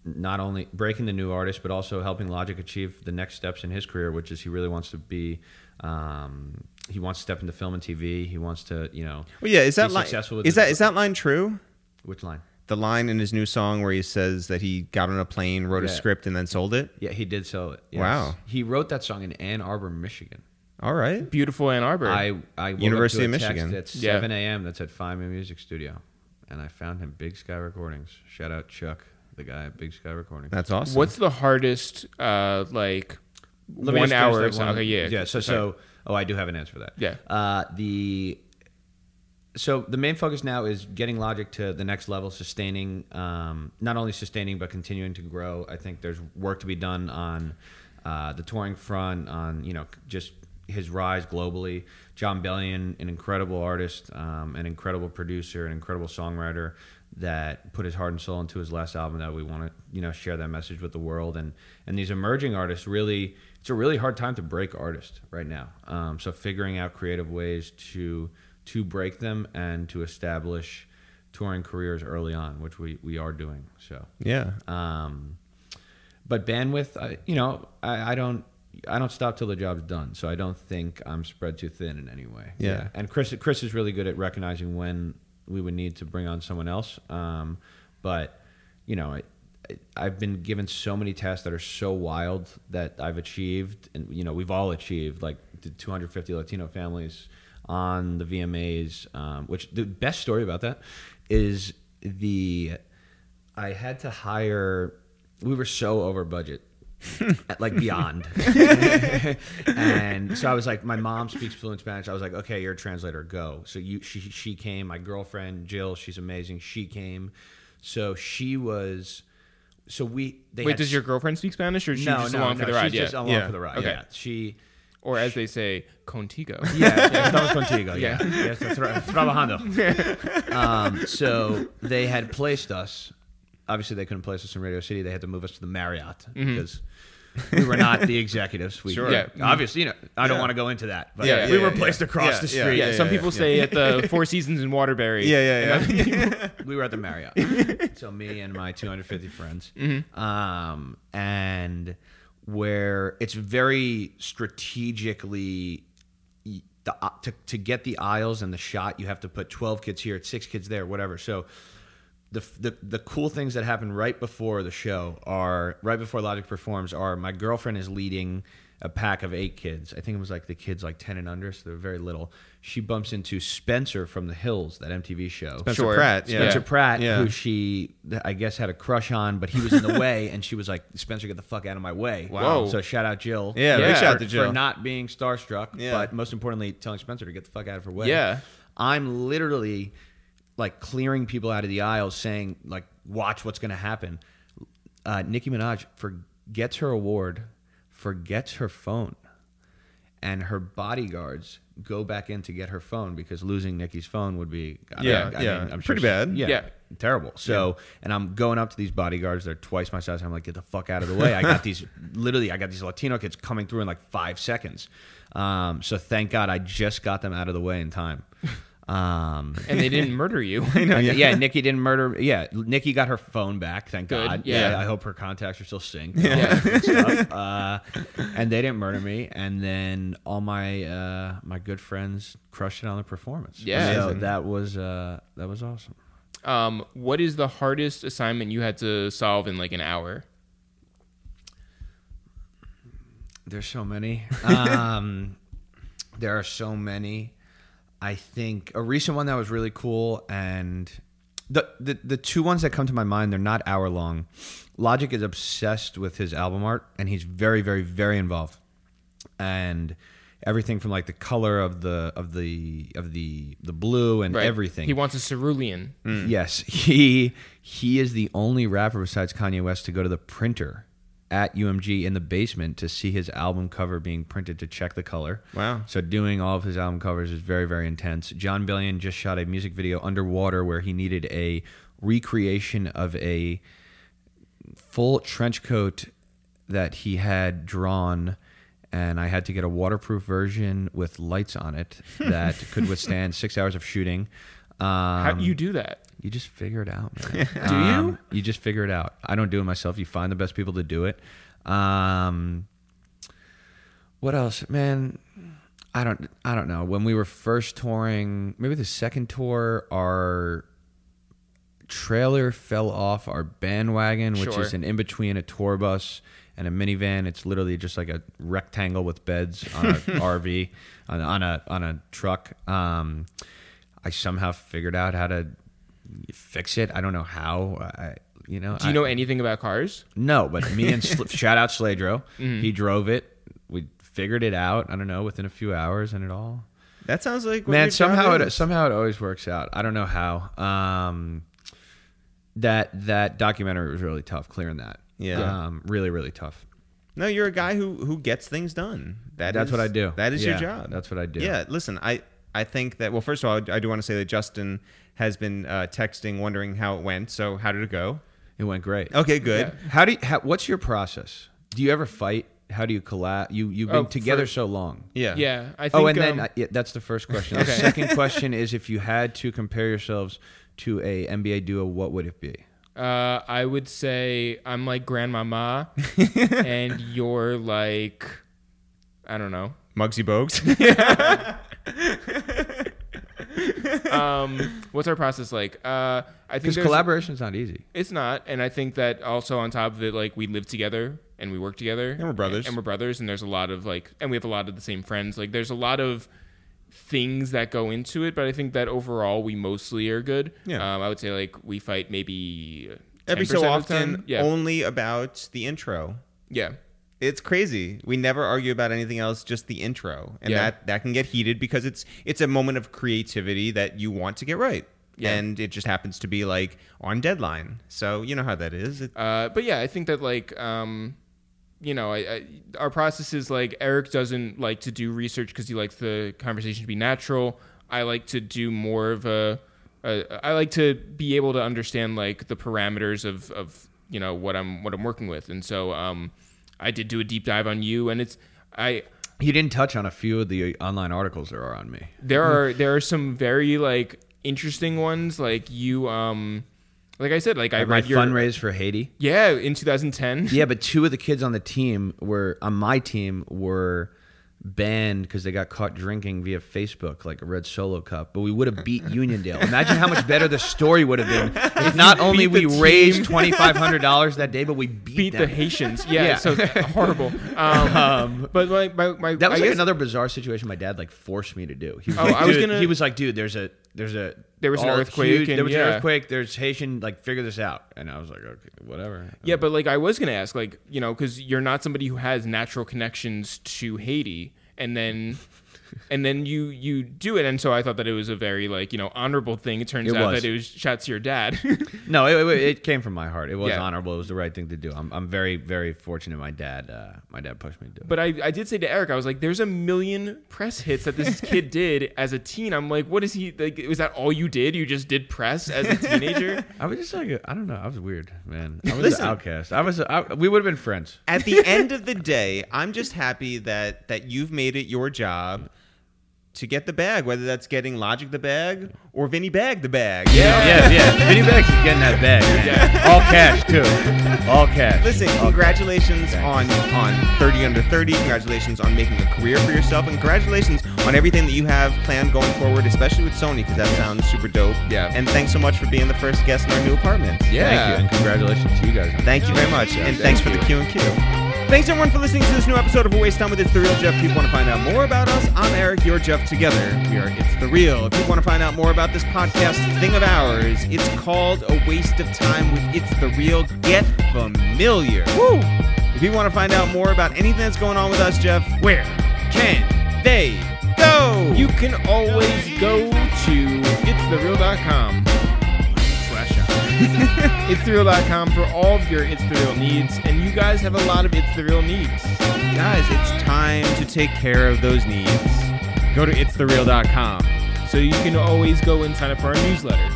S3: not only breaking the new artist, but also helping Logic achieve the next steps in his career, which is he really wants to be. Um, he wants to step into film and TV. He wants to, you know.
S1: Well, yeah. Is that
S3: be
S1: line?
S3: successful with
S1: Is
S3: his-
S1: that is that line true?
S3: which line?
S1: The line in his new song where he says that he got on a plane, wrote a
S3: Yeah.
S1: script, and then sold it.
S3: Yeah, he did sell it. yes.
S1: Wow.
S3: He wrote that song in Ann Arbor, Michigan.
S1: All right.
S2: Beautiful Ann Arbor.
S3: I, I woke
S1: University
S3: up to
S1: of
S3: a text
S1: Michigan.
S3: at
S2: Yeah.
S3: 7 a.m. that's at Feynman Music Studio, and I found him Big Sky Recordings. Shout out Chuck, the guy at Big Sky Recordings.
S1: That's awesome.
S2: What's the hardest? Uh, like
S3: Let me
S2: one
S3: just finish
S2: hour.
S3: that
S2: or so-
S3: one.
S2: Okay. Yeah.
S3: Yeah. So so oh, I do have an answer for that.
S2: Yeah.
S3: Uh, the so the main focus now is getting Logic to the next level, sustaining, um, not only sustaining but continuing to grow. I think there's work to be done on uh, the touring front, on you know just his rise globally. John Bellion, an incredible artist, um, an incredible producer, an incredible songwriter that put his heart and soul into his last album. That we want to you know share that message with the world, and and these emerging artists really. It's a really hard time to break artists right now. Um, so figuring out creative ways to to break them and to establish touring careers early on, which we, we are doing. So,
S1: Yeah.
S3: um, but bandwidth, I, you know, I, I don't I don't stop till the job's done. So I don't think I'm spread too thin in any way.
S1: Yeah.
S3: And Chris Chris is really good at recognizing when we would need to bring on someone else. Um, but you know, I, I, I've been given so many tasks that are so wild that I've achieved, and you know, we've all achieved like the 250 Latino families on the VMAs. Um, which the best story about that is the I had to hire. We were so over budget, like beyond. and so I was like, my mom speaks fluent Spanish. I was like, okay, you're a translator, go. So you, she, she came. My girlfriend Jill, she's amazing. She came. So she was. So we. They
S2: Wait,
S3: had-
S2: does your girlfriend speak Spanish, or is she
S3: no,
S2: just
S3: no,
S2: along
S3: no,
S2: for the
S3: she's
S2: ride?
S3: just
S2: yeah.
S3: along
S1: Yeah.
S3: for the ride.
S2: Okay.
S3: Yeah, she.
S2: Or as they say, contigo.
S3: Yeah, yeah, estamos contigo. Yeah,
S2: Yeah.
S3: yeah. so tra- trabajando. um, so they had placed us. Obviously, they couldn't place us in Radio City. They had to move us to the Marriott because we were not the executives. We,
S1: Mm-hmm. Sure.
S2: Yeah.
S3: Obviously, you know, I don't
S1: Yeah.
S3: want to go into that. But
S1: Yeah,
S3: we
S1: yeah,
S3: were
S1: yeah,
S3: placed
S1: yeah.
S3: across
S1: Yeah,
S3: the
S1: yeah,
S3: street.
S2: yeah,
S1: yeah,
S2: some
S1: yeah,
S2: people stay at the Four Seasons in Waterbury.
S1: Yeah. Yeah. Yeah.
S3: we were at the Marriott. so me and my 250 friends, um, and where it's very strategically y- the uh, to, to get the aisles and the shot, you have to put 12 kids here, six kids there, whatever. So. The, f- the, the cool things that happen right before the show are right before Logic performs are my girlfriend is leading a pack of eight kids. I think it was like the kids like ten and under, so they're very little. She bumps into Spencer from The Hills, that MTV show.
S1: Spencer
S2: Sure.
S1: Pratt. Yeah.
S3: Spencer Pratt,
S1: Yeah.
S3: who she I guess had a crush on, but he was in the way, and she was like, "Spencer, get the fuck out of my way!"
S2: Wow.
S3: So shout out Jill.
S1: Yeah,
S2: big
S3: for-
S1: shout out to
S3: for
S1: Jill.
S3: not being starstruck,
S1: Yeah.
S3: but most importantly, telling Spencer to get the fuck out of her way.
S2: Yeah.
S3: I'm literally like clearing people out of the aisles, saying like, "Watch what's going to happen." Uh, Nicki Minaj forgets her award, forgets her phone and her bodyguards go back in to get her phone because losing Nikki's phone would be I don't-
S1: Yeah, yeah, pretty
S3: she-
S1: bad.
S3: Yeah,
S2: Yeah.
S3: terrible. So, and I'm going up to these bodyguards. They're twice my size. I'm like, get the fuck out of the way. I got these literally. I got these Latino kids coming through in like five seconds. Um, so thank God I just got them out of the way in time. Um,
S2: and they didn't murder you. I
S3: and, yeah. Nikki didn't murder. Yeah, Nikki got her phone back. Thank
S2: Good,
S3: God.
S2: yeah.
S3: I hope her contacts are still synced.
S2: Yeah.
S3: stuff. Uh, and they didn't murder me. And then all my uh, my good friends crushed it on the performance.
S2: Yeah.
S3: so that was uh, that was awesome.
S2: Um, what is the hardest assignment you had to solve in like an hour?
S3: There's so many. Um, there are so many. I think a recent one that was really cool, and the, the the two ones that come to my mind, they're not hour long. Logic is obsessed with his album art, and he's very, very, very involved. And everything from like the color of the of the of the the blue and everything.
S2: He wants a cerulean.
S3: Yes, he he is the only rapper besides Kanye West to go to the printer at UMG in the basement to see his album cover being printed to check the color.
S1: Wow.
S3: So doing all of his album covers is very very intense. John Billion just shot a music video underwater where he needed a recreation of a full trench coat that he had drawn and I had to get a waterproof version with lights on it that could withstand 6 hours of shooting. Um,
S2: How do you do that?
S3: you just figure it out, man. Um,
S2: Do you?
S3: You just figure it out. I don't do it myself. You find the best people to do it. Um, what else, man? I don't. I don't know. When we were first touring, maybe the second tour, our trailer fell off our bandwagon, which
S2: Sure.
S3: is an in between a tour bus and a minivan. It's literally just like a rectangle with beds on an RV on, on a on a truck. Um, I somehow figured out how to fix it. I don't know how. uh, I you know.
S2: Do you
S3: I-
S2: know anything about cars?
S3: no, but me and Sl- shout out Sladro. He drove it. We figured it out. I don't know within a few hours and it all.
S1: That sounds like what your
S3: Man,
S1: job
S3: somehow it
S1: is.
S3: somehow it always works out. I don't know how. Um, that that documentary was really tough. Clearing that,
S1: Yeah.
S3: um, really really tough.
S1: No, you're a guy who who gets things done. That
S3: That's
S1: is-
S3: what I do.
S1: That is your
S3: Yeah,
S1: job.
S3: that's what I do.
S1: Yeah. Listen, I I think that well, first of all, I do want to say that Justin has been uh, texting, wondering how it went. So how did it go?
S3: It went great.
S1: Okay, good.
S3: How do you, how, what's your process? Do you ever fight? How do you collab? You you've been
S2: Oh,
S3: together
S2: for-
S3: so long.
S1: Yeah.
S2: Yeah. I think,
S3: Oh, and then
S2: um,
S3: uh, yeah, that's the first question. The second question is if you had to compare yourselves to a NBA duo, what would it be?
S2: Uh, I would say I'm like grandmama, and you're like, I don't know.
S1: Muggsy Bogues.
S2: Um, what's our process like? Uh, I think
S3: Because
S2: there's-
S3: collaboration's not easy.
S2: It's not, and I think that also on top of it, like we live together and we work together, and
S1: we're brothers.
S2: and, we're brothers, and there's a lot of like, and we have a lot of the same friends. Like, there's a lot of things that go into it, but I think that overall we mostly are good.
S1: Yeah.
S2: um, I would say like we fight maybe
S1: Every
S2: 10%
S1: so
S2: of the
S1: often,
S2: time. Yeah,
S1: only about the intro.
S2: yeah.
S1: It's crazy. We never argue about anything else, just the intro, and
S2: Yeah.
S1: that that can get heated because it's it's a moment of creativity that you want to get right,
S2: Yeah.
S1: and it just happens to be like on deadline. So you know how that is. It,
S2: Uh, but yeah, I think that like um, you know, I, I our process is like Eric doesn't like to do research because he likes the conversation to be natural. I like to do more of a, a I like to be able to understand like the parameters of of you know what I'm what I'm working with, and so um, I did do a deep dive on you, and it's I
S3: He didn't touch on a few of the online articles there are on me.
S2: there are there are some very like interesting ones like you um like I said like I,
S3: I
S2: read your
S3: fundraise for Haiti.
S2: yeah in 2010
S3: Yeah, but two of the kids on the team were on my team were banned because they got caught drinking via Facebook, like a red solo cup. But we would have beat Uniondale. Imagine how much better the story would have been if not only we
S2: the team.
S3: raised twenty five hundred dollars that day, but we beat,
S2: beat the
S3: them.
S2: Haitians. Yeah,
S3: Yeah.
S2: so uh, horrible. Um, but my, my, my
S3: That was
S2: I
S3: like
S2: guess
S3: another bizarre situation my dad like forced me to do. He was
S2: Oh,
S3: like,
S2: I was
S3: "Dude,"
S2: gonna-
S3: He was like, dude, there's a there's a
S2: There was an
S3: all
S2: earthquake
S3: huge-
S2: and-
S3: there was an
S2: yeah.
S3: earthquake. There's Haitian. Like, figure this out. And I was like, okay, whatever.
S2: yeah, but like I was gonna ask, like you know, because you're not somebody who has natural connections to Haiti, and then. And then you you do it, and so I thought that it was a very like you know honorable thing. It turns
S3: It
S2: out
S3: was.
S2: that it was shots to your dad.
S3: No, it, it, it came from my heart. It was
S2: Yeah.
S3: honorable. It was the right thing to do. I'm, I'm very, very fortunate. My dad, uh, my dad pushed me to do it.
S2: but I, I did say to Eric, I was like, "There's a million press hits that this kid did as a teen." I'm like, "What is he like? Was that all you did? You just did press as a teenager?"
S3: I was just like, a, I don't know. I was weird, man. I was
S1: Listen.
S3: an outcast. I was. I, we would have been friends.
S1: at the end of the day, I'm just happy that that you've made it your job to get the bag, whether that's getting Logic the bag or Vinny Bag the bag.
S4: Yeah, yeah. Vinny Bags is getting that bag. man. All cash too. All cash.
S1: Listen, congratulations on on 30 under 30. Congratulations on making a career for yourself, and congratulations on everything that you have planned going forward, especially with Sony, because that sounds super dope.
S2: Yeah.
S1: And thanks so much for being the first guest in our new apartment.
S2: Yeah.
S3: Thank you, and congratulations to you guys. on
S1: Thank you very much, and
S2: uh, thank
S1: thanks for the Q
S2: you.
S1: and Q. Thanks everyone for listening to this new episode of A Waste Time with It's the Real Jeff. If you want to find out more about us, I'm Eric. You're Jeff. Together, we are It's the Real. If you want to find out more about this podcast thing of ours, it's called A Waste of Time with It's the Real. Get familiar. Woo! If you want to find out more about anything that's going on with us, Jeff,
S2: Where can
S1: they go.
S2: You can always go to itsthereal.com slash shop. itsthereal.com for all of your It's The Real needs, and you guys have a lot of It's The Real needs.
S1: guys, it's time to take care of those needs. Go to itsthereal.com.
S2: So you can always go and sign up for our newsletter.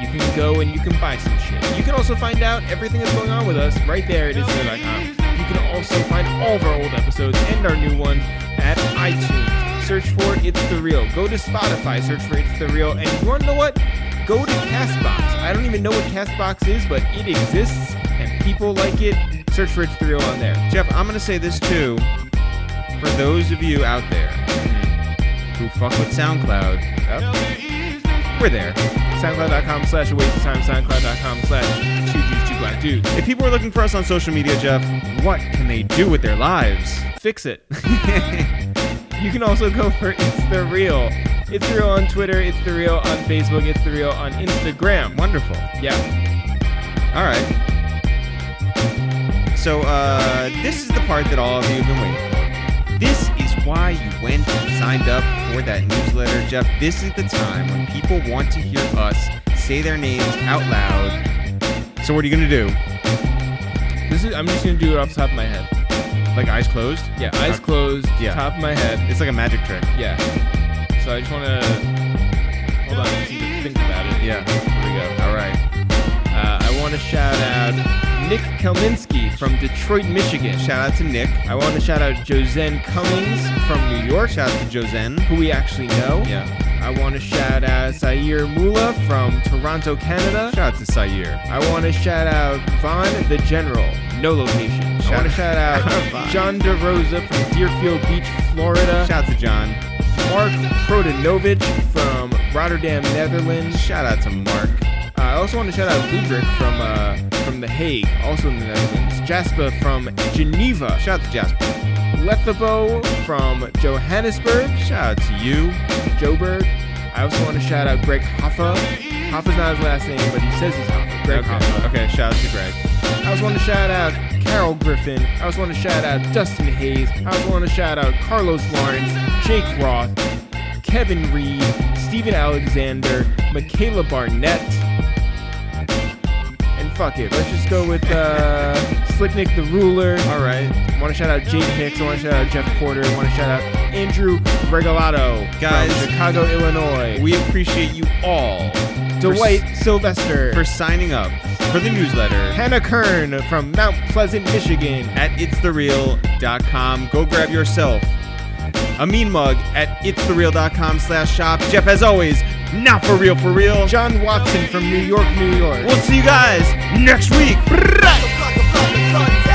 S2: You can go and you can buy some shit. You can also find out everything that's going on with us right there at itsthereal.com. You can also find all of our old episodes and our new ones at iTunes. Search for It's The Real. Go to Spotify, search for It's The Real. And you want to know what? Go to CastBox. I don't even know what CastBox is, but it exists and people like it. Search for It's The Real on there.
S1: Jeff, I'm gonna say this too. For those of you out there who fuck with SoundCloud,
S2: Yep.
S1: we're there.
S2: SoundCloud.com slash a waste of time. SoundCloud.com slash two Jews, two black dudes.
S1: If people are looking for us on social media, Jeff, what can they do with their lives?
S2: fix it. you can also go for It's The Real. It's The Real on Twitter, It's The Real on Facebook, It's The Real on Instagram.
S1: Wonderful.
S2: Yeah.
S1: All right. So uh, this is the part that all of you have been waiting for. This is why you went and signed up for that newsletter, Jeff. This is the time when people want to hear us say their names out loud. So what are you gonna do?
S2: This is I'm just gonna do it off the top of my head.
S1: Like eyes closed?
S2: Yeah, eyes closed,
S1: Yeah.
S2: top of my head.
S1: It's like a magic trick.
S2: Yeah. So I just wanna hold on and see to think about it.
S1: Yeah.
S2: Here we go.
S1: All right.
S2: Uh, I wanna shout out Nick Kelminski from Detroit, Michigan.
S1: Shout out to Nick.
S2: I wanna shout out Jozen Cummings from New York,
S1: Shout out to Jozen.
S2: who we actually know.
S1: Yeah.
S2: I want to shout out Sayer Mula from Toronto, Canada.
S1: Shout out to Sayer.
S2: I want to shout out Von the General, no location. I want to shout
S1: Von.
S2: out John DeRosa from Deerfield Beach, Florida.
S1: Shout out to John.
S2: Mark Prodanovich from Rotterdam, Netherlands.
S1: Shout out to Mark.
S2: Uh, I also want to shout out Ludwig from uh, from The Hague, also in the Netherlands. Jasper from Geneva.
S1: Shout out to Jasper.
S2: Lethabo from Johannesburg.
S1: Shout out to you.
S2: Joburg. I also want to shout out Greg Hoffa. Hoffa's not his last name, but he says he's Hoffa. Greg
S1: okay.
S2: Hoffa.
S1: Okay. Shout out to Greg.
S2: I also want to shout out Carol Griffin. I also want to shout out Dustin Hayes. I also want to shout out Carlos Lawrence, Jake Roth, Kevin Reed, Stephen Alexander, Michaela Barnett. And fuck it, let's just go with uh, Slicknick the Ruler.
S1: All right,
S2: I want to shout out Jade Hicks. I want to shout out Jeff Porter. I want to shout out Andrew Regalado
S1: Guys,
S2: from Chicago, Illinois.
S1: we appreciate you all. for s-
S2: Dwight Sylvester.
S1: for signing up for the newsletter
S2: Hannah Kern from Mount Pleasant, Michigan.
S1: at itsthereal.com. Go grab yourself a mean mug at itsthereal.com slash shop. Jeff, as always, not for real, for real.
S2: John Watson from New York, New York.
S1: We'll see you guys next week.
S5: Right.